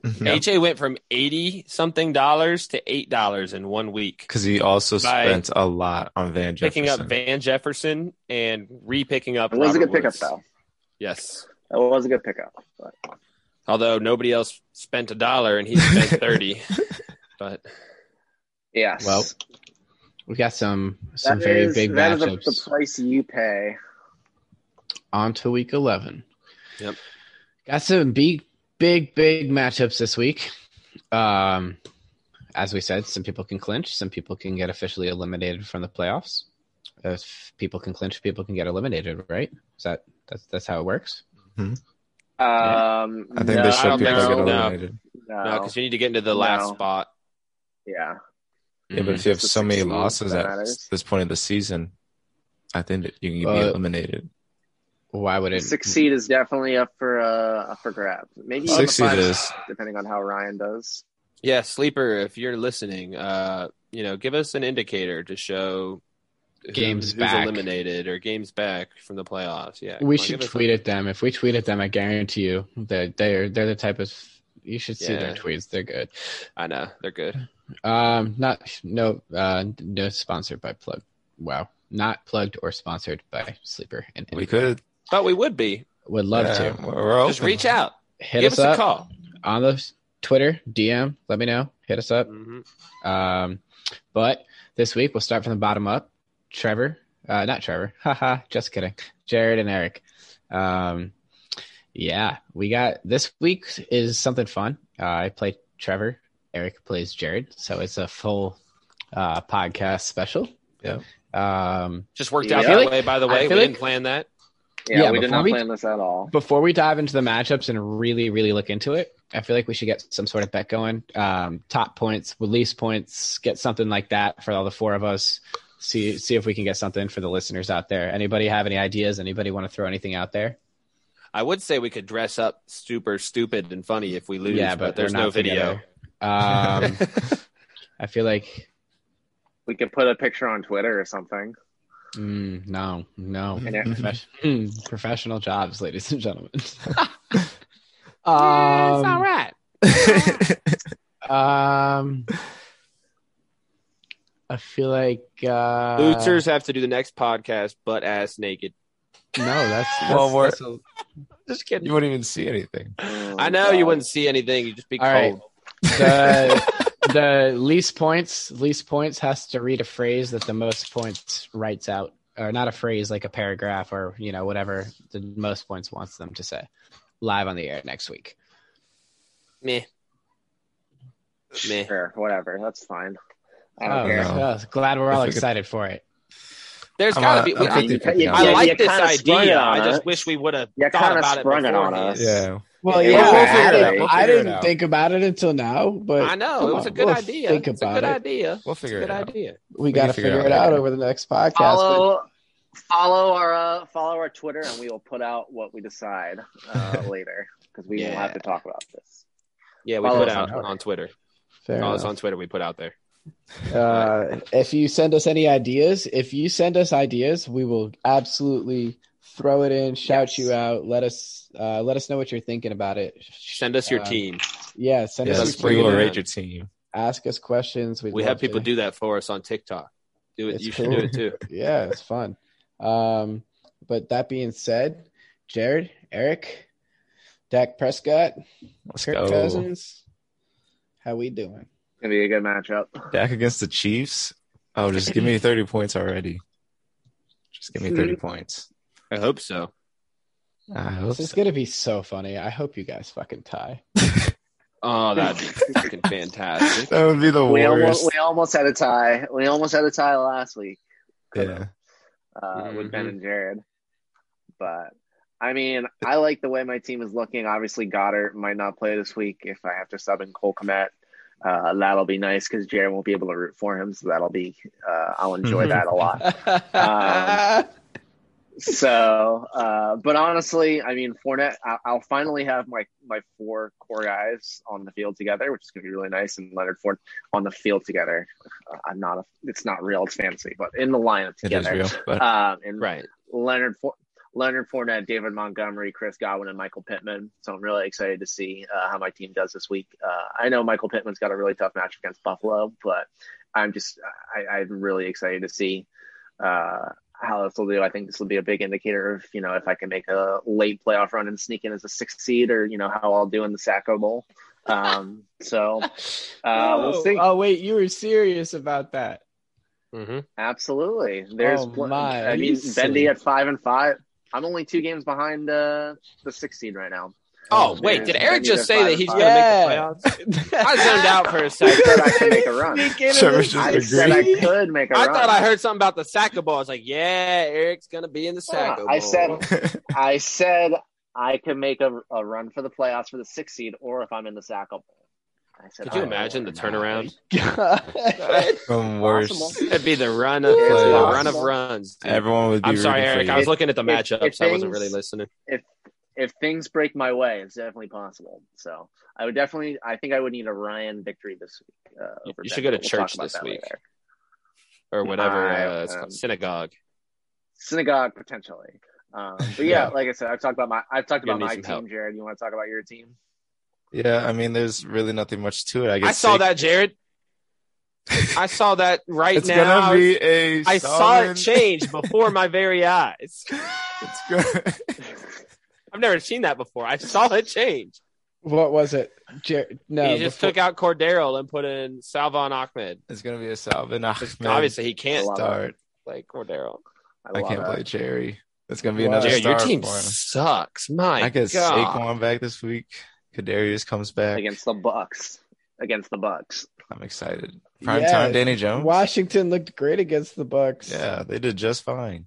[SPEAKER 2] AJ went from eighty something dollars to eight dollars in one week,
[SPEAKER 3] Because he also
[SPEAKER 2] By
[SPEAKER 3] spent a lot on Van Jefferson.
[SPEAKER 2] picking up Van Jefferson and re-picking up.
[SPEAKER 4] It was a
[SPEAKER 2] Robert
[SPEAKER 4] good pickup,
[SPEAKER 2] Woods.
[SPEAKER 4] though.
[SPEAKER 2] Yes,
[SPEAKER 4] It was a good pickup. But
[SPEAKER 2] although nobody else spent a dollar and he spent thirty. But
[SPEAKER 4] yes.
[SPEAKER 1] Well, We got some some
[SPEAKER 4] That
[SPEAKER 1] very
[SPEAKER 4] is-
[SPEAKER 1] big
[SPEAKER 4] that is
[SPEAKER 1] matchups
[SPEAKER 4] the, the price you pay.
[SPEAKER 1] on to week eleven.
[SPEAKER 2] Yep.
[SPEAKER 1] Got some big big big matchups this week. Um as we said, some people can clinch, some people can get officially eliminated from the playoffs. If people can clinch, people can get eliminated, right? Is that that's that's how it works?
[SPEAKER 4] Um,
[SPEAKER 3] I think
[SPEAKER 4] no,
[SPEAKER 3] they
[SPEAKER 2] I
[SPEAKER 3] should
[SPEAKER 2] don't
[SPEAKER 3] people
[SPEAKER 2] think
[SPEAKER 3] get
[SPEAKER 2] so. No.
[SPEAKER 3] eliminated.
[SPEAKER 4] No,
[SPEAKER 2] no, because you need to get into the last
[SPEAKER 4] No.
[SPEAKER 2] spot.
[SPEAKER 4] yeah.
[SPEAKER 3] Yeah,
[SPEAKER 2] Mm-hmm.
[SPEAKER 3] but if you have
[SPEAKER 4] It's the
[SPEAKER 3] so many
[SPEAKER 4] 16
[SPEAKER 3] losses
[SPEAKER 4] that
[SPEAKER 3] at
[SPEAKER 4] matters.
[SPEAKER 3] this point of the season, I think that you can be
[SPEAKER 1] Uh,
[SPEAKER 3] eliminated.
[SPEAKER 1] Mm-hmm. Why would it?
[SPEAKER 4] Six seed is definitely up for uh, up for grabs. Maybe even
[SPEAKER 3] Six
[SPEAKER 4] the
[SPEAKER 3] seed
[SPEAKER 4] five,
[SPEAKER 3] is.
[SPEAKER 4] depending on how Ryan does.
[SPEAKER 2] Yeah, sleeper, if you're listening, uh, you know, give us an indicator to show who-
[SPEAKER 1] Games
[SPEAKER 2] who's
[SPEAKER 1] back.
[SPEAKER 2] eliminated or games back from the playoffs. Yeah,
[SPEAKER 1] We
[SPEAKER 2] come on,
[SPEAKER 1] should
[SPEAKER 2] give us
[SPEAKER 1] tweet at them. If we tweet at them, I guarantee you that they're they're the type of you should see their
[SPEAKER 2] Yeah.
[SPEAKER 1] tweets. They're good.
[SPEAKER 2] something. I know they're good.
[SPEAKER 1] Um, not no uh no sponsored by Plug. Wow, not plugged or sponsored by Sleeper. And
[SPEAKER 3] We could
[SPEAKER 2] Thought we would be.
[SPEAKER 1] would love
[SPEAKER 3] yeah,
[SPEAKER 1] to
[SPEAKER 3] We're open.
[SPEAKER 2] Just reach out.
[SPEAKER 1] Oh. hit
[SPEAKER 2] give
[SPEAKER 1] us up
[SPEAKER 2] a call.
[SPEAKER 1] on the Twitter DM. Let me know. Hit us up.
[SPEAKER 2] Mhm.
[SPEAKER 1] Um, but this week we'll start from the bottom up. Trevor, uh, not Trevor, haha, just kidding. Jared and Eric. Um, yeah, we got this week is something fun. Uh, I play Trevor, Eric plays Jared, so it's a full uh, podcast special.
[SPEAKER 3] Yeah.
[SPEAKER 1] Um,
[SPEAKER 2] Just worked
[SPEAKER 4] I
[SPEAKER 2] out
[SPEAKER 4] feel
[SPEAKER 2] that
[SPEAKER 1] like-
[SPEAKER 2] way. By the
[SPEAKER 1] I
[SPEAKER 2] way, we
[SPEAKER 1] feel
[SPEAKER 2] didn't
[SPEAKER 1] like-
[SPEAKER 2] plan that.
[SPEAKER 4] Yeah,
[SPEAKER 1] Yeah,
[SPEAKER 4] we did
[SPEAKER 1] before
[SPEAKER 4] not
[SPEAKER 1] we-
[SPEAKER 4] plan this at all.
[SPEAKER 1] before we dive into the matchups and really, really look into it, I feel like we should get some sort of bet going. Um, top points, release points, get something like that for all the four of us. See, see if we can get something for the listeners out there. Anybody have any ideas? Anybody want to throw anything out there?
[SPEAKER 2] I would say we could dress up super stupid and funny if we lose,
[SPEAKER 1] yeah,
[SPEAKER 2] but,
[SPEAKER 1] but,
[SPEAKER 2] there's
[SPEAKER 1] we're
[SPEAKER 2] no
[SPEAKER 1] not
[SPEAKER 2] video.
[SPEAKER 1] together. Um, I feel like
[SPEAKER 4] We could put a picture on Twitter or something.
[SPEAKER 1] mm, no, no.
[SPEAKER 4] And it-
[SPEAKER 1] Profes- mm, professional jobs, ladies and gentlemen.
[SPEAKER 2] it's all right.
[SPEAKER 1] Um, I feel like uh,
[SPEAKER 2] Losers have to do the next podcast butt ass naked.
[SPEAKER 1] No, that's, that's
[SPEAKER 3] Well, we're-
[SPEAKER 1] that's a-
[SPEAKER 2] Just kidding.
[SPEAKER 3] you wouldn't even see anything.
[SPEAKER 2] I
[SPEAKER 4] Mm,
[SPEAKER 2] know you wouldn't see anything. You'd just be
[SPEAKER 1] All right.
[SPEAKER 2] cold.
[SPEAKER 1] the the least points least points has to read a phrase that the most points writes out or not a phrase like a paragraph or you know whatever the most points wants them to say live on the air next week
[SPEAKER 2] Meh. Meh.
[SPEAKER 4] Sure, whatever. That's fine. I
[SPEAKER 1] oh,
[SPEAKER 4] don't care.
[SPEAKER 3] no.
[SPEAKER 1] well, glad we're
[SPEAKER 3] If
[SPEAKER 1] all
[SPEAKER 3] we could-
[SPEAKER 1] excited for it
[SPEAKER 2] There's
[SPEAKER 3] I'm
[SPEAKER 2] gotta
[SPEAKER 3] on-
[SPEAKER 2] be.
[SPEAKER 3] I'm
[SPEAKER 2] I-
[SPEAKER 3] fifty- fifty
[SPEAKER 4] yeah,
[SPEAKER 3] on
[SPEAKER 2] I
[SPEAKER 3] it.
[SPEAKER 4] yeah,
[SPEAKER 2] like
[SPEAKER 4] you
[SPEAKER 2] this
[SPEAKER 4] kinda sprung it
[SPEAKER 2] idea. I
[SPEAKER 4] on
[SPEAKER 2] just
[SPEAKER 4] us.
[SPEAKER 2] wish we would have
[SPEAKER 4] You
[SPEAKER 2] thought
[SPEAKER 4] kinda
[SPEAKER 2] about it
[SPEAKER 4] sprung it on
[SPEAKER 2] beforehand.
[SPEAKER 4] us.
[SPEAKER 3] Yeah.
[SPEAKER 1] well
[SPEAKER 4] Yeah,
[SPEAKER 1] yeah,
[SPEAKER 4] we'll
[SPEAKER 1] I,
[SPEAKER 4] figure it
[SPEAKER 1] didn't-
[SPEAKER 4] out. We'll
[SPEAKER 1] I
[SPEAKER 3] figure it
[SPEAKER 1] didn't
[SPEAKER 3] out.
[SPEAKER 1] think about it until now but
[SPEAKER 2] I know
[SPEAKER 1] come
[SPEAKER 2] it was a
[SPEAKER 1] on,
[SPEAKER 2] good
[SPEAKER 1] we'll
[SPEAKER 2] idea.
[SPEAKER 1] think
[SPEAKER 2] it's a
[SPEAKER 1] about
[SPEAKER 2] good
[SPEAKER 1] it.
[SPEAKER 2] idea.
[SPEAKER 3] We'll
[SPEAKER 2] It's a
[SPEAKER 3] figure
[SPEAKER 2] good
[SPEAKER 3] it out.
[SPEAKER 2] idea.
[SPEAKER 1] we,
[SPEAKER 3] We can
[SPEAKER 1] gotta
[SPEAKER 3] figure
[SPEAKER 1] figure
[SPEAKER 3] it
[SPEAKER 1] it
[SPEAKER 3] out
[SPEAKER 1] out
[SPEAKER 3] later.
[SPEAKER 1] over the next podcast but-
[SPEAKER 4] Follow, follow our uh, follow our Twitter, and we will put out what we decide uh, later because we will have to talk about this.
[SPEAKER 2] Yeah, we
[SPEAKER 4] Follow
[SPEAKER 2] put
[SPEAKER 4] us
[SPEAKER 2] out
[SPEAKER 1] on
[SPEAKER 2] on Twitter.
[SPEAKER 1] fair
[SPEAKER 2] Follow us
[SPEAKER 1] enough.
[SPEAKER 2] on Twitter. We put out there.
[SPEAKER 1] Uh, if you send us any ideas, if you send us ideas, we will absolutely throw it in, shout
[SPEAKER 4] Yes.
[SPEAKER 1] you out, let us uh, let us know what you're thinking about it.
[SPEAKER 2] Send us your
[SPEAKER 1] Uh,
[SPEAKER 2] team.
[SPEAKER 1] Yeah, send
[SPEAKER 2] Yes,
[SPEAKER 1] us
[SPEAKER 3] Yes,
[SPEAKER 1] your
[SPEAKER 3] we
[SPEAKER 2] bring it
[SPEAKER 3] will
[SPEAKER 1] tweet,
[SPEAKER 2] in.
[SPEAKER 3] rate your team.
[SPEAKER 1] ask us questions. We'd
[SPEAKER 2] We
[SPEAKER 1] love
[SPEAKER 2] have people
[SPEAKER 1] to-
[SPEAKER 2] do that for us on TikTok. Do it.
[SPEAKER 1] It's
[SPEAKER 2] You should
[SPEAKER 1] cool.
[SPEAKER 2] do it too.
[SPEAKER 1] Yeah, it's fun. Um, but that being said, Jared, Eric, Dak Prescott,
[SPEAKER 3] Let's
[SPEAKER 1] Kirk
[SPEAKER 3] go.
[SPEAKER 1] Cousins, how we doing?
[SPEAKER 4] It's gonna be a good matchup.
[SPEAKER 3] Dak against the Chiefs. Oh, just give me 30 points already. Just give me 30
[SPEAKER 2] Mm-hmm.
[SPEAKER 3] points. Ah,
[SPEAKER 2] I hope so.
[SPEAKER 3] I hope
[SPEAKER 1] This is
[SPEAKER 3] so.
[SPEAKER 1] gonna be so funny. I hope you guys fucking tie.
[SPEAKER 2] Oh, that'd be fucking fantastic.
[SPEAKER 3] That would be the
[SPEAKER 4] We
[SPEAKER 3] worst.
[SPEAKER 4] almost, we almost had a tie. We almost had a tie last week
[SPEAKER 3] yeah.
[SPEAKER 4] uh, with
[SPEAKER 3] Mm-hmm.
[SPEAKER 4] Ben and Jared, but I mean, I like the way my team is looking. Obviously, Goddard might not play this week. If I have to sub in Cole Komet, uh, that'll be nice because Jared won't be able to root for him. So that'll be uh, I'll enjoy
[SPEAKER 3] Mm-hmm.
[SPEAKER 4] that a lot. Um, So, uh, but honestly, I mean, Fournette, I- I'll finally have my my four core guys on the field together, which is going to be really nice. And Leonard Ford on the field together. Uh, I'm not a, it's not real, it's fantasy, but in the lineup
[SPEAKER 3] It is
[SPEAKER 4] together.
[SPEAKER 3] real.
[SPEAKER 2] Uh,
[SPEAKER 3] But
[SPEAKER 4] Um, and
[SPEAKER 2] Right.
[SPEAKER 4] Leonard For- Leonard Fournette, David Montgomery, Chris Godwin, and Michael Pittman. So I'm really excited to see uh, how my team does this week. Uh, I know Michael Pittman's got a really tough match against Buffalo, but I'm just I, I'm really excited to see uh, how this will do. I think this will be a big indicator of you know if I can make a late playoff run and sneak in as a sixth seed, or you know how I'll do in the Sacco Bowl. Um, so uh, we'll
[SPEAKER 1] Whoa.
[SPEAKER 4] see.
[SPEAKER 1] Oh wait, you were serious about that.
[SPEAKER 2] Mm-hmm.
[SPEAKER 4] Absolutely. There's
[SPEAKER 1] Oh,
[SPEAKER 4] pl-
[SPEAKER 1] my.
[SPEAKER 4] I mean
[SPEAKER 1] He's
[SPEAKER 4] Bendy
[SPEAKER 1] silly.
[SPEAKER 4] at five and five. I'm only two games behind uh, the six seed right now.
[SPEAKER 2] Oh,
[SPEAKER 4] Oh,
[SPEAKER 2] wait,
[SPEAKER 4] man.
[SPEAKER 2] did
[SPEAKER 4] They
[SPEAKER 2] Eric
[SPEAKER 4] need
[SPEAKER 2] just
[SPEAKER 4] a
[SPEAKER 2] say
[SPEAKER 4] five
[SPEAKER 2] that
[SPEAKER 4] and
[SPEAKER 2] he's
[SPEAKER 4] five.
[SPEAKER 2] going to
[SPEAKER 1] Yeah.
[SPEAKER 2] make the playoffs? I zoned out for a
[SPEAKER 4] I
[SPEAKER 2] second.
[SPEAKER 4] said I could make a run.
[SPEAKER 3] Trevor's just
[SPEAKER 4] I
[SPEAKER 3] Agreed.
[SPEAKER 4] said I could make a
[SPEAKER 2] I
[SPEAKER 4] run.
[SPEAKER 2] thought I heard something about the Sacco Bowl. I was like, yeah, Eric's going to be in the
[SPEAKER 4] Yeah,
[SPEAKER 2] Sacco Bowl.
[SPEAKER 4] I said I said I could make a, a run for the playoffs for the six seed, or if I'm in the Sacco Bowl. I said,
[SPEAKER 2] Could you
[SPEAKER 4] I
[SPEAKER 2] imagine the
[SPEAKER 4] will.
[SPEAKER 2] turnaround?
[SPEAKER 3] from worst.
[SPEAKER 4] Possible.
[SPEAKER 2] It'd be the run of,
[SPEAKER 4] Yeah,
[SPEAKER 2] it'd be the
[SPEAKER 4] it's
[SPEAKER 2] run of
[SPEAKER 4] possible.
[SPEAKER 2] runs. dude.
[SPEAKER 3] Everyone would be
[SPEAKER 2] I'm sorry,
[SPEAKER 3] rooting for
[SPEAKER 2] Eric.
[SPEAKER 3] you.
[SPEAKER 2] I was looking at the
[SPEAKER 4] If-
[SPEAKER 2] matchups.
[SPEAKER 4] if
[SPEAKER 2] I wasn't
[SPEAKER 4] things-
[SPEAKER 2] really listening.
[SPEAKER 4] if things break my way, it's definitely possible. So I would definitely, I think I would need a Ryan victory this week. Uh,
[SPEAKER 2] You-
[SPEAKER 4] over
[SPEAKER 2] you should go to
[SPEAKER 4] Denver. We'll talk
[SPEAKER 2] church
[SPEAKER 4] about
[SPEAKER 2] this
[SPEAKER 4] that
[SPEAKER 2] week.
[SPEAKER 4] later.
[SPEAKER 2] or whatever
[SPEAKER 4] I,
[SPEAKER 2] uh, it's
[SPEAKER 4] um,
[SPEAKER 2] called, synagogue.
[SPEAKER 4] Synagogue potentially. Um, but yeah,
[SPEAKER 3] Yeah.
[SPEAKER 4] like I said, I've talked about my, I've talked
[SPEAKER 2] You'll
[SPEAKER 4] about
[SPEAKER 2] need
[SPEAKER 4] my
[SPEAKER 2] some
[SPEAKER 4] team.
[SPEAKER 2] help.
[SPEAKER 4] Jared, you want to talk about your team?
[SPEAKER 3] Yeah, I mean, there's really nothing much to it. I guess
[SPEAKER 2] I saw
[SPEAKER 3] Saquon-
[SPEAKER 2] that, Jared. I saw that right
[SPEAKER 3] it's
[SPEAKER 2] now.
[SPEAKER 3] gonna be a.
[SPEAKER 2] I saw it
[SPEAKER 3] solid-
[SPEAKER 2] change before my very eyes.
[SPEAKER 3] It's gonna-
[SPEAKER 2] I've never seen that before. I saw it change.
[SPEAKER 5] What was it? Jer- no,
[SPEAKER 2] he just
[SPEAKER 5] before-
[SPEAKER 2] took out Cordero and put in Salvan Ahmed.
[SPEAKER 3] it's gonna be a Salvin Ahmed
[SPEAKER 2] Obviously, he can't
[SPEAKER 4] Love it.
[SPEAKER 3] start.
[SPEAKER 2] play Cordero.
[SPEAKER 3] I
[SPEAKER 4] love
[SPEAKER 3] can't
[SPEAKER 4] that.
[SPEAKER 3] play Jerry. It's gonna be
[SPEAKER 5] Wow.
[SPEAKER 3] another
[SPEAKER 2] Jared, your
[SPEAKER 3] star
[SPEAKER 2] team
[SPEAKER 3] for him.
[SPEAKER 2] sucks. My
[SPEAKER 3] I guess
[SPEAKER 2] God.
[SPEAKER 3] Saquon back this week. Kadarius comes back.
[SPEAKER 4] against the Bucks. Against the Bucks.
[SPEAKER 3] I'm excited. Prime
[SPEAKER 5] Yeah.
[SPEAKER 3] time, Danny Jones.
[SPEAKER 5] Washington looked great against the Bucks.
[SPEAKER 3] Yeah, they did just fine.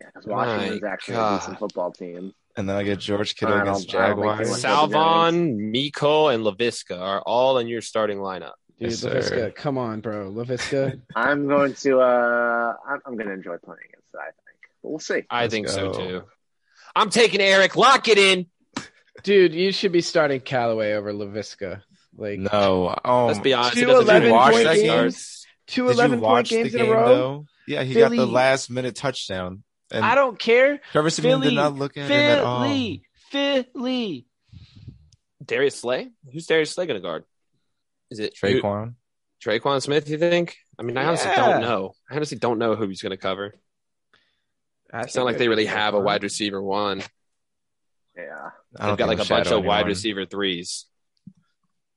[SPEAKER 4] Yeah, 'cause
[SPEAKER 2] My
[SPEAKER 4] Washington's actually
[SPEAKER 2] God.
[SPEAKER 4] a decent football team.
[SPEAKER 3] And then I get George Kittle
[SPEAKER 4] I don't-
[SPEAKER 3] against
[SPEAKER 4] I don't think they
[SPEAKER 3] Jaguars.
[SPEAKER 4] went-
[SPEAKER 2] Salvon, Miko, and Laviska are all in your starting lineup.
[SPEAKER 5] dude,
[SPEAKER 3] Yes, sir.
[SPEAKER 5] Laviska, come on, bro, Laviska.
[SPEAKER 4] I'm going to uh I'm, I'm gonna enjoy playing against that, I think. But we'll see.
[SPEAKER 2] I
[SPEAKER 3] Let's
[SPEAKER 2] think so
[SPEAKER 3] go.
[SPEAKER 2] too. I'm taking Eric. Lock it in.
[SPEAKER 5] dude, you should be starting Callaway over Laviska. Like
[SPEAKER 3] No. Oh,
[SPEAKER 2] Let's be honest.
[SPEAKER 5] Two
[SPEAKER 2] It doesn't
[SPEAKER 5] 11
[SPEAKER 2] even
[SPEAKER 3] point
[SPEAKER 2] start.
[SPEAKER 5] games. two
[SPEAKER 3] did you
[SPEAKER 5] 11 point
[SPEAKER 3] watch the
[SPEAKER 5] games
[SPEAKER 3] game
[SPEAKER 5] in a row.
[SPEAKER 3] though? Yeah, he got the
[SPEAKER 5] Philly-
[SPEAKER 3] last minute touchdown. And
[SPEAKER 1] I don't care.
[SPEAKER 3] Trevor Simeon did
[SPEAKER 1] Philly,
[SPEAKER 3] not look at him at all.
[SPEAKER 1] Philly, Philly.
[SPEAKER 2] Darius Slay? Who's Darius Slay going to guard? Is it who-
[SPEAKER 3] Traquan.
[SPEAKER 2] Traquan Smith, you think? I mean, I honestly
[SPEAKER 5] Yeah.
[SPEAKER 2] don't know. I honestly don't know who he's going to cover.
[SPEAKER 5] I
[SPEAKER 2] It's not like they really have a wide receiver one.
[SPEAKER 4] Yeah.
[SPEAKER 3] I
[SPEAKER 2] They've got
[SPEAKER 3] don't
[SPEAKER 2] like
[SPEAKER 3] think
[SPEAKER 2] a
[SPEAKER 3] we'll
[SPEAKER 2] bunch of
[SPEAKER 3] shadow
[SPEAKER 2] wide
[SPEAKER 3] anyone.
[SPEAKER 2] receiver threes.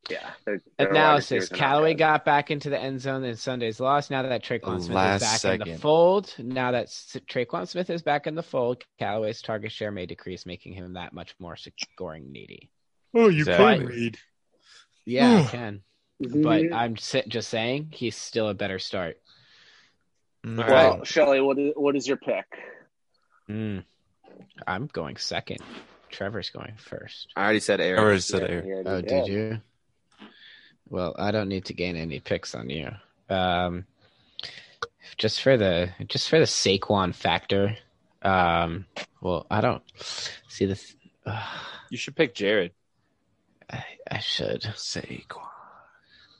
[SPEAKER 4] Yeah. They're, they're
[SPEAKER 1] Analysis.
[SPEAKER 4] wide receivers are not
[SPEAKER 1] Callaway
[SPEAKER 4] good.
[SPEAKER 1] got back into the end zone in Sunday's loss. Now that Traquan Smith
[SPEAKER 3] Last
[SPEAKER 1] is back in
[SPEAKER 3] second.
[SPEAKER 1] the fold, now that S- Traquan Smith is back in the fold, Callaway's target share may decrease, making him that much more scoring needy.
[SPEAKER 2] Oh,
[SPEAKER 3] you Exactly. can
[SPEAKER 2] read.
[SPEAKER 1] Yeah, I can.
[SPEAKER 3] Mm-hmm.
[SPEAKER 1] But I'm s- just saying, he's still a better start.
[SPEAKER 3] Mm,
[SPEAKER 2] All
[SPEAKER 4] well,
[SPEAKER 3] well,
[SPEAKER 4] Shelly, what is what is your pick?
[SPEAKER 1] Mm. I'm going second. Trevor's going first.
[SPEAKER 2] I already said Eric.
[SPEAKER 3] Trevor's still there.
[SPEAKER 4] Yeah,
[SPEAKER 1] Oh, did you? Well, I don't need to gain any picks on you. Um, just for the just for the Saquon factor. Um, well, I don't see the. Th- Ugh,
[SPEAKER 2] You should pick Jared.
[SPEAKER 1] I, I should.
[SPEAKER 3] Saquon.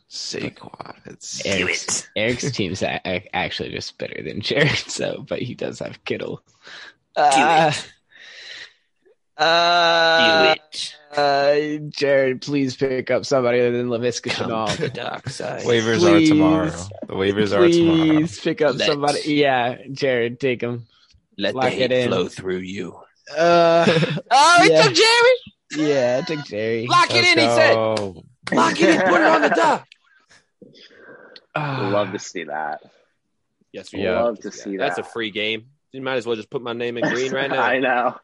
[SPEAKER 3] Saquon. It's
[SPEAKER 1] Eric's, Eric's team's a- a- actually just better than Jared, so but he does have Kittle. Uh, uh, uh, Jared, please pick up somebody other than Lavisca Chenault.
[SPEAKER 3] waivers are
[SPEAKER 1] Please.
[SPEAKER 3] tomorrow. The waivers are tomorrow.
[SPEAKER 1] Please pick up somebody. Yeah, Jared, take him.
[SPEAKER 2] Let
[SPEAKER 1] Lock it in.
[SPEAKER 2] through you.
[SPEAKER 1] Uh,
[SPEAKER 2] Oh,
[SPEAKER 1] he
[SPEAKER 2] he
[SPEAKER 1] Yeah.
[SPEAKER 2] took
[SPEAKER 1] took
[SPEAKER 2] Jared.
[SPEAKER 1] yeah, take Jerry.
[SPEAKER 2] Lock it
[SPEAKER 3] Let's
[SPEAKER 2] in, he said.
[SPEAKER 3] go.
[SPEAKER 2] Lock it in. Put it on the duck.
[SPEAKER 1] Ah,
[SPEAKER 4] Love to see that.
[SPEAKER 2] Yes,
[SPEAKER 1] we Yeah.
[SPEAKER 4] Love to see that.
[SPEAKER 2] That's a free game. You might as well just put my name in green right now.
[SPEAKER 4] I know.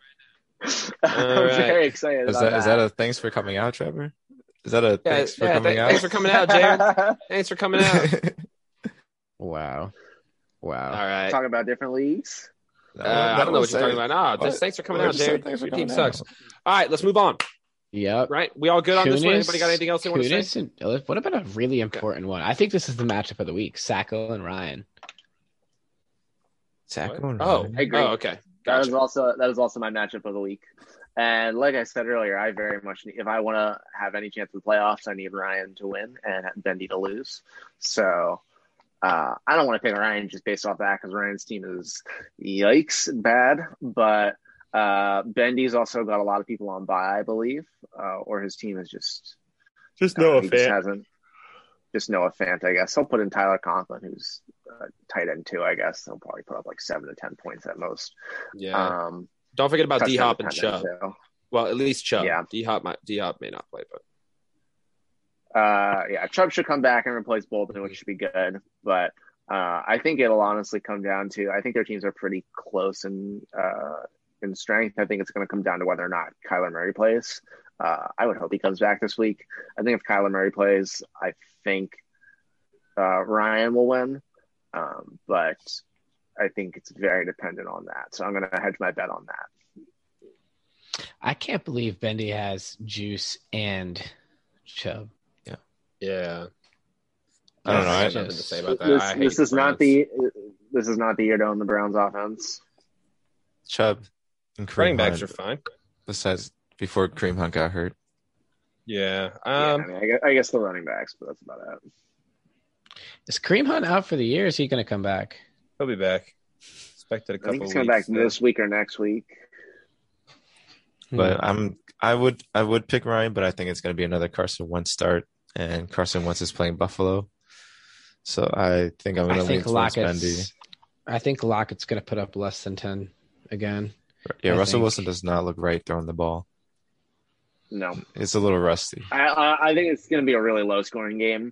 [SPEAKER 4] I'm
[SPEAKER 2] right.
[SPEAKER 4] very excited.
[SPEAKER 3] Is
[SPEAKER 4] about
[SPEAKER 3] that is that a thanks for coming out, Trevor? Is that a
[SPEAKER 2] Yeah,
[SPEAKER 3] thanks for
[SPEAKER 2] yeah,
[SPEAKER 3] coming
[SPEAKER 2] th-
[SPEAKER 3] out?
[SPEAKER 2] Thanks for coming out, Jared. Thanks for coming out. Uh,
[SPEAKER 1] Wow.
[SPEAKER 2] All
[SPEAKER 1] Wow.
[SPEAKER 2] right.
[SPEAKER 4] Talking about different leagues.
[SPEAKER 3] No,
[SPEAKER 2] Uh, I
[SPEAKER 3] that
[SPEAKER 2] don't know what
[SPEAKER 3] was
[SPEAKER 2] you're talking
[SPEAKER 3] sad.
[SPEAKER 2] about. Nah, just
[SPEAKER 3] What?
[SPEAKER 2] thanks for coming
[SPEAKER 3] Well,
[SPEAKER 2] out,
[SPEAKER 3] just said
[SPEAKER 2] Jared.
[SPEAKER 3] thanks for
[SPEAKER 2] Your team
[SPEAKER 3] coming out.
[SPEAKER 2] sucks. All right, let's move on.
[SPEAKER 1] Yep.
[SPEAKER 2] Right? We all good on this one? Anybody got anything else they want to say?
[SPEAKER 1] Kunis and Ellis- what about a really important one? I think this is the matchup of the week: Sacco and Ryan.
[SPEAKER 3] Sack
[SPEAKER 2] What?
[SPEAKER 3] on
[SPEAKER 2] Oh,
[SPEAKER 3] Ryan.
[SPEAKER 4] I agree.
[SPEAKER 2] oh, okay.
[SPEAKER 4] That was
[SPEAKER 2] Gotcha.
[SPEAKER 4] also that was also my matchup of the week. And like I said earlier, I very much need, if I want to have any chance in the playoffs, I need Ryan to win and Bendy to lose. So uh, I don't want to pick Ryan just based off that because Ryan's team is yikes bad. But uh, Bendy's also got a lot of people on bye, I believe, uh, or his team is just
[SPEAKER 2] Just
[SPEAKER 4] uh, he just hasn't. Just Noah Fant, I guess. He'll put in Tyler Conklin, who's uh, tight end too. I guess he'll probably put up like seven to ten points at most.
[SPEAKER 2] Yeah.
[SPEAKER 4] Um,
[SPEAKER 2] Don't forget about D
[SPEAKER 4] touchdown
[SPEAKER 2] Hop and
[SPEAKER 4] dependent,
[SPEAKER 2] Chubb. Well, at least Chubb.
[SPEAKER 4] Yeah.
[SPEAKER 2] D Hop might D Hop may not play, but
[SPEAKER 4] so. Uh, yeah, Chubb should come back and replace Bolton, which should be good. But uh, I think it'll honestly come down to I think their teams are pretty close in uh, in strength. I think it's going to come down to whether or not Kyler Murray plays. Uh, I would hope he comes back this week. I think if Kyler Murray plays, I think uh, Ryan will win. Um, but I think it's very dependent on that. So I'm going to hedge my bet on that.
[SPEAKER 1] I can't believe Bendy has Juice and Chubb.
[SPEAKER 2] yeah.
[SPEAKER 3] I don't know. I,
[SPEAKER 2] have nothing to say about that.
[SPEAKER 4] This,
[SPEAKER 2] I hate
[SPEAKER 4] this is not
[SPEAKER 2] Browns.
[SPEAKER 4] the this is not the year to own the Browns offense.
[SPEAKER 3] Chubb. And Kareem
[SPEAKER 2] Running backs are
[SPEAKER 3] Hunt,
[SPEAKER 2] fine.
[SPEAKER 3] besides before Kareem Hunt got hurt.
[SPEAKER 2] Yeah.
[SPEAKER 4] Yeah,
[SPEAKER 2] Um,
[SPEAKER 4] I, mean, I, guess, I guess the running backs, but that's about it.
[SPEAKER 1] Is Kareem Hunt out for the year? Is he going to come back?
[SPEAKER 2] He'll be back. Expected a
[SPEAKER 4] I
[SPEAKER 2] couple
[SPEAKER 4] think he's
[SPEAKER 2] of
[SPEAKER 4] coming back
[SPEAKER 2] weeks, though.
[SPEAKER 4] this week or next week.
[SPEAKER 2] Hmm.
[SPEAKER 1] Mm.
[SPEAKER 3] But I'm I would I would pick Ryan, but I think it's going to be another Carson Wentz start, and Carson Wentz is playing Buffalo, so I think I'm going
[SPEAKER 1] I
[SPEAKER 3] to lean
[SPEAKER 1] think
[SPEAKER 3] towards Bendy.
[SPEAKER 1] Lockett's. I think Lockett's going to put up less than ten again.
[SPEAKER 3] Yeah,
[SPEAKER 1] I
[SPEAKER 3] Russell
[SPEAKER 1] think-
[SPEAKER 3] Wilson does not look right throwing the ball.
[SPEAKER 4] No,
[SPEAKER 3] It's a little rusty.
[SPEAKER 4] I, I, I think it's going to be a really low scoring game,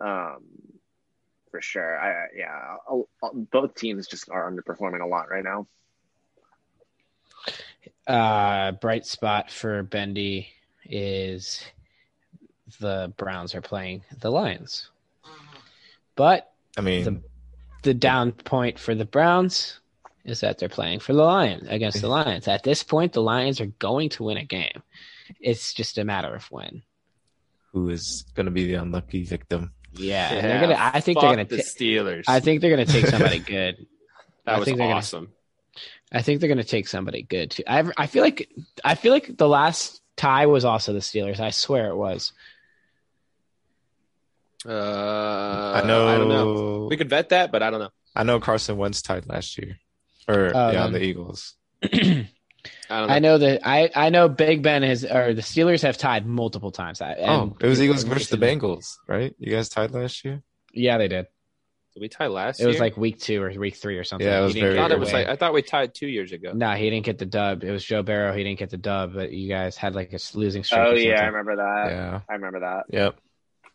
[SPEAKER 4] um, for sure. I yeah, I'll, I'll- both teams just are underperforming a lot right now.
[SPEAKER 1] Uh, bright spot for Bendy is the Browns are playing the Lions, but
[SPEAKER 3] I mean,
[SPEAKER 1] the the down point for the Browns is that they're playing for the Lions against the Lions. At this point, the Lions are going to win a game. It's just a matter of when.
[SPEAKER 3] who is going to be the unlucky victim?
[SPEAKER 1] Yeah,
[SPEAKER 2] Yeah,
[SPEAKER 1] and they're gonna. I think they're
[SPEAKER 2] fuck
[SPEAKER 1] gonna.
[SPEAKER 2] the
[SPEAKER 1] ta-
[SPEAKER 2] Steelers.
[SPEAKER 1] I think they're gonna take somebody good.
[SPEAKER 2] that
[SPEAKER 1] I
[SPEAKER 2] was
[SPEAKER 1] think they're gonna-
[SPEAKER 2] awesome.
[SPEAKER 1] I think they're gonna take somebody good too. I I feel like I feel like the last tie was also the Steelers. I swear it was.
[SPEAKER 2] Uh,
[SPEAKER 3] I know.
[SPEAKER 2] I don't know. We could vet that, but I don't know.
[SPEAKER 3] I know Carson Wentz tied last year, or
[SPEAKER 1] Oh,
[SPEAKER 3] yeah, on
[SPEAKER 1] then-
[SPEAKER 3] the Eagles.
[SPEAKER 2] I don't know.
[SPEAKER 1] I know that I I know Big Ben has or the Steelers have tied multiple times. I, and-
[SPEAKER 3] oh, it was Eagles versus the Bengals, right? You guys tied last year.
[SPEAKER 1] Yeah, they did.
[SPEAKER 2] Did we tie last
[SPEAKER 1] It was
[SPEAKER 2] year?
[SPEAKER 1] like week two or week three or something.
[SPEAKER 3] Yeah, it
[SPEAKER 1] He
[SPEAKER 3] was
[SPEAKER 1] didn't
[SPEAKER 2] I
[SPEAKER 3] very
[SPEAKER 1] get
[SPEAKER 2] thought
[SPEAKER 1] your
[SPEAKER 2] it was
[SPEAKER 1] way.
[SPEAKER 2] like I thought we tied two years ago.
[SPEAKER 1] No, he didn't get the dub. It was Joe Barrow. He didn't get the dub, but you guys had like a s- losing streak.
[SPEAKER 4] Oh
[SPEAKER 1] or
[SPEAKER 4] yeah, I
[SPEAKER 1] something.
[SPEAKER 4] remember that.
[SPEAKER 3] yeah.
[SPEAKER 4] I remember that.
[SPEAKER 3] Yep.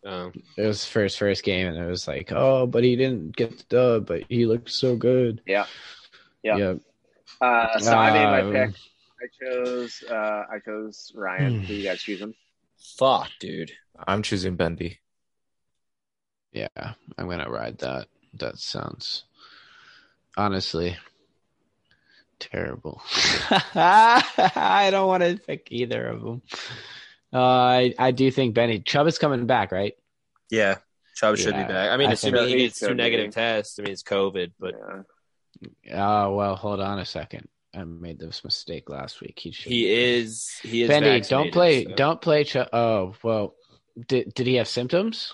[SPEAKER 2] Um,
[SPEAKER 1] it was for his first game, and it was like, oh, but he didn't get the dub, but he looked so good.
[SPEAKER 4] Yeah. Yeah.
[SPEAKER 1] yeah.
[SPEAKER 4] Uh, so I made
[SPEAKER 1] Um,
[SPEAKER 4] my pick. I chose. Uh, I chose Ryan. Who you guys choosing?
[SPEAKER 2] fuck, dude.
[SPEAKER 3] I'm choosing Bendy.
[SPEAKER 1] Yeah, I'm gonna ride that. That sounds honestly terrible. I don't want to pick either of them. Uh, I I do think Benny Chubb is coming back, right?
[SPEAKER 2] Yeah, Chubb should be
[SPEAKER 1] Yeah,
[SPEAKER 2] back. I mean,
[SPEAKER 1] I
[SPEAKER 2] assuming
[SPEAKER 4] think-
[SPEAKER 2] he gets two
[SPEAKER 4] Should be.
[SPEAKER 2] negative tests. I mean, it's COVID, but
[SPEAKER 4] Yeah.
[SPEAKER 1] Oh well, hold on a second. I made this mistake last week. He should
[SPEAKER 2] he is he is.
[SPEAKER 1] Benny, don't
[SPEAKER 2] vaccinated,
[SPEAKER 1] play.
[SPEAKER 2] so-
[SPEAKER 1] Don't play. Ch- oh well, did did he have symptoms?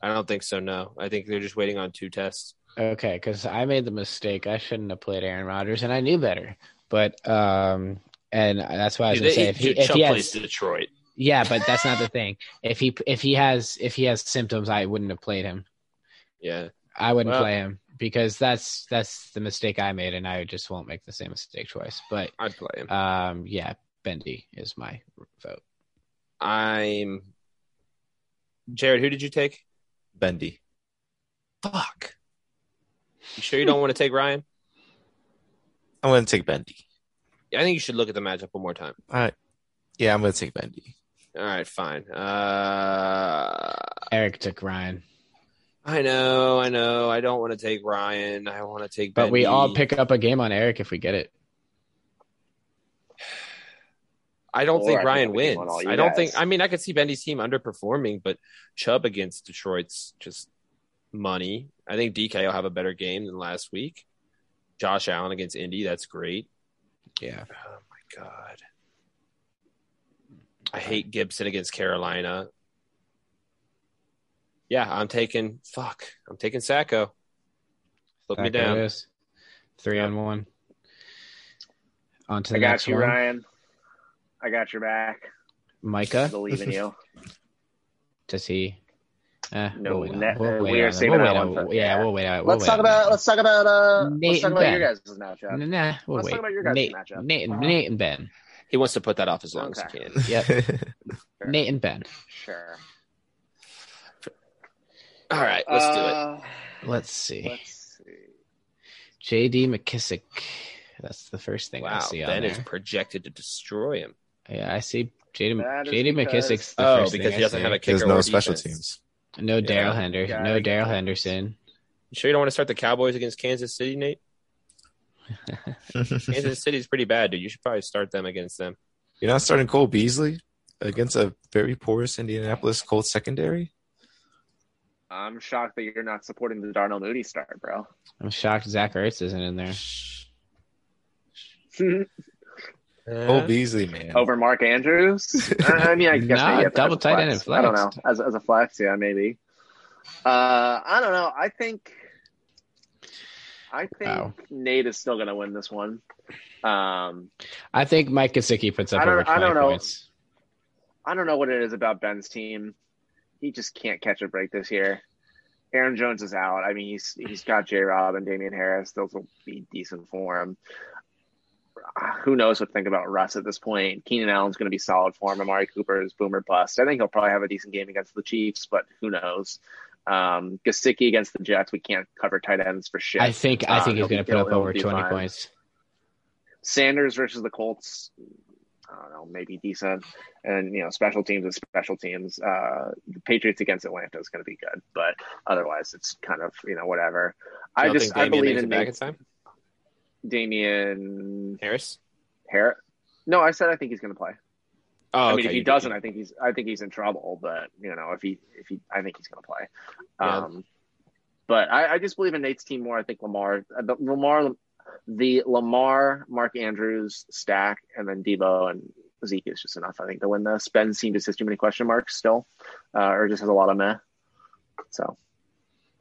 [SPEAKER 2] I don't think so. No, I think they're just waiting on two tests.
[SPEAKER 1] Okay, because I made the mistake. I shouldn't have played Aaron Rodgers, and I knew better. But um, and that's why I was
[SPEAKER 2] Dude,
[SPEAKER 1] gonna
[SPEAKER 2] they-
[SPEAKER 1] say if he
[SPEAKER 2] dude,
[SPEAKER 1] if
[SPEAKER 2] Chubb
[SPEAKER 1] he
[SPEAKER 2] plays
[SPEAKER 1] has
[SPEAKER 2] Detroit.
[SPEAKER 1] yeah, but that's not the thing. If he if he has if he has symptoms, I wouldn't have played him.
[SPEAKER 2] Yeah,
[SPEAKER 1] I wouldn't
[SPEAKER 2] Well-
[SPEAKER 1] play him because that's that's the mistake I made, and I just won't make the same mistake twice. But
[SPEAKER 2] I'd play him.
[SPEAKER 1] um, yeah, Bendy is my vote.
[SPEAKER 2] I'm Jared. Who did you take?
[SPEAKER 3] Bendy.
[SPEAKER 2] Fuck. You sure you don't want to take Ryan?
[SPEAKER 3] I'm going to take Bendy.
[SPEAKER 2] I think you should look at the matchup one more time.
[SPEAKER 3] All right. Yeah, I'm going to take Bendy.
[SPEAKER 2] All right, fine. Uh,
[SPEAKER 1] Eric took Ryan,
[SPEAKER 2] I know, I know. I don't want to take Ryan. I want to take.
[SPEAKER 1] but we
[SPEAKER 2] Bendy.
[SPEAKER 1] all pick up a game on Eric if we get it.
[SPEAKER 2] I don't
[SPEAKER 4] Or I
[SPEAKER 2] think
[SPEAKER 4] pick
[SPEAKER 2] Ryan
[SPEAKER 4] up a game
[SPEAKER 2] wins.
[SPEAKER 4] on all you
[SPEAKER 2] I don't
[SPEAKER 4] guys.
[SPEAKER 2] think. I mean, I could see Bendy's team underperforming, but Chubb against Detroit's just money. I think DK will have a better game than last week. Josh Allen against Indy, that's great.
[SPEAKER 1] Yeah.
[SPEAKER 2] Oh my god. I hate Gibson against Carolina. Yeah, I'm taking fuck. I'm taking Sacco. Look me
[SPEAKER 1] Back
[SPEAKER 2] down.
[SPEAKER 1] it is. Three on one. On to the
[SPEAKER 4] I got
[SPEAKER 1] next
[SPEAKER 4] you,
[SPEAKER 1] one.
[SPEAKER 4] Ryan. I got your back. I
[SPEAKER 1] Micah,
[SPEAKER 4] believe in you.
[SPEAKER 1] does he? Eh,
[SPEAKER 4] No,
[SPEAKER 1] we'll wait on-
[SPEAKER 4] ne-
[SPEAKER 1] we'll
[SPEAKER 4] uh,
[SPEAKER 1] wait
[SPEAKER 4] we are
[SPEAKER 1] on-
[SPEAKER 4] saving
[SPEAKER 1] we'll
[SPEAKER 4] that
[SPEAKER 1] wait
[SPEAKER 4] one
[SPEAKER 1] on-
[SPEAKER 4] for-
[SPEAKER 1] Yeah,
[SPEAKER 4] yeah.
[SPEAKER 1] we'll wait. on- we'll
[SPEAKER 4] Let's
[SPEAKER 1] wait
[SPEAKER 4] talk
[SPEAKER 1] on
[SPEAKER 4] about. Let's talk about. Uh,
[SPEAKER 1] Nate
[SPEAKER 4] let's talk
[SPEAKER 1] and
[SPEAKER 4] about
[SPEAKER 1] Ben.
[SPEAKER 4] your guys' matchup.
[SPEAKER 1] Nah, we'll
[SPEAKER 4] Let's
[SPEAKER 1] wait.
[SPEAKER 4] talk about your guys'
[SPEAKER 1] Nate,
[SPEAKER 4] matchup. Uh-huh.
[SPEAKER 1] Nate, Nate and Ben.
[SPEAKER 2] He wants to put that off as long as he
[SPEAKER 4] Okay.
[SPEAKER 2] can.
[SPEAKER 3] Yep.
[SPEAKER 4] Sure.
[SPEAKER 1] Nate and Ben.
[SPEAKER 4] Sure.
[SPEAKER 2] All right, let's do it.
[SPEAKER 1] Let's see.
[SPEAKER 4] Uh, Let's see.
[SPEAKER 1] J.D. McKissick. That's the first thing I
[SPEAKER 2] Wow,
[SPEAKER 1] see on
[SPEAKER 2] Ben
[SPEAKER 1] there.
[SPEAKER 2] is projected to destroy him.
[SPEAKER 1] yeah, I see J.D.
[SPEAKER 4] That is
[SPEAKER 1] J.D.
[SPEAKER 4] because-
[SPEAKER 1] McKissick's the
[SPEAKER 2] Oh,
[SPEAKER 1] first
[SPEAKER 2] because
[SPEAKER 1] thing
[SPEAKER 2] he
[SPEAKER 1] I
[SPEAKER 2] doesn't
[SPEAKER 1] see.
[SPEAKER 2] have a kicker.
[SPEAKER 3] There's no
[SPEAKER 2] or
[SPEAKER 3] special
[SPEAKER 2] defense.
[SPEAKER 3] teams.
[SPEAKER 1] No Daryl
[SPEAKER 4] Yeah,
[SPEAKER 1] Henderson.
[SPEAKER 4] gotta
[SPEAKER 1] No
[SPEAKER 4] get
[SPEAKER 1] Daryl
[SPEAKER 4] that.
[SPEAKER 1] Henderson.
[SPEAKER 2] You sure you don't want to start the Cowboys against Kansas City, Nate? Kansas City's pretty bad, dude. You should probably start them against them.
[SPEAKER 3] You're not starting Cole Beasley against a very porous Indianapolis Colts secondary?
[SPEAKER 4] I'm shocked that you're not supporting the Darnell Moody start, bro.
[SPEAKER 1] I'm shocked Zach Ertz isn't in there.
[SPEAKER 3] Cole Beasley, man.
[SPEAKER 4] over Mark Andrews. I I mean, I guess
[SPEAKER 1] Nah,
[SPEAKER 4] maybe at the
[SPEAKER 1] double
[SPEAKER 4] as a
[SPEAKER 1] tight end and
[SPEAKER 4] I don't know.
[SPEAKER 1] flex.
[SPEAKER 4] As, as a flex, yeah, maybe. Uh, I don't know. I think. I think
[SPEAKER 1] Wow.
[SPEAKER 4] Nate is still going to win this one. Um,
[SPEAKER 1] I think Mike Kosicki puts up
[SPEAKER 4] I don't-
[SPEAKER 1] over
[SPEAKER 4] I
[SPEAKER 1] 20
[SPEAKER 4] don't know.
[SPEAKER 1] points.
[SPEAKER 4] I don't know what it is about Ben's team. He just can't catch a break this year. Aaron Jones is out. I mean, he's he's got J. Rob and Damian Harris. Those will be decent for him. Who knows what to think about Russ at this point? Keenan Allen's going to be solid for him. Amari Cooper is boomer bust. I think he'll probably have a decent game against the Chiefs, but who knows? Um, Gasicki against the Jets, we can't cover tight ends for shit.
[SPEAKER 1] I think I
[SPEAKER 4] Uh,
[SPEAKER 1] think he's
[SPEAKER 4] he'll-
[SPEAKER 1] going to put
[SPEAKER 4] he'll-
[SPEAKER 1] up
[SPEAKER 4] he'll
[SPEAKER 1] over
[SPEAKER 4] do
[SPEAKER 1] 20
[SPEAKER 4] fine.
[SPEAKER 1] points.
[SPEAKER 4] Sanders versus the Colts, I don't know, maybe decent. And you know, special teams is special teams. Uh, the Patriots against Atlanta is going to be good, but otherwise, it's kind of you know whatever. I just I believe in
[SPEAKER 2] back in
[SPEAKER 4] Nate,
[SPEAKER 2] time.
[SPEAKER 4] Damian
[SPEAKER 2] Harris.
[SPEAKER 4] Harris. No, I said I think he's going to play.
[SPEAKER 2] Oh,
[SPEAKER 4] I mean,
[SPEAKER 2] okay,
[SPEAKER 4] if he
[SPEAKER 2] you-
[SPEAKER 4] doesn't, I think he's I think he's in trouble. But you know, if he if he, I think he's going to play.
[SPEAKER 2] Yeah.
[SPEAKER 4] Um, but I, I just believe in Nate's team more. I think Lamar, uh, the Lamar, the Lamar, Mark Andrews stack, and then Debo and Zeke is just enough. I think to win this. Ben seemed to just too many question marks still, uh, or just has a lot of meh. So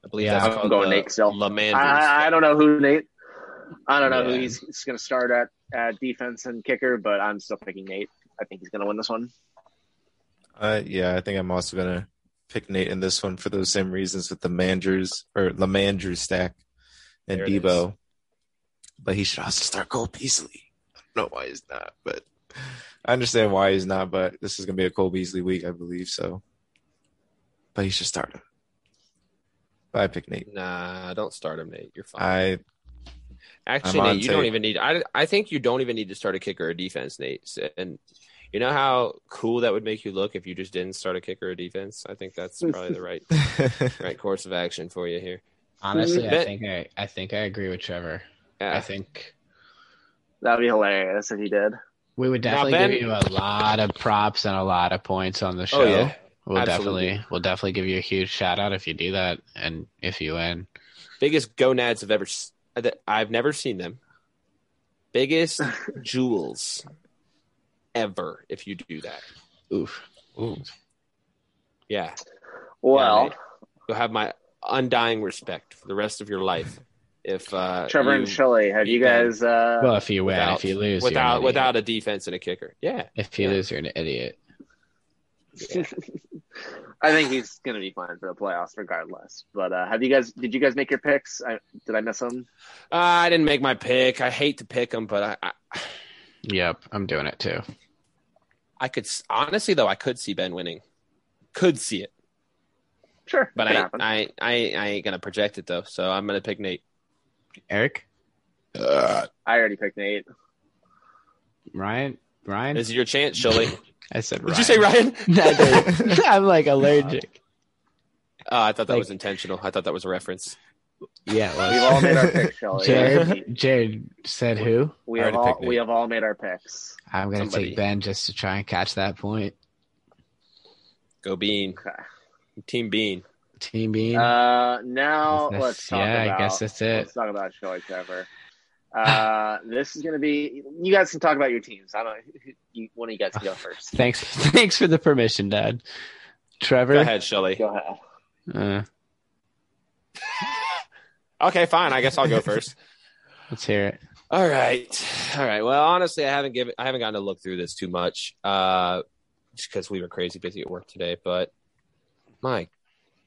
[SPEAKER 2] I believe
[SPEAKER 1] Yeah,
[SPEAKER 2] that's
[SPEAKER 4] I'm
[SPEAKER 2] called
[SPEAKER 4] going
[SPEAKER 2] the
[SPEAKER 4] Nate still.
[SPEAKER 2] Lamanders.
[SPEAKER 4] I, I don't know who Nate. I don't know who
[SPEAKER 2] Yeah.
[SPEAKER 4] he's, he's going to start at, at defense and kicker, but I'm still picking Nate. I think he's going to win this one.
[SPEAKER 3] Uh, yeah, I think I'm also gonna pick Nate in this one for those same reasons with the Mandrews or Lamandrew stack and
[SPEAKER 2] There it
[SPEAKER 3] Debo. But he should also start Cole Beasley. I don't know why he's not, but I understand why he's not. But this is gonna be a Cole Beasley week, I believe. So, but he should start him. But I pick Nate.
[SPEAKER 2] Nah, don't start him, Nate. You're fine.
[SPEAKER 3] I
[SPEAKER 2] Actually,
[SPEAKER 3] I'm on
[SPEAKER 2] Nate, you don't
[SPEAKER 3] tape.
[SPEAKER 2] even need. I I think you don't even need to start a kicker or defense, Nate. S- And you know how cool that would make you look if you just didn't start a kicker or defense. I think that's probably the right right course of action for you here.
[SPEAKER 1] Honestly, I
[SPEAKER 2] Ben-
[SPEAKER 1] think I, I think I agree with Trevor. I
[SPEAKER 2] Yeah.
[SPEAKER 1] think
[SPEAKER 4] That'd be hilarious if he did.
[SPEAKER 1] we would
[SPEAKER 2] Now,
[SPEAKER 1] definitely
[SPEAKER 2] Ben-
[SPEAKER 1] give you a lot of props and a lot of points on the show.
[SPEAKER 2] Oh yeah,
[SPEAKER 1] We'll
[SPEAKER 2] absolutely.
[SPEAKER 1] definitely we'll definitely give you a huge shout out if you do that and if you win.
[SPEAKER 2] biggest gonads I've ever s- that I've never seen them. Biggest jewels ever. If you do that,
[SPEAKER 1] Oof.
[SPEAKER 3] ooh,
[SPEAKER 2] yeah,
[SPEAKER 4] Well,
[SPEAKER 2] Nate. you'll have my undying respect for the rest of your life. If uh,
[SPEAKER 4] Trevor and
[SPEAKER 2] you-
[SPEAKER 4] Shelly, have you
[SPEAKER 2] beat them.
[SPEAKER 4] guys? Uh,
[SPEAKER 1] Well, if you win,
[SPEAKER 2] without-
[SPEAKER 1] if you lose, you're an
[SPEAKER 2] without
[SPEAKER 1] idiot.
[SPEAKER 2] without a defense and a kicker, yeah.
[SPEAKER 1] if you
[SPEAKER 2] yeah.
[SPEAKER 1] lose, you're an idiot.
[SPEAKER 4] I think he's gonna be fine for the playoffs, regardless. But uh, have you guys? Did you guys make your picks? I, did I miss them?
[SPEAKER 2] Uh, I didn't make my pick. I hate to pick them, but I, I,
[SPEAKER 1] Yep, I'm doing it too.
[SPEAKER 2] I could s- honestly though I could see Ben winning, could see it,
[SPEAKER 4] Sure,
[SPEAKER 2] but
[SPEAKER 4] it
[SPEAKER 2] I,
[SPEAKER 4] happened.
[SPEAKER 2] I I I ain't gonna project it though. So I'm gonna pick Nate.
[SPEAKER 1] Eric,
[SPEAKER 4] I already picked Nate.
[SPEAKER 1] Ryan, Ryan.
[SPEAKER 2] This is your chance, Shirley.
[SPEAKER 1] I said.
[SPEAKER 2] Did you say Ryan?
[SPEAKER 1] I did. I'm like allergic.
[SPEAKER 2] Oh, I thought that
[SPEAKER 1] Like-
[SPEAKER 2] was intentional. I thought that was a reference.
[SPEAKER 1] Yeah, it
[SPEAKER 4] We've
[SPEAKER 1] was.
[SPEAKER 4] all made our picks, Shelly.
[SPEAKER 1] Jared, Jared said who?
[SPEAKER 4] We
[SPEAKER 3] I
[SPEAKER 4] have
[SPEAKER 3] already
[SPEAKER 4] all
[SPEAKER 3] picked Nate.
[SPEAKER 4] we have all made our picks.
[SPEAKER 1] I'm gonna
[SPEAKER 2] Somebody.
[SPEAKER 1] take Ben just to try and catch that point.
[SPEAKER 2] Go Bean,
[SPEAKER 4] Okay.
[SPEAKER 2] Team Bean.
[SPEAKER 1] Team Bean.
[SPEAKER 4] Uh, now
[SPEAKER 1] That's-
[SPEAKER 4] let's talk
[SPEAKER 1] yeah,
[SPEAKER 4] about.
[SPEAKER 1] I guess that's
[SPEAKER 4] Let's
[SPEAKER 1] it.
[SPEAKER 4] talk about Shelly Trevor. Uh, this is gonna be. You guys can talk about your teams. I don't. You, one of you guys can go first.
[SPEAKER 1] Thanks, thanks for the permission, Dad. Trevor.
[SPEAKER 2] Go ahead, Shirley.
[SPEAKER 4] Go ahead.
[SPEAKER 1] Uh,
[SPEAKER 2] Okay, fine. I guess I'll go first.
[SPEAKER 1] let's hear it.
[SPEAKER 2] All right. All right. Well, honestly, I haven't given I haven't gotten to look through this too much. Uh just because we were crazy busy at work today, but my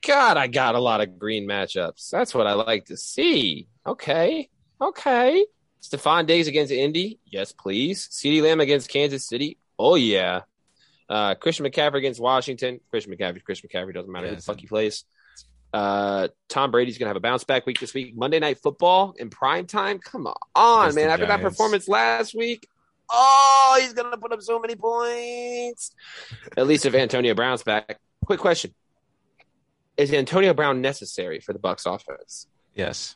[SPEAKER 2] God, I got a lot of green matchups. That's what I like to see. Okay. Okay. Stephon Diggs against Indy. Yes, please. CeeDee Lamb against Kansas City. Oh yeah. Uh Christian McCaffrey against Washington. Christian McCaffrey, Christian McCaffrey, doesn't matter who the
[SPEAKER 3] Yes.
[SPEAKER 2] fuck he plays. Uh, Tom Brady's gonna have a bounce back week this week. Monday Night Football in prime time. Come on,
[SPEAKER 3] Against the
[SPEAKER 2] man! After that
[SPEAKER 3] Giants.
[SPEAKER 2] performance last week, oh, he's gonna put up so many points. At least if Antonio Brown's back. Quick question: Is Antonio Brown necessary for the Bucks offense?
[SPEAKER 3] yes,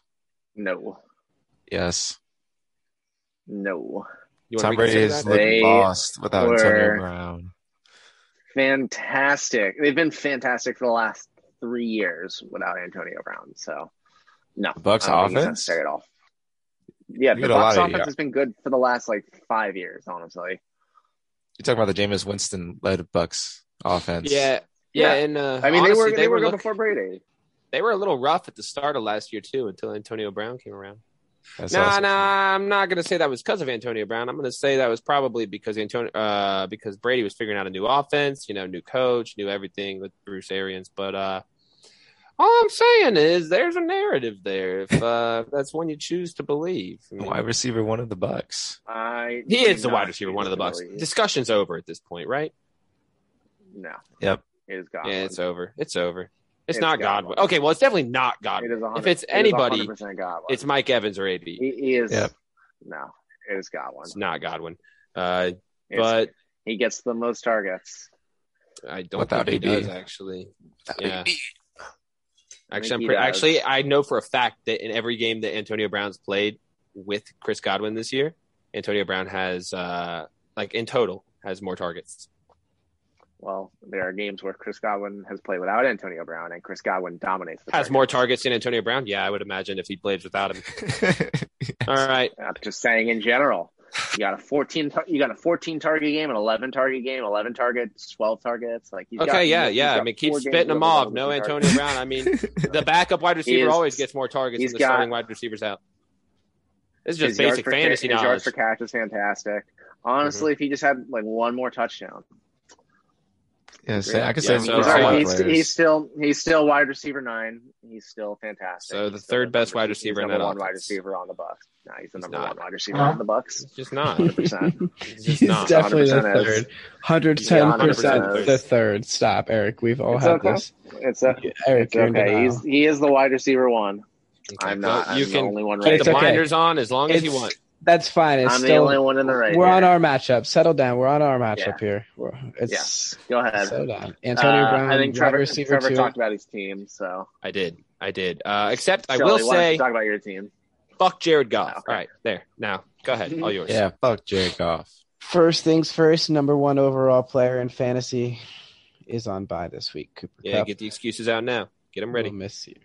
[SPEAKER 4] No,
[SPEAKER 3] yes.
[SPEAKER 4] no.
[SPEAKER 2] You wanna
[SPEAKER 3] Tom Brady
[SPEAKER 2] reconsider
[SPEAKER 3] is
[SPEAKER 2] that?
[SPEAKER 3] looking
[SPEAKER 4] They
[SPEAKER 3] lost without
[SPEAKER 4] were-
[SPEAKER 3] Antonio Brown.
[SPEAKER 4] fantastic. They've been fantastic for the last three years without Antonio Brown. So, no,
[SPEAKER 3] The Bucks Oh,
[SPEAKER 4] I don't think he's
[SPEAKER 3] offense?
[SPEAKER 4] necessary at all. Yeah,
[SPEAKER 3] You
[SPEAKER 4] the
[SPEAKER 3] got a
[SPEAKER 4] Bucks
[SPEAKER 3] lot of-
[SPEAKER 4] offense has been good for the last like five years, honestly.
[SPEAKER 3] You're talking about the Jameis Winston led Bucks offense.
[SPEAKER 2] Yeah. Yeah,
[SPEAKER 4] Yeah.
[SPEAKER 2] and uh,
[SPEAKER 4] I mean, they
[SPEAKER 2] honestly,
[SPEAKER 4] were they, were, good
[SPEAKER 2] look-
[SPEAKER 4] before Brady.
[SPEAKER 2] they were a little rough at the start of last year too, until Antonio Brown came around.
[SPEAKER 3] That's
[SPEAKER 2] No,
[SPEAKER 3] also
[SPEAKER 2] no, I'm not going to say that was because of Antonio Brown. I'm going to say that was probably because Antonio, uh, because Brady was figuring out a new offense, you know, new coach, new everything with Bruce Arians. But uh, all I'm saying is there's a narrative there. If uh, that's one you choose to believe, I mean,
[SPEAKER 3] Wide receiver one of the Bucks.
[SPEAKER 4] I
[SPEAKER 2] he is
[SPEAKER 4] do
[SPEAKER 2] the
[SPEAKER 4] not
[SPEAKER 2] wide receiver, one of the Bucks.
[SPEAKER 4] believe-
[SPEAKER 2] Discussion's over at this point, right?
[SPEAKER 4] No.
[SPEAKER 3] Yep.
[SPEAKER 4] It is Godwin.
[SPEAKER 2] Yeah, it's over. It's over. It's,
[SPEAKER 4] It's
[SPEAKER 2] not
[SPEAKER 4] Godwin.
[SPEAKER 2] Godwin. Okay, well, it's definitely not Godwin.
[SPEAKER 4] It is 100,
[SPEAKER 2] If it's
[SPEAKER 4] it is
[SPEAKER 2] anybody,
[SPEAKER 4] 100% Godwin.
[SPEAKER 2] It's Mike Evans or AB.
[SPEAKER 4] he, he is
[SPEAKER 3] Yep.
[SPEAKER 4] no, it is Godwin.
[SPEAKER 2] It's not Godwin. Uh,
[SPEAKER 4] It's-
[SPEAKER 2] but
[SPEAKER 4] he gets the most targets.
[SPEAKER 2] I don't
[SPEAKER 3] Without
[SPEAKER 2] think he
[SPEAKER 3] AB.
[SPEAKER 2] does actually. Yeah. Actually,
[SPEAKER 4] think
[SPEAKER 2] I'm
[SPEAKER 4] he
[SPEAKER 2] pre-
[SPEAKER 4] does.
[SPEAKER 2] actually, I know for a fact that in every game that Antonio Brown's played with Chris Godwin this year, Antonio Brown has uh, like in total has more targets.
[SPEAKER 4] Well, there are games where Chris Godwin has played without Antonio Brown, and Chris Godwin dominates. The
[SPEAKER 2] Has
[SPEAKER 4] target.
[SPEAKER 2] more targets than Antonio Brown? Yeah, I would imagine if he plays without him. All right,
[SPEAKER 4] I'm just saying in general. You got a 14. tar- You got a 14 target game, an 11 target game, 11 targets, 12 targets. Like he's
[SPEAKER 2] okay,
[SPEAKER 4] got,
[SPEAKER 2] yeah,
[SPEAKER 4] he's
[SPEAKER 2] yeah.
[SPEAKER 4] got
[SPEAKER 2] I mean, keep
[SPEAKER 4] four games
[SPEAKER 2] spitting them
[SPEAKER 4] with
[SPEAKER 2] off.
[SPEAKER 4] over
[SPEAKER 2] No
[SPEAKER 4] 15
[SPEAKER 2] Antonio
[SPEAKER 4] targets.
[SPEAKER 2] Brown. I mean, the backup wide receiver
[SPEAKER 4] is-
[SPEAKER 2] always gets more targets
[SPEAKER 4] he's
[SPEAKER 2] than the
[SPEAKER 4] got-
[SPEAKER 2] starting wide receivers have. This is just
[SPEAKER 4] His yards
[SPEAKER 2] basic
[SPEAKER 4] per ca-
[SPEAKER 2] fantasy
[SPEAKER 4] his yards
[SPEAKER 2] knowledge. Mm-hmm.
[SPEAKER 4] per catch is fantastic. Honestly, if he just had like one more touchdown,
[SPEAKER 3] Yeah, so I
[SPEAKER 2] Yeah,
[SPEAKER 3] could say
[SPEAKER 2] so
[SPEAKER 3] for
[SPEAKER 4] he's,
[SPEAKER 2] all
[SPEAKER 3] all
[SPEAKER 2] right,
[SPEAKER 3] my
[SPEAKER 4] he's,
[SPEAKER 3] players.
[SPEAKER 4] he's still he's still wide receiver nine. He's still fantastic.
[SPEAKER 2] So the
[SPEAKER 4] He's still
[SPEAKER 2] third best
[SPEAKER 4] number-
[SPEAKER 2] wide
[SPEAKER 4] he's
[SPEAKER 2] receiver in
[SPEAKER 4] number
[SPEAKER 2] that
[SPEAKER 4] one wide
[SPEAKER 2] offense.
[SPEAKER 4] receiver on the Bucks. No, he's the
[SPEAKER 2] He's
[SPEAKER 4] number
[SPEAKER 2] not.
[SPEAKER 4] one wide receiver on the Bucks.
[SPEAKER 2] It's just not.
[SPEAKER 4] percent.
[SPEAKER 2] It's
[SPEAKER 1] He's
[SPEAKER 2] just not.
[SPEAKER 1] definitely the
[SPEAKER 4] 100%
[SPEAKER 1] third.
[SPEAKER 4] is.
[SPEAKER 1] 110% the
[SPEAKER 4] 100%
[SPEAKER 1] third. Stop, Eric. We've all
[SPEAKER 4] It's
[SPEAKER 1] had
[SPEAKER 4] okay.
[SPEAKER 1] this.
[SPEAKER 4] It's a,
[SPEAKER 1] Eric,
[SPEAKER 4] it's
[SPEAKER 1] you're in
[SPEAKER 4] okay.
[SPEAKER 1] denial.
[SPEAKER 4] He's he is the wide receiver one.
[SPEAKER 2] Okay,
[SPEAKER 4] I'm
[SPEAKER 2] well,
[SPEAKER 4] not. I'm
[SPEAKER 2] you
[SPEAKER 4] the
[SPEAKER 2] can
[SPEAKER 4] only one.
[SPEAKER 2] keep
[SPEAKER 4] Right
[SPEAKER 2] the
[SPEAKER 1] It's okay.
[SPEAKER 2] blinders on as long as you
[SPEAKER 1] It's-
[SPEAKER 2] want.
[SPEAKER 1] That's fine. It's
[SPEAKER 4] I'm the
[SPEAKER 1] still
[SPEAKER 4] only one in the right.
[SPEAKER 1] we're on
[SPEAKER 4] here.
[SPEAKER 1] our matchup. Settle down. We're on our matchup here. We're,
[SPEAKER 4] Yeah.
[SPEAKER 1] it's
[SPEAKER 4] Go ahead.
[SPEAKER 1] settle down. Antonio
[SPEAKER 4] Uh,
[SPEAKER 1] Brown,
[SPEAKER 4] I think
[SPEAKER 1] wide
[SPEAKER 4] Trevor,
[SPEAKER 1] receiver
[SPEAKER 4] Trevor
[SPEAKER 1] two.
[SPEAKER 4] talked about his team, so
[SPEAKER 2] I did. I did. Uh, except I
[SPEAKER 4] Shelly,
[SPEAKER 2] will
[SPEAKER 4] why don't you
[SPEAKER 2] say,
[SPEAKER 4] talk about your team.
[SPEAKER 2] fuck Jared Goff.
[SPEAKER 4] Okay.
[SPEAKER 2] All right, there. Now, go ahead. All yours.
[SPEAKER 3] yeah, fuck Jared Goff.
[SPEAKER 1] First things first. Number one overall player in fantasy is on bye this week. Cooper
[SPEAKER 2] Yeah,
[SPEAKER 1] Kupp.
[SPEAKER 2] get the excuses out now. Get them ready.
[SPEAKER 1] We'll miss you.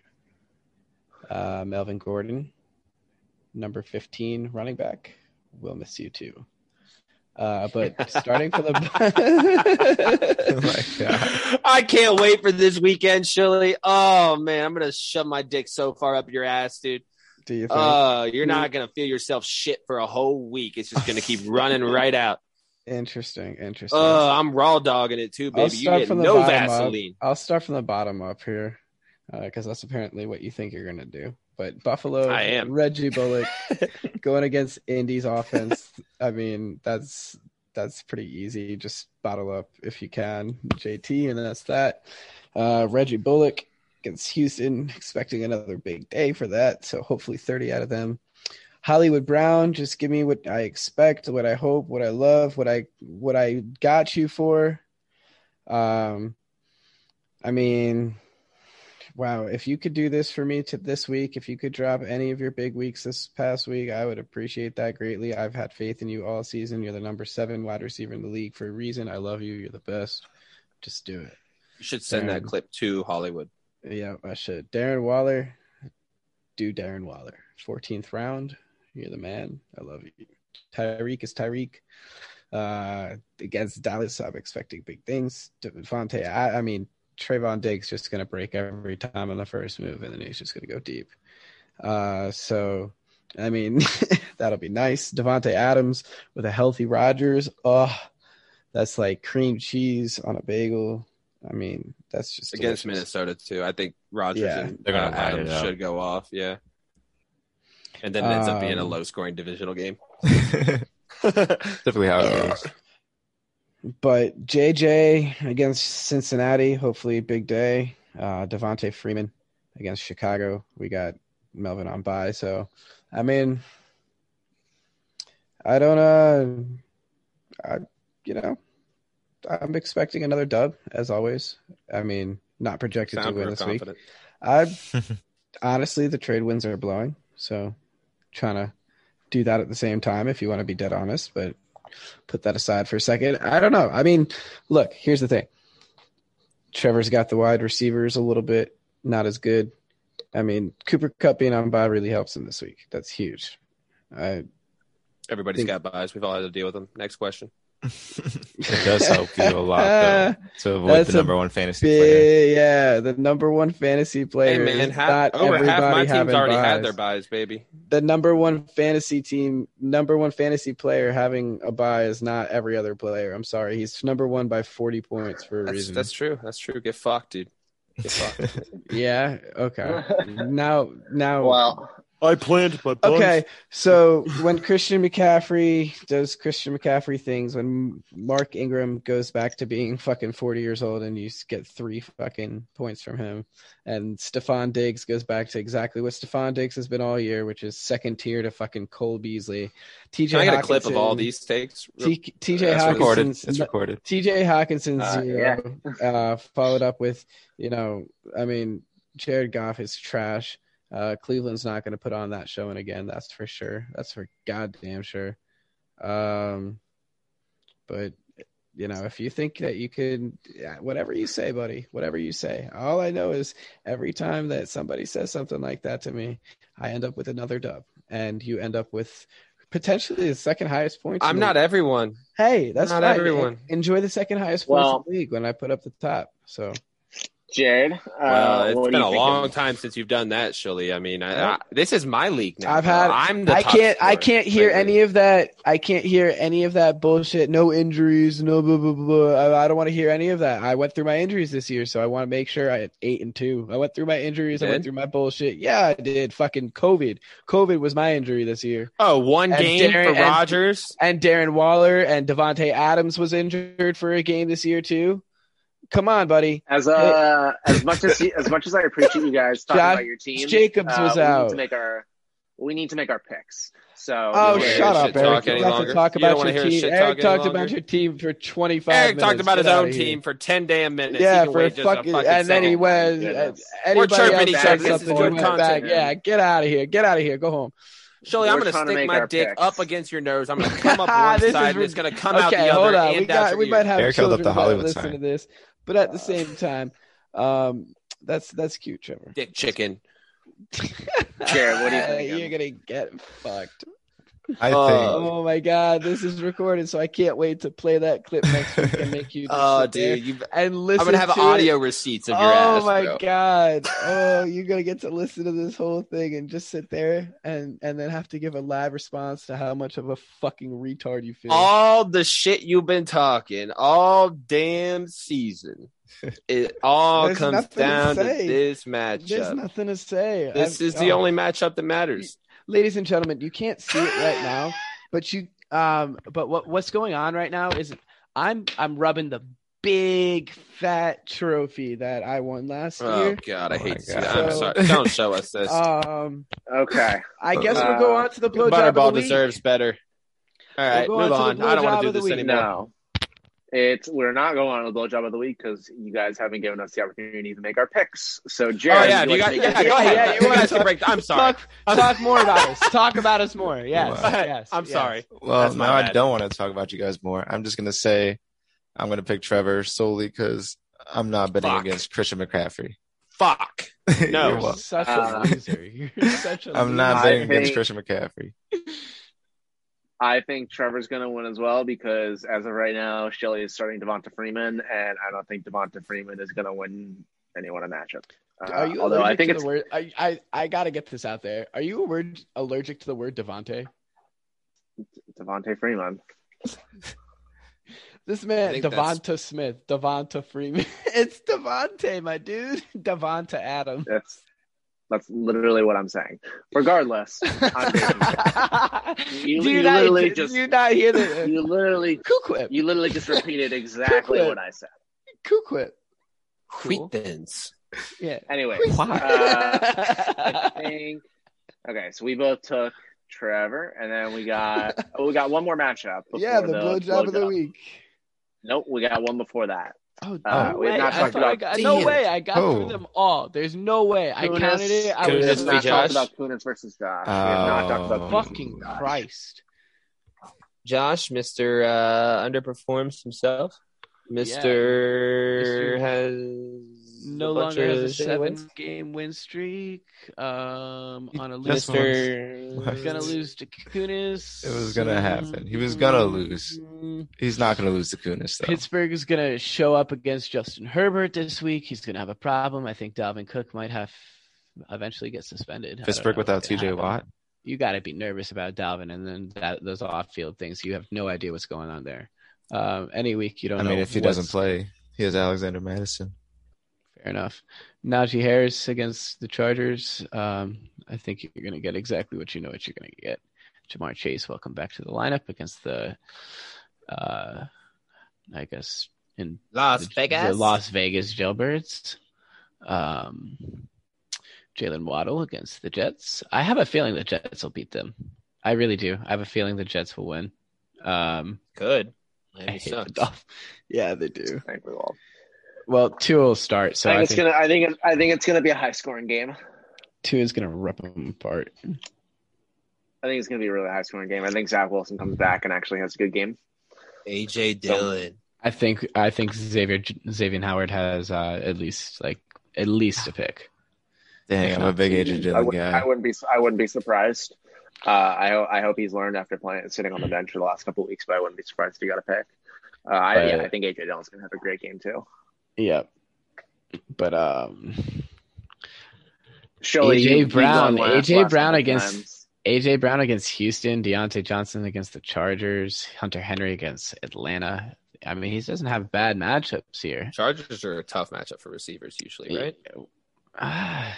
[SPEAKER 1] Uh, Melvin Gordon, number 15 running back. We'll miss you too. Uh, but starting for
[SPEAKER 3] Oh
[SPEAKER 1] the
[SPEAKER 3] my god.
[SPEAKER 2] I can't wait for this weekend, Shirley. Oh man, I'm gonna shove my dick so far up your ass, dude.
[SPEAKER 1] do you think?
[SPEAKER 2] Oh, you're
[SPEAKER 1] Mm-hmm.
[SPEAKER 2] not gonna feel yourself shit for a whole week. It's just gonna keep running right out.
[SPEAKER 1] interesting, interesting.
[SPEAKER 2] Oh, I'm raw dogging it too,
[SPEAKER 1] I'll
[SPEAKER 2] baby. You
[SPEAKER 1] start
[SPEAKER 2] get
[SPEAKER 1] from the
[SPEAKER 2] no
[SPEAKER 1] bottom up.
[SPEAKER 2] Vaseline.
[SPEAKER 1] I'll start from the bottom up here because that's apparently what you think you're going to do. But Buffalo,
[SPEAKER 2] I am.
[SPEAKER 1] Reggie Bullock going against Indy's offense. I mean, that's that's pretty easy. Just bottle up if you can, JT, and that's that. Uh, Reggie Bullock against Houston, expecting another big day for that. So hopefully, thirty out of them. Hollywood Brown, just give me what I expect, what I hope, what I love, what I what I got you for. Um, I mean, wow, if you could do this for me to this week, if you could drop any of your big weeks this past week, I would appreciate that greatly. I've had faith in you all season. You're the number seven wide receiver in the league for a reason. I love you. You're the best. Just do it.
[SPEAKER 2] You should send that
[SPEAKER 1] Damn.
[SPEAKER 2] clip to Hollywood.
[SPEAKER 1] Yeah, I should. Darren Waller, do Darren Waller. 14th round. You're the man. I love you. Tyreek is Tyreek. Uh, against Dallas, I'm expecting big things. Devontae, I, I mean, Trayvon Diggs just going to break every time on the first move, and then he's just going to go deep. Uh, so, I mean, that'll be nice. Devontae Adams with a healthy Rodgers. Oh, that's like cream cheese on a bagel. I mean, that's just
[SPEAKER 2] against
[SPEAKER 1] delicious.
[SPEAKER 2] Minnesota too. I think Rodgers
[SPEAKER 1] Yeah.
[SPEAKER 2] and
[SPEAKER 3] They're gonna
[SPEAKER 2] uh,
[SPEAKER 3] light it
[SPEAKER 2] Adams
[SPEAKER 3] up.
[SPEAKER 2] should go off. Yeah, and then it ends up being a
[SPEAKER 1] Um,
[SPEAKER 2] low scoring divisional game.
[SPEAKER 3] Typically how it goes.
[SPEAKER 1] But JJ against Cincinnati, hopefully big day. Uh, Devontae Freeman against Chicago. We got Melvin on bye. So, I mean, I don't know. I, you know, I'm expecting another dub as always. I mean, not projected to
[SPEAKER 2] Sound
[SPEAKER 1] win
[SPEAKER 2] real
[SPEAKER 1] this week.
[SPEAKER 2] confident.
[SPEAKER 1] I honestly, the trade winds are blowing. So, trying to do that at the same time if you want to be dead honest, but put that aside for a second. I don't know. I mean, look, here's the thing Trevor's got the wide receivers a little bit, not as good. I mean, Cooper Cup being on by really helps him this week. That's huge. I,
[SPEAKER 2] Everybody's got buys. We've all had to deal with them. Next question.
[SPEAKER 3] It does help you a lot though to avoid
[SPEAKER 1] That's
[SPEAKER 3] the
[SPEAKER 1] a
[SPEAKER 3] number one fantasy player.
[SPEAKER 1] Big- yeah, the number one fantasy player.
[SPEAKER 2] Hey man,
[SPEAKER 1] is
[SPEAKER 2] half,
[SPEAKER 1] not
[SPEAKER 2] over half my
[SPEAKER 1] everybody
[SPEAKER 2] team's
[SPEAKER 1] having
[SPEAKER 2] already
[SPEAKER 1] buys.
[SPEAKER 2] had their buys, baby.
[SPEAKER 1] The number one fantasy team, number one fantasy player having a buy is not every other player. I'm sorry, he's number one by 40 points for a
[SPEAKER 2] That's,
[SPEAKER 1] reason.
[SPEAKER 2] that's true. That's true. Get fucked, dude. Get fucked.
[SPEAKER 1] Yeah. Okay. now, now.
[SPEAKER 4] well,
[SPEAKER 2] I planned my
[SPEAKER 1] Okay, so when Christian McCaffrey does Christian McCaffrey things, when Mark Ingram goes back to being fucking 40 years old and you s- get three fucking points from him, and Stefan Diggs goes back to exactly what Stefan Diggs has been all year, which is second tier to fucking Cole Beasley. TJ
[SPEAKER 2] Can I get a
[SPEAKER 1] Hawkinson-
[SPEAKER 2] clip of all these takes?
[SPEAKER 1] T- TJ
[SPEAKER 2] That's
[SPEAKER 3] It's recorded.
[SPEAKER 1] Hawkinson's
[SPEAKER 3] It's recorded.
[SPEAKER 1] TJ Hawkinson
[SPEAKER 4] Uh,
[SPEAKER 1] zero, uh, followed up with, you know, I mean, Jared Goff is trash. Uh, Cleveland's not going to put on that showing again. That's for sure. That's for goddamn sure. Um, but you know, if you think that you could, yeah, whatever you say, buddy, whatever you say. All I know is every time that somebody says something like that to me, I end up with another dub, and you end up with potentially the second highest points. in
[SPEAKER 2] I'm
[SPEAKER 1] the
[SPEAKER 2] not everyone.
[SPEAKER 1] Hey, that's
[SPEAKER 2] Not
[SPEAKER 1] fine.
[SPEAKER 2] everyone.
[SPEAKER 1] En- Enjoy the second highest points
[SPEAKER 4] Well-
[SPEAKER 1] in the league when I put up the top. So
[SPEAKER 4] Jared, uh,
[SPEAKER 2] Well, it's
[SPEAKER 4] what do
[SPEAKER 2] been
[SPEAKER 4] you
[SPEAKER 2] a
[SPEAKER 4] think
[SPEAKER 2] long
[SPEAKER 4] of-
[SPEAKER 2] time since you've done that, Shilly. I mean, I,
[SPEAKER 1] Yeah.
[SPEAKER 2] I, this is my league now.
[SPEAKER 1] I've had-
[SPEAKER 2] I'm the
[SPEAKER 1] I
[SPEAKER 2] top
[SPEAKER 1] can't. I
[SPEAKER 2] scorer
[SPEAKER 1] can't hear
[SPEAKER 2] lately.
[SPEAKER 1] any of that. I can't hear any of that bullshit. No injuries. No blah blah blah. blah. I, I don't want to hear any of that. I went through my injuries this year, so I want to make sure I had eight and two. I went through my injuries.
[SPEAKER 2] You
[SPEAKER 1] I went
[SPEAKER 2] did?
[SPEAKER 1] through my bullshit. Yeah, I did. Fucking COVID. COVID was my injury this year.
[SPEAKER 2] Oh, one
[SPEAKER 1] And
[SPEAKER 2] game
[SPEAKER 1] Darren-
[SPEAKER 2] for
[SPEAKER 1] and-
[SPEAKER 2] Rogers.
[SPEAKER 1] And Darren Waller and Devonte Adams was injured for a game this year too. Come on, buddy.
[SPEAKER 4] As uh, as much as you- as much as I appreciate you guys talking
[SPEAKER 1] Josh
[SPEAKER 4] about your team,
[SPEAKER 1] Jacobs
[SPEAKER 4] uh,
[SPEAKER 1] was
[SPEAKER 4] we
[SPEAKER 1] out.
[SPEAKER 4] Need to make our we need to make our picks. So
[SPEAKER 1] Oh,
[SPEAKER 2] wanna
[SPEAKER 4] Jared,
[SPEAKER 2] hear
[SPEAKER 1] shut
[SPEAKER 2] his
[SPEAKER 1] up,
[SPEAKER 2] shit
[SPEAKER 1] Eric.
[SPEAKER 2] talk any
[SPEAKER 1] You have
[SPEAKER 2] longer?
[SPEAKER 1] to talk
[SPEAKER 2] You don't
[SPEAKER 1] about
[SPEAKER 2] wanna
[SPEAKER 1] your
[SPEAKER 2] hear his
[SPEAKER 1] team.
[SPEAKER 2] shit
[SPEAKER 1] Eric
[SPEAKER 2] talk any
[SPEAKER 1] talked
[SPEAKER 2] longer?
[SPEAKER 1] about your team for 25
[SPEAKER 2] Eric
[SPEAKER 1] minutes.
[SPEAKER 2] talked about
[SPEAKER 1] Get
[SPEAKER 2] his own
[SPEAKER 1] outta here.
[SPEAKER 2] team for ten damn minutes.
[SPEAKER 1] Yeah,
[SPEAKER 2] He can
[SPEAKER 1] for
[SPEAKER 2] wait
[SPEAKER 1] a
[SPEAKER 2] just a
[SPEAKER 1] fucking,
[SPEAKER 2] fucking
[SPEAKER 1] and then he
[SPEAKER 2] second.
[SPEAKER 1] went.
[SPEAKER 4] Goodness.
[SPEAKER 1] uh, Anybody
[SPEAKER 2] chirping
[SPEAKER 1] else
[SPEAKER 4] each
[SPEAKER 1] said
[SPEAKER 4] other. This is
[SPEAKER 1] something,
[SPEAKER 4] good
[SPEAKER 1] he went
[SPEAKER 2] content,
[SPEAKER 1] back.
[SPEAKER 4] man.
[SPEAKER 1] Yeah, get out of here. Get out of here. Go home.
[SPEAKER 2] Shilly, I'm
[SPEAKER 4] We're
[SPEAKER 2] going to
[SPEAKER 4] trying to
[SPEAKER 2] stick
[SPEAKER 4] make
[SPEAKER 2] my
[SPEAKER 4] our
[SPEAKER 2] dick
[SPEAKER 4] picks.
[SPEAKER 2] up against your nose. I'm going to come up one
[SPEAKER 1] Ah, This is
[SPEAKER 2] side and
[SPEAKER 1] rid-
[SPEAKER 2] it's going to come out
[SPEAKER 1] okay,
[SPEAKER 2] the
[SPEAKER 1] hold
[SPEAKER 2] other
[SPEAKER 1] on.
[SPEAKER 2] and
[SPEAKER 1] We
[SPEAKER 2] out
[SPEAKER 1] got.
[SPEAKER 2] your
[SPEAKER 1] We
[SPEAKER 2] ear.
[SPEAKER 1] might have
[SPEAKER 3] Eric held up
[SPEAKER 1] children
[SPEAKER 3] the Hollywood
[SPEAKER 1] that listen
[SPEAKER 3] sign.
[SPEAKER 1] to this, but at the same time, um, that's that's cute, Trevor.
[SPEAKER 2] dick chicken.
[SPEAKER 4] Jared, what do you think?
[SPEAKER 1] You're gonna get fucked.
[SPEAKER 3] I
[SPEAKER 2] Uh,
[SPEAKER 1] Oh my god, this is recorded, so I can't wait to play that clip next week and make you. just
[SPEAKER 2] Oh,
[SPEAKER 1] sit there
[SPEAKER 2] dude, you've,
[SPEAKER 1] and listen.
[SPEAKER 2] I'm going to have
[SPEAKER 1] to it.
[SPEAKER 2] audio receipts of your
[SPEAKER 1] oh
[SPEAKER 2] ass.
[SPEAKER 1] my
[SPEAKER 2] bro.
[SPEAKER 1] god! Oh, you're gonna get to listen to this whole thing and just sit there and and then have to give a live response to how much of a fucking retard you feel.
[SPEAKER 2] all the shit you've been talking all damn season. It all
[SPEAKER 1] There's
[SPEAKER 2] comes
[SPEAKER 1] nothing to
[SPEAKER 2] down to,
[SPEAKER 1] say.
[SPEAKER 2] this
[SPEAKER 1] There's
[SPEAKER 2] matchup.
[SPEAKER 1] nothing to say.
[SPEAKER 2] this
[SPEAKER 1] I've-
[SPEAKER 2] is the
[SPEAKER 1] oh.
[SPEAKER 2] only matchup that matters.
[SPEAKER 1] ladies and gentlemen, you can't see it right now, but you um but what what's going on right now is I'm I'm rubbing the big fat trophy that I won last
[SPEAKER 2] Oh
[SPEAKER 1] year.
[SPEAKER 2] God, I
[SPEAKER 3] Oh,
[SPEAKER 2] hate
[SPEAKER 3] my
[SPEAKER 2] to see
[SPEAKER 3] God.
[SPEAKER 2] that. I'm
[SPEAKER 1] So-
[SPEAKER 2] sorry. Don't show us this.
[SPEAKER 1] Um
[SPEAKER 4] Okay,
[SPEAKER 1] I guess we'll go on to the blowjob of the
[SPEAKER 2] Uh, Butterball
[SPEAKER 1] week.
[SPEAKER 2] deserves better. All right,
[SPEAKER 1] We'll go
[SPEAKER 2] move
[SPEAKER 1] on
[SPEAKER 2] on.
[SPEAKER 1] to the
[SPEAKER 2] I don't
[SPEAKER 1] blowjob
[SPEAKER 2] want to
[SPEAKER 1] of the
[SPEAKER 2] do this
[SPEAKER 1] week.
[SPEAKER 2] anymore.
[SPEAKER 4] no, it's we're not going on the blowjob of the week because you guys haven't given us the opportunity to make our picks. So Jared,
[SPEAKER 2] oh yeah, if
[SPEAKER 4] would
[SPEAKER 2] you got
[SPEAKER 4] like to
[SPEAKER 2] yeah,
[SPEAKER 4] make your
[SPEAKER 2] go
[SPEAKER 1] Yeah,
[SPEAKER 2] ahead.
[SPEAKER 1] yeah,
[SPEAKER 2] you
[SPEAKER 1] you
[SPEAKER 2] guys
[SPEAKER 1] wanna
[SPEAKER 2] can
[SPEAKER 1] talk-
[SPEAKER 2] break. I'm sorry.
[SPEAKER 1] Talk, talk more about us. Talk about us more. Yes.
[SPEAKER 3] Wow.
[SPEAKER 1] yes
[SPEAKER 2] I'm
[SPEAKER 1] yes.
[SPEAKER 2] sorry.
[SPEAKER 3] think. Well,
[SPEAKER 2] That's my
[SPEAKER 3] now I
[SPEAKER 2] bad.
[SPEAKER 3] don't want to talk about you guys more. I'm just gonna say I'm gonna pick Trevor solely because I'm not betting
[SPEAKER 2] Fuck.
[SPEAKER 3] against Christian McCaffrey.
[SPEAKER 2] Fuck. No.
[SPEAKER 3] You're
[SPEAKER 1] You're
[SPEAKER 3] welcome.
[SPEAKER 1] such
[SPEAKER 4] Uh,
[SPEAKER 1] a loser. You're such a
[SPEAKER 3] I'm not
[SPEAKER 4] I
[SPEAKER 3] betting against
[SPEAKER 4] think-
[SPEAKER 3] Christian McCaffrey.
[SPEAKER 4] I think Trevor's going to win as well because as of right now, Shelley is starting Devonta Freeman, and I don't think Devonta Freeman is going to win anyone a matchup. Uh,
[SPEAKER 1] Are you
[SPEAKER 4] although
[SPEAKER 1] allergic
[SPEAKER 4] I think
[SPEAKER 1] to
[SPEAKER 4] it's
[SPEAKER 1] the word? I, I I gotta get this out there. Are you a word allergic to the word Devante?
[SPEAKER 4] Devonta Freeman.
[SPEAKER 1] This man
[SPEAKER 2] think that's-
[SPEAKER 1] Devonta Smith, Devonta Freeman. it's Devante, my dude. Devonta Adams.
[SPEAKER 4] That's that's literally what I'm saying. Regardless, I'm taking- You-
[SPEAKER 1] do you,
[SPEAKER 4] you
[SPEAKER 1] not,
[SPEAKER 4] literally
[SPEAKER 1] do
[SPEAKER 4] just-
[SPEAKER 1] you not hear the
[SPEAKER 4] you literally
[SPEAKER 1] Kuquip?
[SPEAKER 4] you literally just repeated exactly what I said.
[SPEAKER 1] Kuquip. Cool.
[SPEAKER 2] Wheatens.
[SPEAKER 1] Yeah.
[SPEAKER 4] Anyway,
[SPEAKER 3] Why?
[SPEAKER 4] uh, I think okay, so we both took Trevor, and then we got oh, we got one more matchup.
[SPEAKER 1] yeah,
[SPEAKER 4] before
[SPEAKER 1] the, blowjob of the
[SPEAKER 4] blowjob.
[SPEAKER 1] week.
[SPEAKER 4] Nope, we got one before that.
[SPEAKER 1] Oh,
[SPEAKER 4] Uh,
[SPEAKER 1] no
[SPEAKER 4] we
[SPEAKER 1] way.
[SPEAKER 4] have not
[SPEAKER 1] I
[SPEAKER 4] talked
[SPEAKER 1] thought I
[SPEAKER 4] about-
[SPEAKER 1] got, no
[SPEAKER 3] Damn.
[SPEAKER 1] way. I got
[SPEAKER 3] Oh.
[SPEAKER 1] through them all. There's no way. I
[SPEAKER 4] Kunis-
[SPEAKER 1] counted it. I
[SPEAKER 4] We
[SPEAKER 1] was
[SPEAKER 2] Kunis
[SPEAKER 4] have
[SPEAKER 2] v.
[SPEAKER 4] not talked
[SPEAKER 2] Josh.
[SPEAKER 4] about Kunis versus Josh. We have not talked about
[SPEAKER 3] Oh.
[SPEAKER 4] Kunis.
[SPEAKER 1] fucking Christ.
[SPEAKER 2] Josh, Mister uh, underperforms himself. Mister has
[SPEAKER 1] no
[SPEAKER 2] The
[SPEAKER 1] longer has a
[SPEAKER 2] Butchers. They win.
[SPEAKER 1] seven game win streak. Um, on a
[SPEAKER 3] This
[SPEAKER 1] loser.
[SPEAKER 2] Mister.
[SPEAKER 1] He's gonna lose to Kunis.
[SPEAKER 3] It was gonna happen. He was gonna lose. He's not going to lose to Kunis, though.
[SPEAKER 1] Pittsburgh is gonna show up against Justin Herbert this week. He's gonna have a problem. I think Dalvin Cook might have eventually get suspended. I don't
[SPEAKER 3] Pittsburgh
[SPEAKER 1] know
[SPEAKER 3] without
[SPEAKER 1] what's gonna
[SPEAKER 3] TJ
[SPEAKER 1] happen.
[SPEAKER 3] Watt.
[SPEAKER 1] You gotta be nervous about Dalvin, and then that, those off-field things. You have no idea what's going on there. Um, any week you don't.
[SPEAKER 3] I mean,
[SPEAKER 1] know
[SPEAKER 3] if he
[SPEAKER 1] what's-
[SPEAKER 3] doesn't play, he has Alexander Madison.
[SPEAKER 1] Fair enough. Najee Harris against the Chargers. Um, I think you're going to get exactly what you know what you're going to get. Jamar Chase, welcome back to the lineup against the, uh, I guess in
[SPEAKER 2] Las
[SPEAKER 1] the- the Las Vegas Jailbirds. Um, Jalen Waddle against the Jets. I have a feeling the Jets will beat them. I really do. I have a feeling the Jets will win. Um,
[SPEAKER 2] Good.
[SPEAKER 1] I
[SPEAKER 2] Miami
[SPEAKER 1] hate
[SPEAKER 2] sucks.
[SPEAKER 1] the Dolphins. Yeah, they do.
[SPEAKER 4] I think we will.
[SPEAKER 1] Well, two will start, so
[SPEAKER 4] I
[SPEAKER 1] I,
[SPEAKER 4] think it's
[SPEAKER 1] think
[SPEAKER 4] gonna. I think. I think it's gonna be a high scoring game.
[SPEAKER 1] two is going to rip them apart.
[SPEAKER 4] I think it's gonna be a really high scoring game. I think Zach Wilson comes back and actually has a good game.
[SPEAKER 2] AJ Dillon.
[SPEAKER 1] I think I think Xavier Xavier Howard has uh, at least like at least a pick.
[SPEAKER 3] Dang, I'm a big AJ
[SPEAKER 4] I,
[SPEAKER 3] Dillon
[SPEAKER 4] would,
[SPEAKER 3] guy.
[SPEAKER 4] I wouldn't be. I wouldn't be surprised. Uh, I hope. I hope he's learned after playing sitting
[SPEAKER 3] Hmm.
[SPEAKER 4] on the bench for the last couple of weeks. But I wouldn't be surprised if he got a pick. Uh, I,
[SPEAKER 1] But-
[SPEAKER 4] yeah, I think AJ Dillon's gonna have a great game too.
[SPEAKER 1] Yeah, but um,
[SPEAKER 4] Surely
[SPEAKER 1] AJ
[SPEAKER 4] you- you've
[SPEAKER 1] Brown-
[SPEAKER 4] gone last-
[SPEAKER 1] AJ
[SPEAKER 4] last
[SPEAKER 1] Brown
[SPEAKER 4] couple
[SPEAKER 1] against-
[SPEAKER 4] times.
[SPEAKER 1] AJ Brown against Houston, Deontay Johnson against the Chargers, Hunter Henry against Atlanta. I mean, he doesn't have bad matchups here.
[SPEAKER 2] Chargers are a tough matchup for receivers usually, right?
[SPEAKER 1] Ah,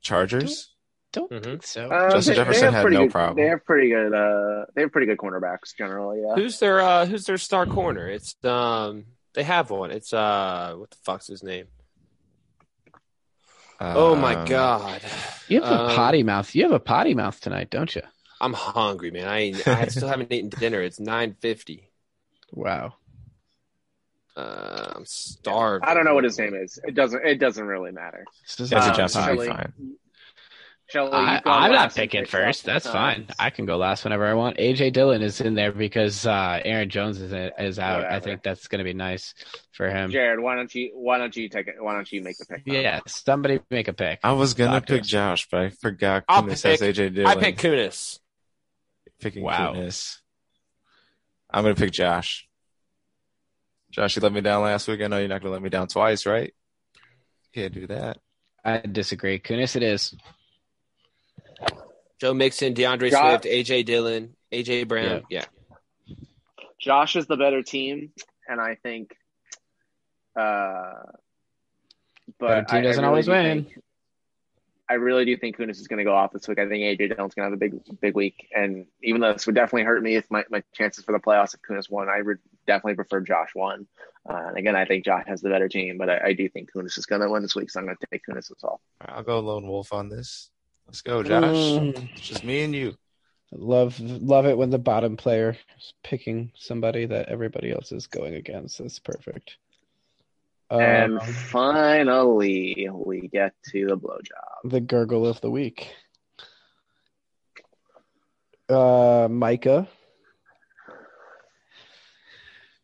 [SPEAKER 3] Chargers?
[SPEAKER 1] don't
[SPEAKER 2] Mhm.
[SPEAKER 1] think so.
[SPEAKER 4] Uh,
[SPEAKER 3] Justin Jefferson
[SPEAKER 4] have
[SPEAKER 3] had
[SPEAKER 4] pretty
[SPEAKER 3] no
[SPEAKER 4] good-
[SPEAKER 3] problem.
[SPEAKER 4] They have pretty good. Uh, they have pretty good cornerbacks generally. Yeah.
[SPEAKER 2] Who's their uh who's their star corner? It's um they have one. It's uh what the fuck's his name? oh my
[SPEAKER 3] Um,
[SPEAKER 2] god.
[SPEAKER 1] you have
[SPEAKER 2] Um,
[SPEAKER 1] a potty mouth. You have a potty mouth tonight, don't you?
[SPEAKER 2] I'm hungry, man. I I still haven't eaten dinner. It's 9:50.
[SPEAKER 1] Wow.
[SPEAKER 2] Uh, I'm starved.
[SPEAKER 4] I don't know what his name is. It doesn't. It doesn't really matter.
[SPEAKER 1] This is
[SPEAKER 3] Jesse
[SPEAKER 1] not
[SPEAKER 3] Johnson
[SPEAKER 1] potty.
[SPEAKER 3] will be
[SPEAKER 4] Shelley-
[SPEAKER 3] fine.
[SPEAKER 4] Shelley,
[SPEAKER 1] I,
[SPEAKER 4] you've gone
[SPEAKER 1] I'm not
[SPEAKER 4] last
[SPEAKER 1] picking
[SPEAKER 4] and picked
[SPEAKER 1] first.
[SPEAKER 4] multiple
[SPEAKER 1] That's fine.
[SPEAKER 4] times.
[SPEAKER 1] I can go last whenever I want. AJ Dillon is in there because uh, Aaron Jones is is out. I
[SPEAKER 4] Whatever.
[SPEAKER 1] think that's going to be nice for him.
[SPEAKER 4] Jared, why don't you? Why don't you take it? Why don't you make the pick?
[SPEAKER 1] um, Yeah, somebody make a pick.
[SPEAKER 3] I was going to
[SPEAKER 1] Doctor.
[SPEAKER 3] pick Josh, but I forgot
[SPEAKER 2] I'll
[SPEAKER 3] Kunis
[SPEAKER 2] pick-
[SPEAKER 3] has AJ
[SPEAKER 2] I
[SPEAKER 3] Dillon.
[SPEAKER 2] picked Kunis.
[SPEAKER 3] picking
[SPEAKER 1] Wow.
[SPEAKER 3] Kunis. I'm going to pick Josh. Josh, you let me down last week. I know you're not going to let me down twice, right? Can't do that.
[SPEAKER 1] I disagree. Kunis, it is.
[SPEAKER 2] Joe Mixon, DeAndre
[SPEAKER 4] Ja-
[SPEAKER 2] Swift, AJ Dillon, AJ Brown. Yeah.
[SPEAKER 4] Josh is the better team, and I think. Uh, but
[SPEAKER 1] Better team
[SPEAKER 4] I- I
[SPEAKER 1] doesn't
[SPEAKER 4] really
[SPEAKER 1] always
[SPEAKER 4] do
[SPEAKER 1] win.
[SPEAKER 4] think- I really do think Kunis is going to go off this week. I think AJ Dillon's going to have a big, big week. And even though this would definitely hurt me if my, my chances for the playoffs if Kunis won, I would definitely prefer Josh won. Uh, and again, I think Josh has the better team, but I, I do think Kunis is going to win this week, so I'm going to take Kunis as well.
[SPEAKER 3] All right, I'll go lone wolf on this. Let's go, Josh.
[SPEAKER 1] Mm.
[SPEAKER 3] It's just me and you.
[SPEAKER 1] Love love it when the bottom player is picking somebody that everybody else is going against. That's perfect. Uh, Um,
[SPEAKER 4] and finally, we get to the blowjob.
[SPEAKER 1] the gurgle of the week. Uh, Micah.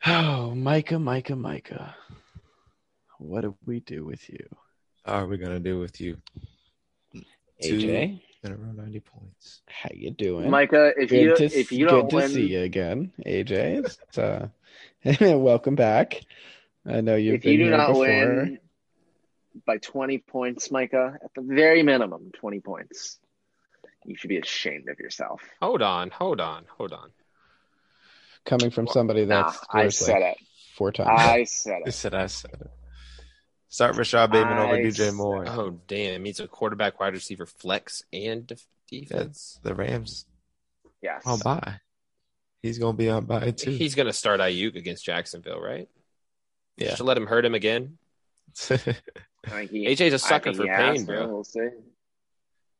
[SPEAKER 1] Oh, Micah, Micah, Micah. What do we do with you,
[SPEAKER 3] How are we gonna do with you?
[SPEAKER 1] AJ?
[SPEAKER 3] in a row, ninety points.
[SPEAKER 1] How you doing?
[SPEAKER 4] Micah, if
[SPEAKER 1] good
[SPEAKER 4] you
[SPEAKER 1] to,
[SPEAKER 4] if you
[SPEAKER 1] good
[SPEAKER 4] don't
[SPEAKER 1] to
[SPEAKER 4] win,
[SPEAKER 1] see you again, AJ. It's, uh, welcome back. I know you've
[SPEAKER 4] if
[SPEAKER 1] been
[SPEAKER 4] you do
[SPEAKER 1] here
[SPEAKER 4] not
[SPEAKER 1] before.
[SPEAKER 4] win by 20 points, Micah, at the very minimum, 20 points, you should be ashamed of yourself.
[SPEAKER 2] Hold on, hold on, hold on.
[SPEAKER 1] Coming from somebody
[SPEAKER 4] Nah,
[SPEAKER 1] that's
[SPEAKER 4] I
[SPEAKER 1] scores,
[SPEAKER 4] said
[SPEAKER 1] like
[SPEAKER 4] it.
[SPEAKER 1] four times.
[SPEAKER 4] I said
[SPEAKER 3] I
[SPEAKER 4] it.
[SPEAKER 3] said I said it. Start Rashad Bateman over
[SPEAKER 4] I
[SPEAKER 3] DJ
[SPEAKER 4] said-
[SPEAKER 3] Moore.
[SPEAKER 2] Oh damn, he's a quarterback, wide receiver, flex, and def- defense.
[SPEAKER 3] The Rams
[SPEAKER 4] Yes.
[SPEAKER 3] on oh, bye. He's gonna be on bye too.
[SPEAKER 2] He's gonna start Ayuk against Jacksonville, right?
[SPEAKER 3] Yeah.
[SPEAKER 2] Should let him hurt him again.
[SPEAKER 4] I think he-
[SPEAKER 2] AJ's a
[SPEAKER 4] I
[SPEAKER 2] sucker
[SPEAKER 4] think
[SPEAKER 2] for
[SPEAKER 4] he has
[SPEAKER 2] pain,
[SPEAKER 4] to.
[SPEAKER 2] bro.
[SPEAKER 4] We'll see.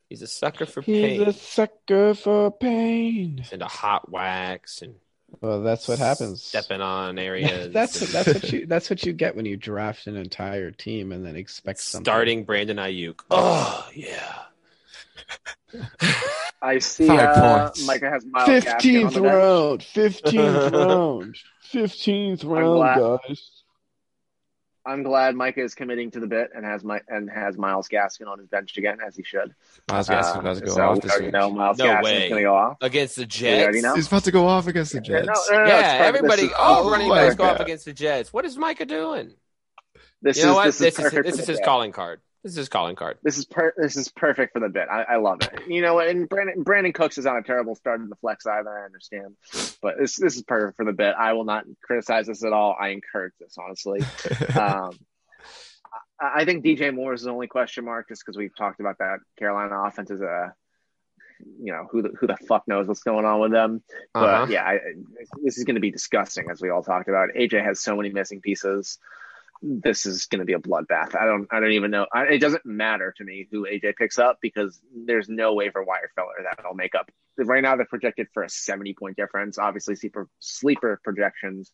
[SPEAKER 2] He's a sucker for
[SPEAKER 1] He's
[SPEAKER 2] pain
[SPEAKER 1] a sucker for pain.
[SPEAKER 2] and a hot wax and
[SPEAKER 1] Well, that's what happens.
[SPEAKER 2] stepping on areas.
[SPEAKER 1] that's
[SPEAKER 2] and
[SPEAKER 1] that's what you that's what you get when you draft an entire team and then expect something.
[SPEAKER 2] starting Brandon Ayuk. Oh yeah.
[SPEAKER 4] I see
[SPEAKER 3] Five
[SPEAKER 4] uh,
[SPEAKER 3] points.
[SPEAKER 4] Micah has Miles Gaskin on
[SPEAKER 1] fifteenth
[SPEAKER 4] the bench.
[SPEAKER 1] round, fifteenth round, fifteenth round,
[SPEAKER 4] glad-
[SPEAKER 1] guys.
[SPEAKER 4] I'm glad Micah is committing to the bit and has my and has Miles Gaskin on his bench again as he should.
[SPEAKER 3] Miles Gaskin about to
[SPEAKER 4] Uh,
[SPEAKER 3] go
[SPEAKER 4] so
[SPEAKER 3] off
[SPEAKER 4] we
[SPEAKER 3] this
[SPEAKER 4] already
[SPEAKER 3] week.
[SPEAKER 4] know Miles
[SPEAKER 2] No
[SPEAKER 4] Gaskin's
[SPEAKER 2] way.
[SPEAKER 4] going to go off.
[SPEAKER 2] against the
[SPEAKER 4] We already
[SPEAKER 2] Jets.
[SPEAKER 4] know.
[SPEAKER 3] He's about to go off against the
[SPEAKER 4] No,
[SPEAKER 3] Jets.
[SPEAKER 4] no, no, no, it's
[SPEAKER 2] Yeah,
[SPEAKER 4] perfect. This
[SPEAKER 2] everybody,
[SPEAKER 4] is- oh
[SPEAKER 2] all running backs go off
[SPEAKER 3] God.
[SPEAKER 2] against the Jets. What is Micah doing?
[SPEAKER 4] This
[SPEAKER 2] you know
[SPEAKER 4] is
[SPEAKER 2] what?
[SPEAKER 4] this is
[SPEAKER 2] This is,
[SPEAKER 4] perfect.
[SPEAKER 2] this
[SPEAKER 4] for
[SPEAKER 2] is
[SPEAKER 4] the
[SPEAKER 2] his
[SPEAKER 4] bit.
[SPEAKER 2] calling card. This is his calling card.
[SPEAKER 4] This is per- this is perfect for the bit. I, I love it. You know, what? and Brandon Brandon Cooks is on a terrible start in the flex either. I understand, but this this is perfect for the bit. I will not criticize this at all. I encourage this honestly. Um, I, I think DJ Moore is the only question mark, just because we've talked about that Carolina offense is a, you know, who the, who the fuck knows what's going on with them. But
[SPEAKER 2] Uh-huh.
[SPEAKER 4] yeah, I, I- this is going to be disgusting, as we all talked about. AJ has so many missing pieces. This is going to be a bloodbath. I don't, I don't even know. I, it doesn't matter to me who AJ picks up because there's no waiver wire filler that'll make up. Right now, they're projected for a 70 point difference. Obviously, sleeper sleeper projections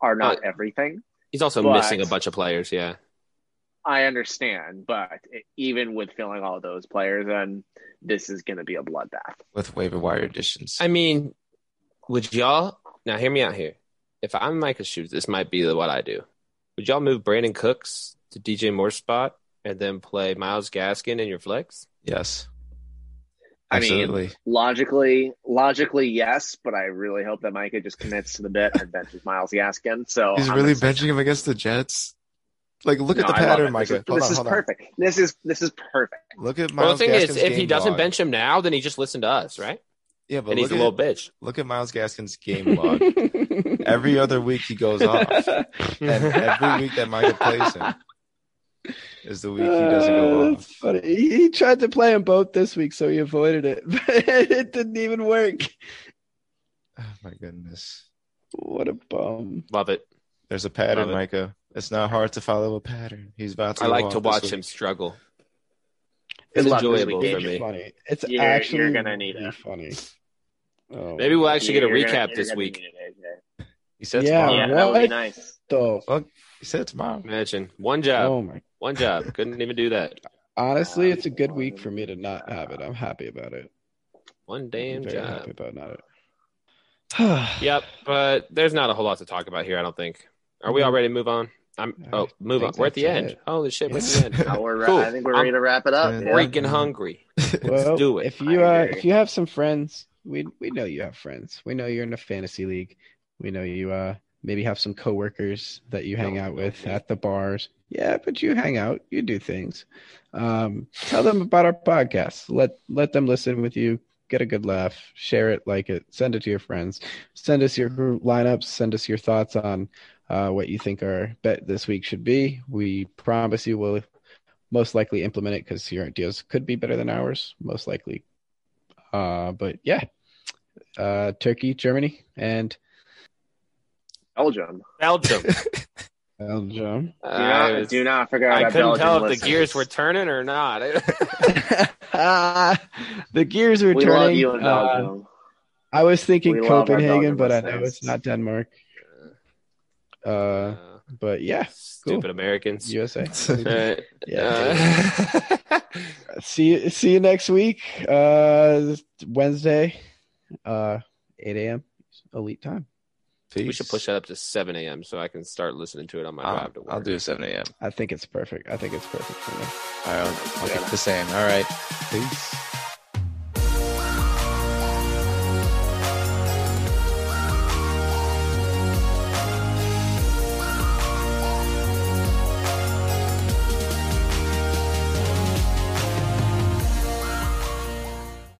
[SPEAKER 4] are not everything.
[SPEAKER 2] He's also
[SPEAKER 4] But-
[SPEAKER 2] missing a bunch of players. Yeah.
[SPEAKER 4] I understand, but even with filling all those players, in, this is going to be a bloodbath.
[SPEAKER 3] with waiver wire additions.
[SPEAKER 2] I mean, would y'all now hear me out here? If I'm in Micah's shoes, this might be what I do. Would y'all move Brandon Cooks to DJ Moore's spot and then play Miles Gaskin in your flex?
[SPEAKER 3] yes,
[SPEAKER 4] I mean-
[SPEAKER 3] absolutely.
[SPEAKER 4] Logically, logically, yes, but I really hope that Micah just commits to the bit and benches Miles Gaskin.
[SPEAKER 2] oh,
[SPEAKER 4] So
[SPEAKER 3] He's
[SPEAKER 4] I'm
[SPEAKER 3] really
[SPEAKER 4] excited.
[SPEAKER 3] benching him against the Jets. Like, look at
[SPEAKER 4] No,
[SPEAKER 3] the
[SPEAKER 4] I love
[SPEAKER 3] pattern,
[SPEAKER 4] it. This
[SPEAKER 3] Micah.
[SPEAKER 4] is,
[SPEAKER 3] hold
[SPEAKER 4] this
[SPEAKER 3] on,
[SPEAKER 4] is
[SPEAKER 3] hold
[SPEAKER 4] perfect. This is this is perfect.
[SPEAKER 3] on. Look at Miles.
[SPEAKER 2] well, the thing is,
[SPEAKER 3] Gaskin's
[SPEAKER 2] if he
[SPEAKER 3] game
[SPEAKER 2] doesn't
[SPEAKER 3] log.
[SPEAKER 2] bench him now, then he just listened to us, right?
[SPEAKER 3] yeah, but
[SPEAKER 2] and
[SPEAKER 3] look
[SPEAKER 2] he's
[SPEAKER 3] at,
[SPEAKER 2] a little bitch.
[SPEAKER 3] look at Miles Gaskin's game log. every other week he goes off, and every week that Micah plays him is the week he doesn't
[SPEAKER 1] Uh,
[SPEAKER 3] go
[SPEAKER 1] that's
[SPEAKER 3] off.
[SPEAKER 1] funny. He, he tried to play them both this week, so he avoided it, but it didn't even work.
[SPEAKER 3] Oh my goodness,
[SPEAKER 1] What a bum!
[SPEAKER 2] Love it.
[SPEAKER 3] there's a pattern,
[SPEAKER 2] Love it.
[SPEAKER 3] Micah. It's not hard to follow a pattern. He's about to.
[SPEAKER 2] I
[SPEAKER 3] go
[SPEAKER 2] like
[SPEAKER 3] off
[SPEAKER 2] to
[SPEAKER 3] this
[SPEAKER 2] watch
[SPEAKER 3] week.
[SPEAKER 2] him struggle.
[SPEAKER 4] Good
[SPEAKER 2] It's
[SPEAKER 4] luck this
[SPEAKER 2] enjoyable
[SPEAKER 4] week,
[SPEAKER 2] for
[SPEAKER 4] AJ.
[SPEAKER 2] me.
[SPEAKER 1] Funny. It's
[SPEAKER 4] You're-
[SPEAKER 1] actually
[SPEAKER 4] you're gonna need
[SPEAKER 1] really
[SPEAKER 4] it.
[SPEAKER 1] funny. Oh,
[SPEAKER 2] Maybe we'll actually get a
[SPEAKER 4] You're gonna-
[SPEAKER 2] recap
[SPEAKER 4] you're
[SPEAKER 2] this
[SPEAKER 4] gonna
[SPEAKER 2] week.
[SPEAKER 4] need it, AJ.
[SPEAKER 3] He said
[SPEAKER 1] Yeah,
[SPEAKER 3] tomorrow.
[SPEAKER 4] Yeah, that would be
[SPEAKER 1] what?
[SPEAKER 4] nice.
[SPEAKER 1] though.
[SPEAKER 3] He said tomorrow.
[SPEAKER 2] Imagine one job,
[SPEAKER 1] Oh my!
[SPEAKER 2] one job. Couldn't even do that.
[SPEAKER 1] Honestly, it's a good week for me to not have it. I'm happy about it.
[SPEAKER 2] One damn
[SPEAKER 1] I'm very
[SPEAKER 2] job.
[SPEAKER 1] happy about not it.
[SPEAKER 2] Yep, but there's not a whole lot to talk about here. I don't think. Are
[SPEAKER 3] Mm-hmm.
[SPEAKER 2] we all ready to move on? I'm.
[SPEAKER 1] I
[SPEAKER 2] Oh, move on.
[SPEAKER 1] think
[SPEAKER 2] We're at the
[SPEAKER 1] that's
[SPEAKER 2] end.
[SPEAKER 1] it.
[SPEAKER 2] Holy shit, we're at
[SPEAKER 3] Yes.
[SPEAKER 2] the end.
[SPEAKER 4] Now we're,
[SPEAKER 2] Cool.
[SPEAKER 4] I think we're
[SPEAKER 2] I'm
[SPEAKER 4] ready to wrap it up.
[SPEAKER 3] I'm
[SPEAKER 4] yeah.
[SPEAKER 2] Freaking hungry.
[SPEAKER 1] Well,
[SPEAKER 2] do it.
[SPEAKER 1] If you
[SPEAKER 4] I
[SPEAKER 1] uh,
[SPEAKER 4] agree.
[SPEAKER 1] if you have some friends, we we know you have friends. We know you're in a fantasy league. We know you uh maybe have some coworkers that you hang
[SPEAKER 2] No,
[SPEAKER 1] out
[SPEAKER 2] no,
[SPEAKER 1] with
[SPEAKER 2] no.
[SPEAKER 1] at the bars. Yeah, but you hang out, you do things. Um, tell them about our podcast. Let let them listen with you. Get a good laugh. Share it, like it. Send it to your friends. Send us your group lineups. Send us your thoughts on uh, what you think our bet this week should be. We promise you we'll most likely implement it because your ideas could be better than ours, most likely. Uh, but yeah, uh, Turkey, Germany, and
[SPEAKER 4] Belgium.
[SPEAKER 2] Belgium.
[SPEAKER 1] Belgium.
[SPEAKER 4] Do not,
[SPEAKER 2] I, was-
[SPEAKER 4] do not forget
[SPEAKER 2] I
[SPEAKER 4] about
[SPEAKER 2] couldn't
[SPEAKER 4] Belgium
[SPEAKER 2] tell if the
[SPEAKER 4] listeners.
[SPEAKER 2] gears were turning or not.
[SPEAKER 1] Ah, the gears are
[SPEAKER 4] We
[SPEAKER 1] turning.
[SPEAKER 4] love you in
[SPEAKER 1] Uh,
[SPEAKER 4] Belgium.
[SPEAKER 1] I was thinking
[SPEAKER 4] We love our
[SPEAKER 1] Copenhagen,
[SPEAKER 4] Belgian
[SPEAKER 1] but I know
[SPEAKER 4] listeners.
[SPEAKER 1] it's not Denmark. Uh,
[SPEAKER 2] Uh,
[SPEAKER 1] but yeah,
[SPEAKER 2] stupid Americans.
[SPEAKER 1] USA.
[SPEAKER 2] Uh,
[SPEAKER 1] yeah.
[SPEAKER 2] uh,
[SPEAKER 1] see see you next week. Uh, Wednesday, uh, 8 a.m. Elite time.
[SPEAKER 2] we should push that up to 7 a.m. so I can start listening to it on my
[SPEAKER 3] I'll,
[SPEAKER 2] drive to work.
[SPEAKER 3] I'll do 7 a.m.
[SPEAKER 1] I think it's perfect. I think it's perfect for me.
[SPEAKER 3] All right, I'll, I'll get the same. All right. Peace.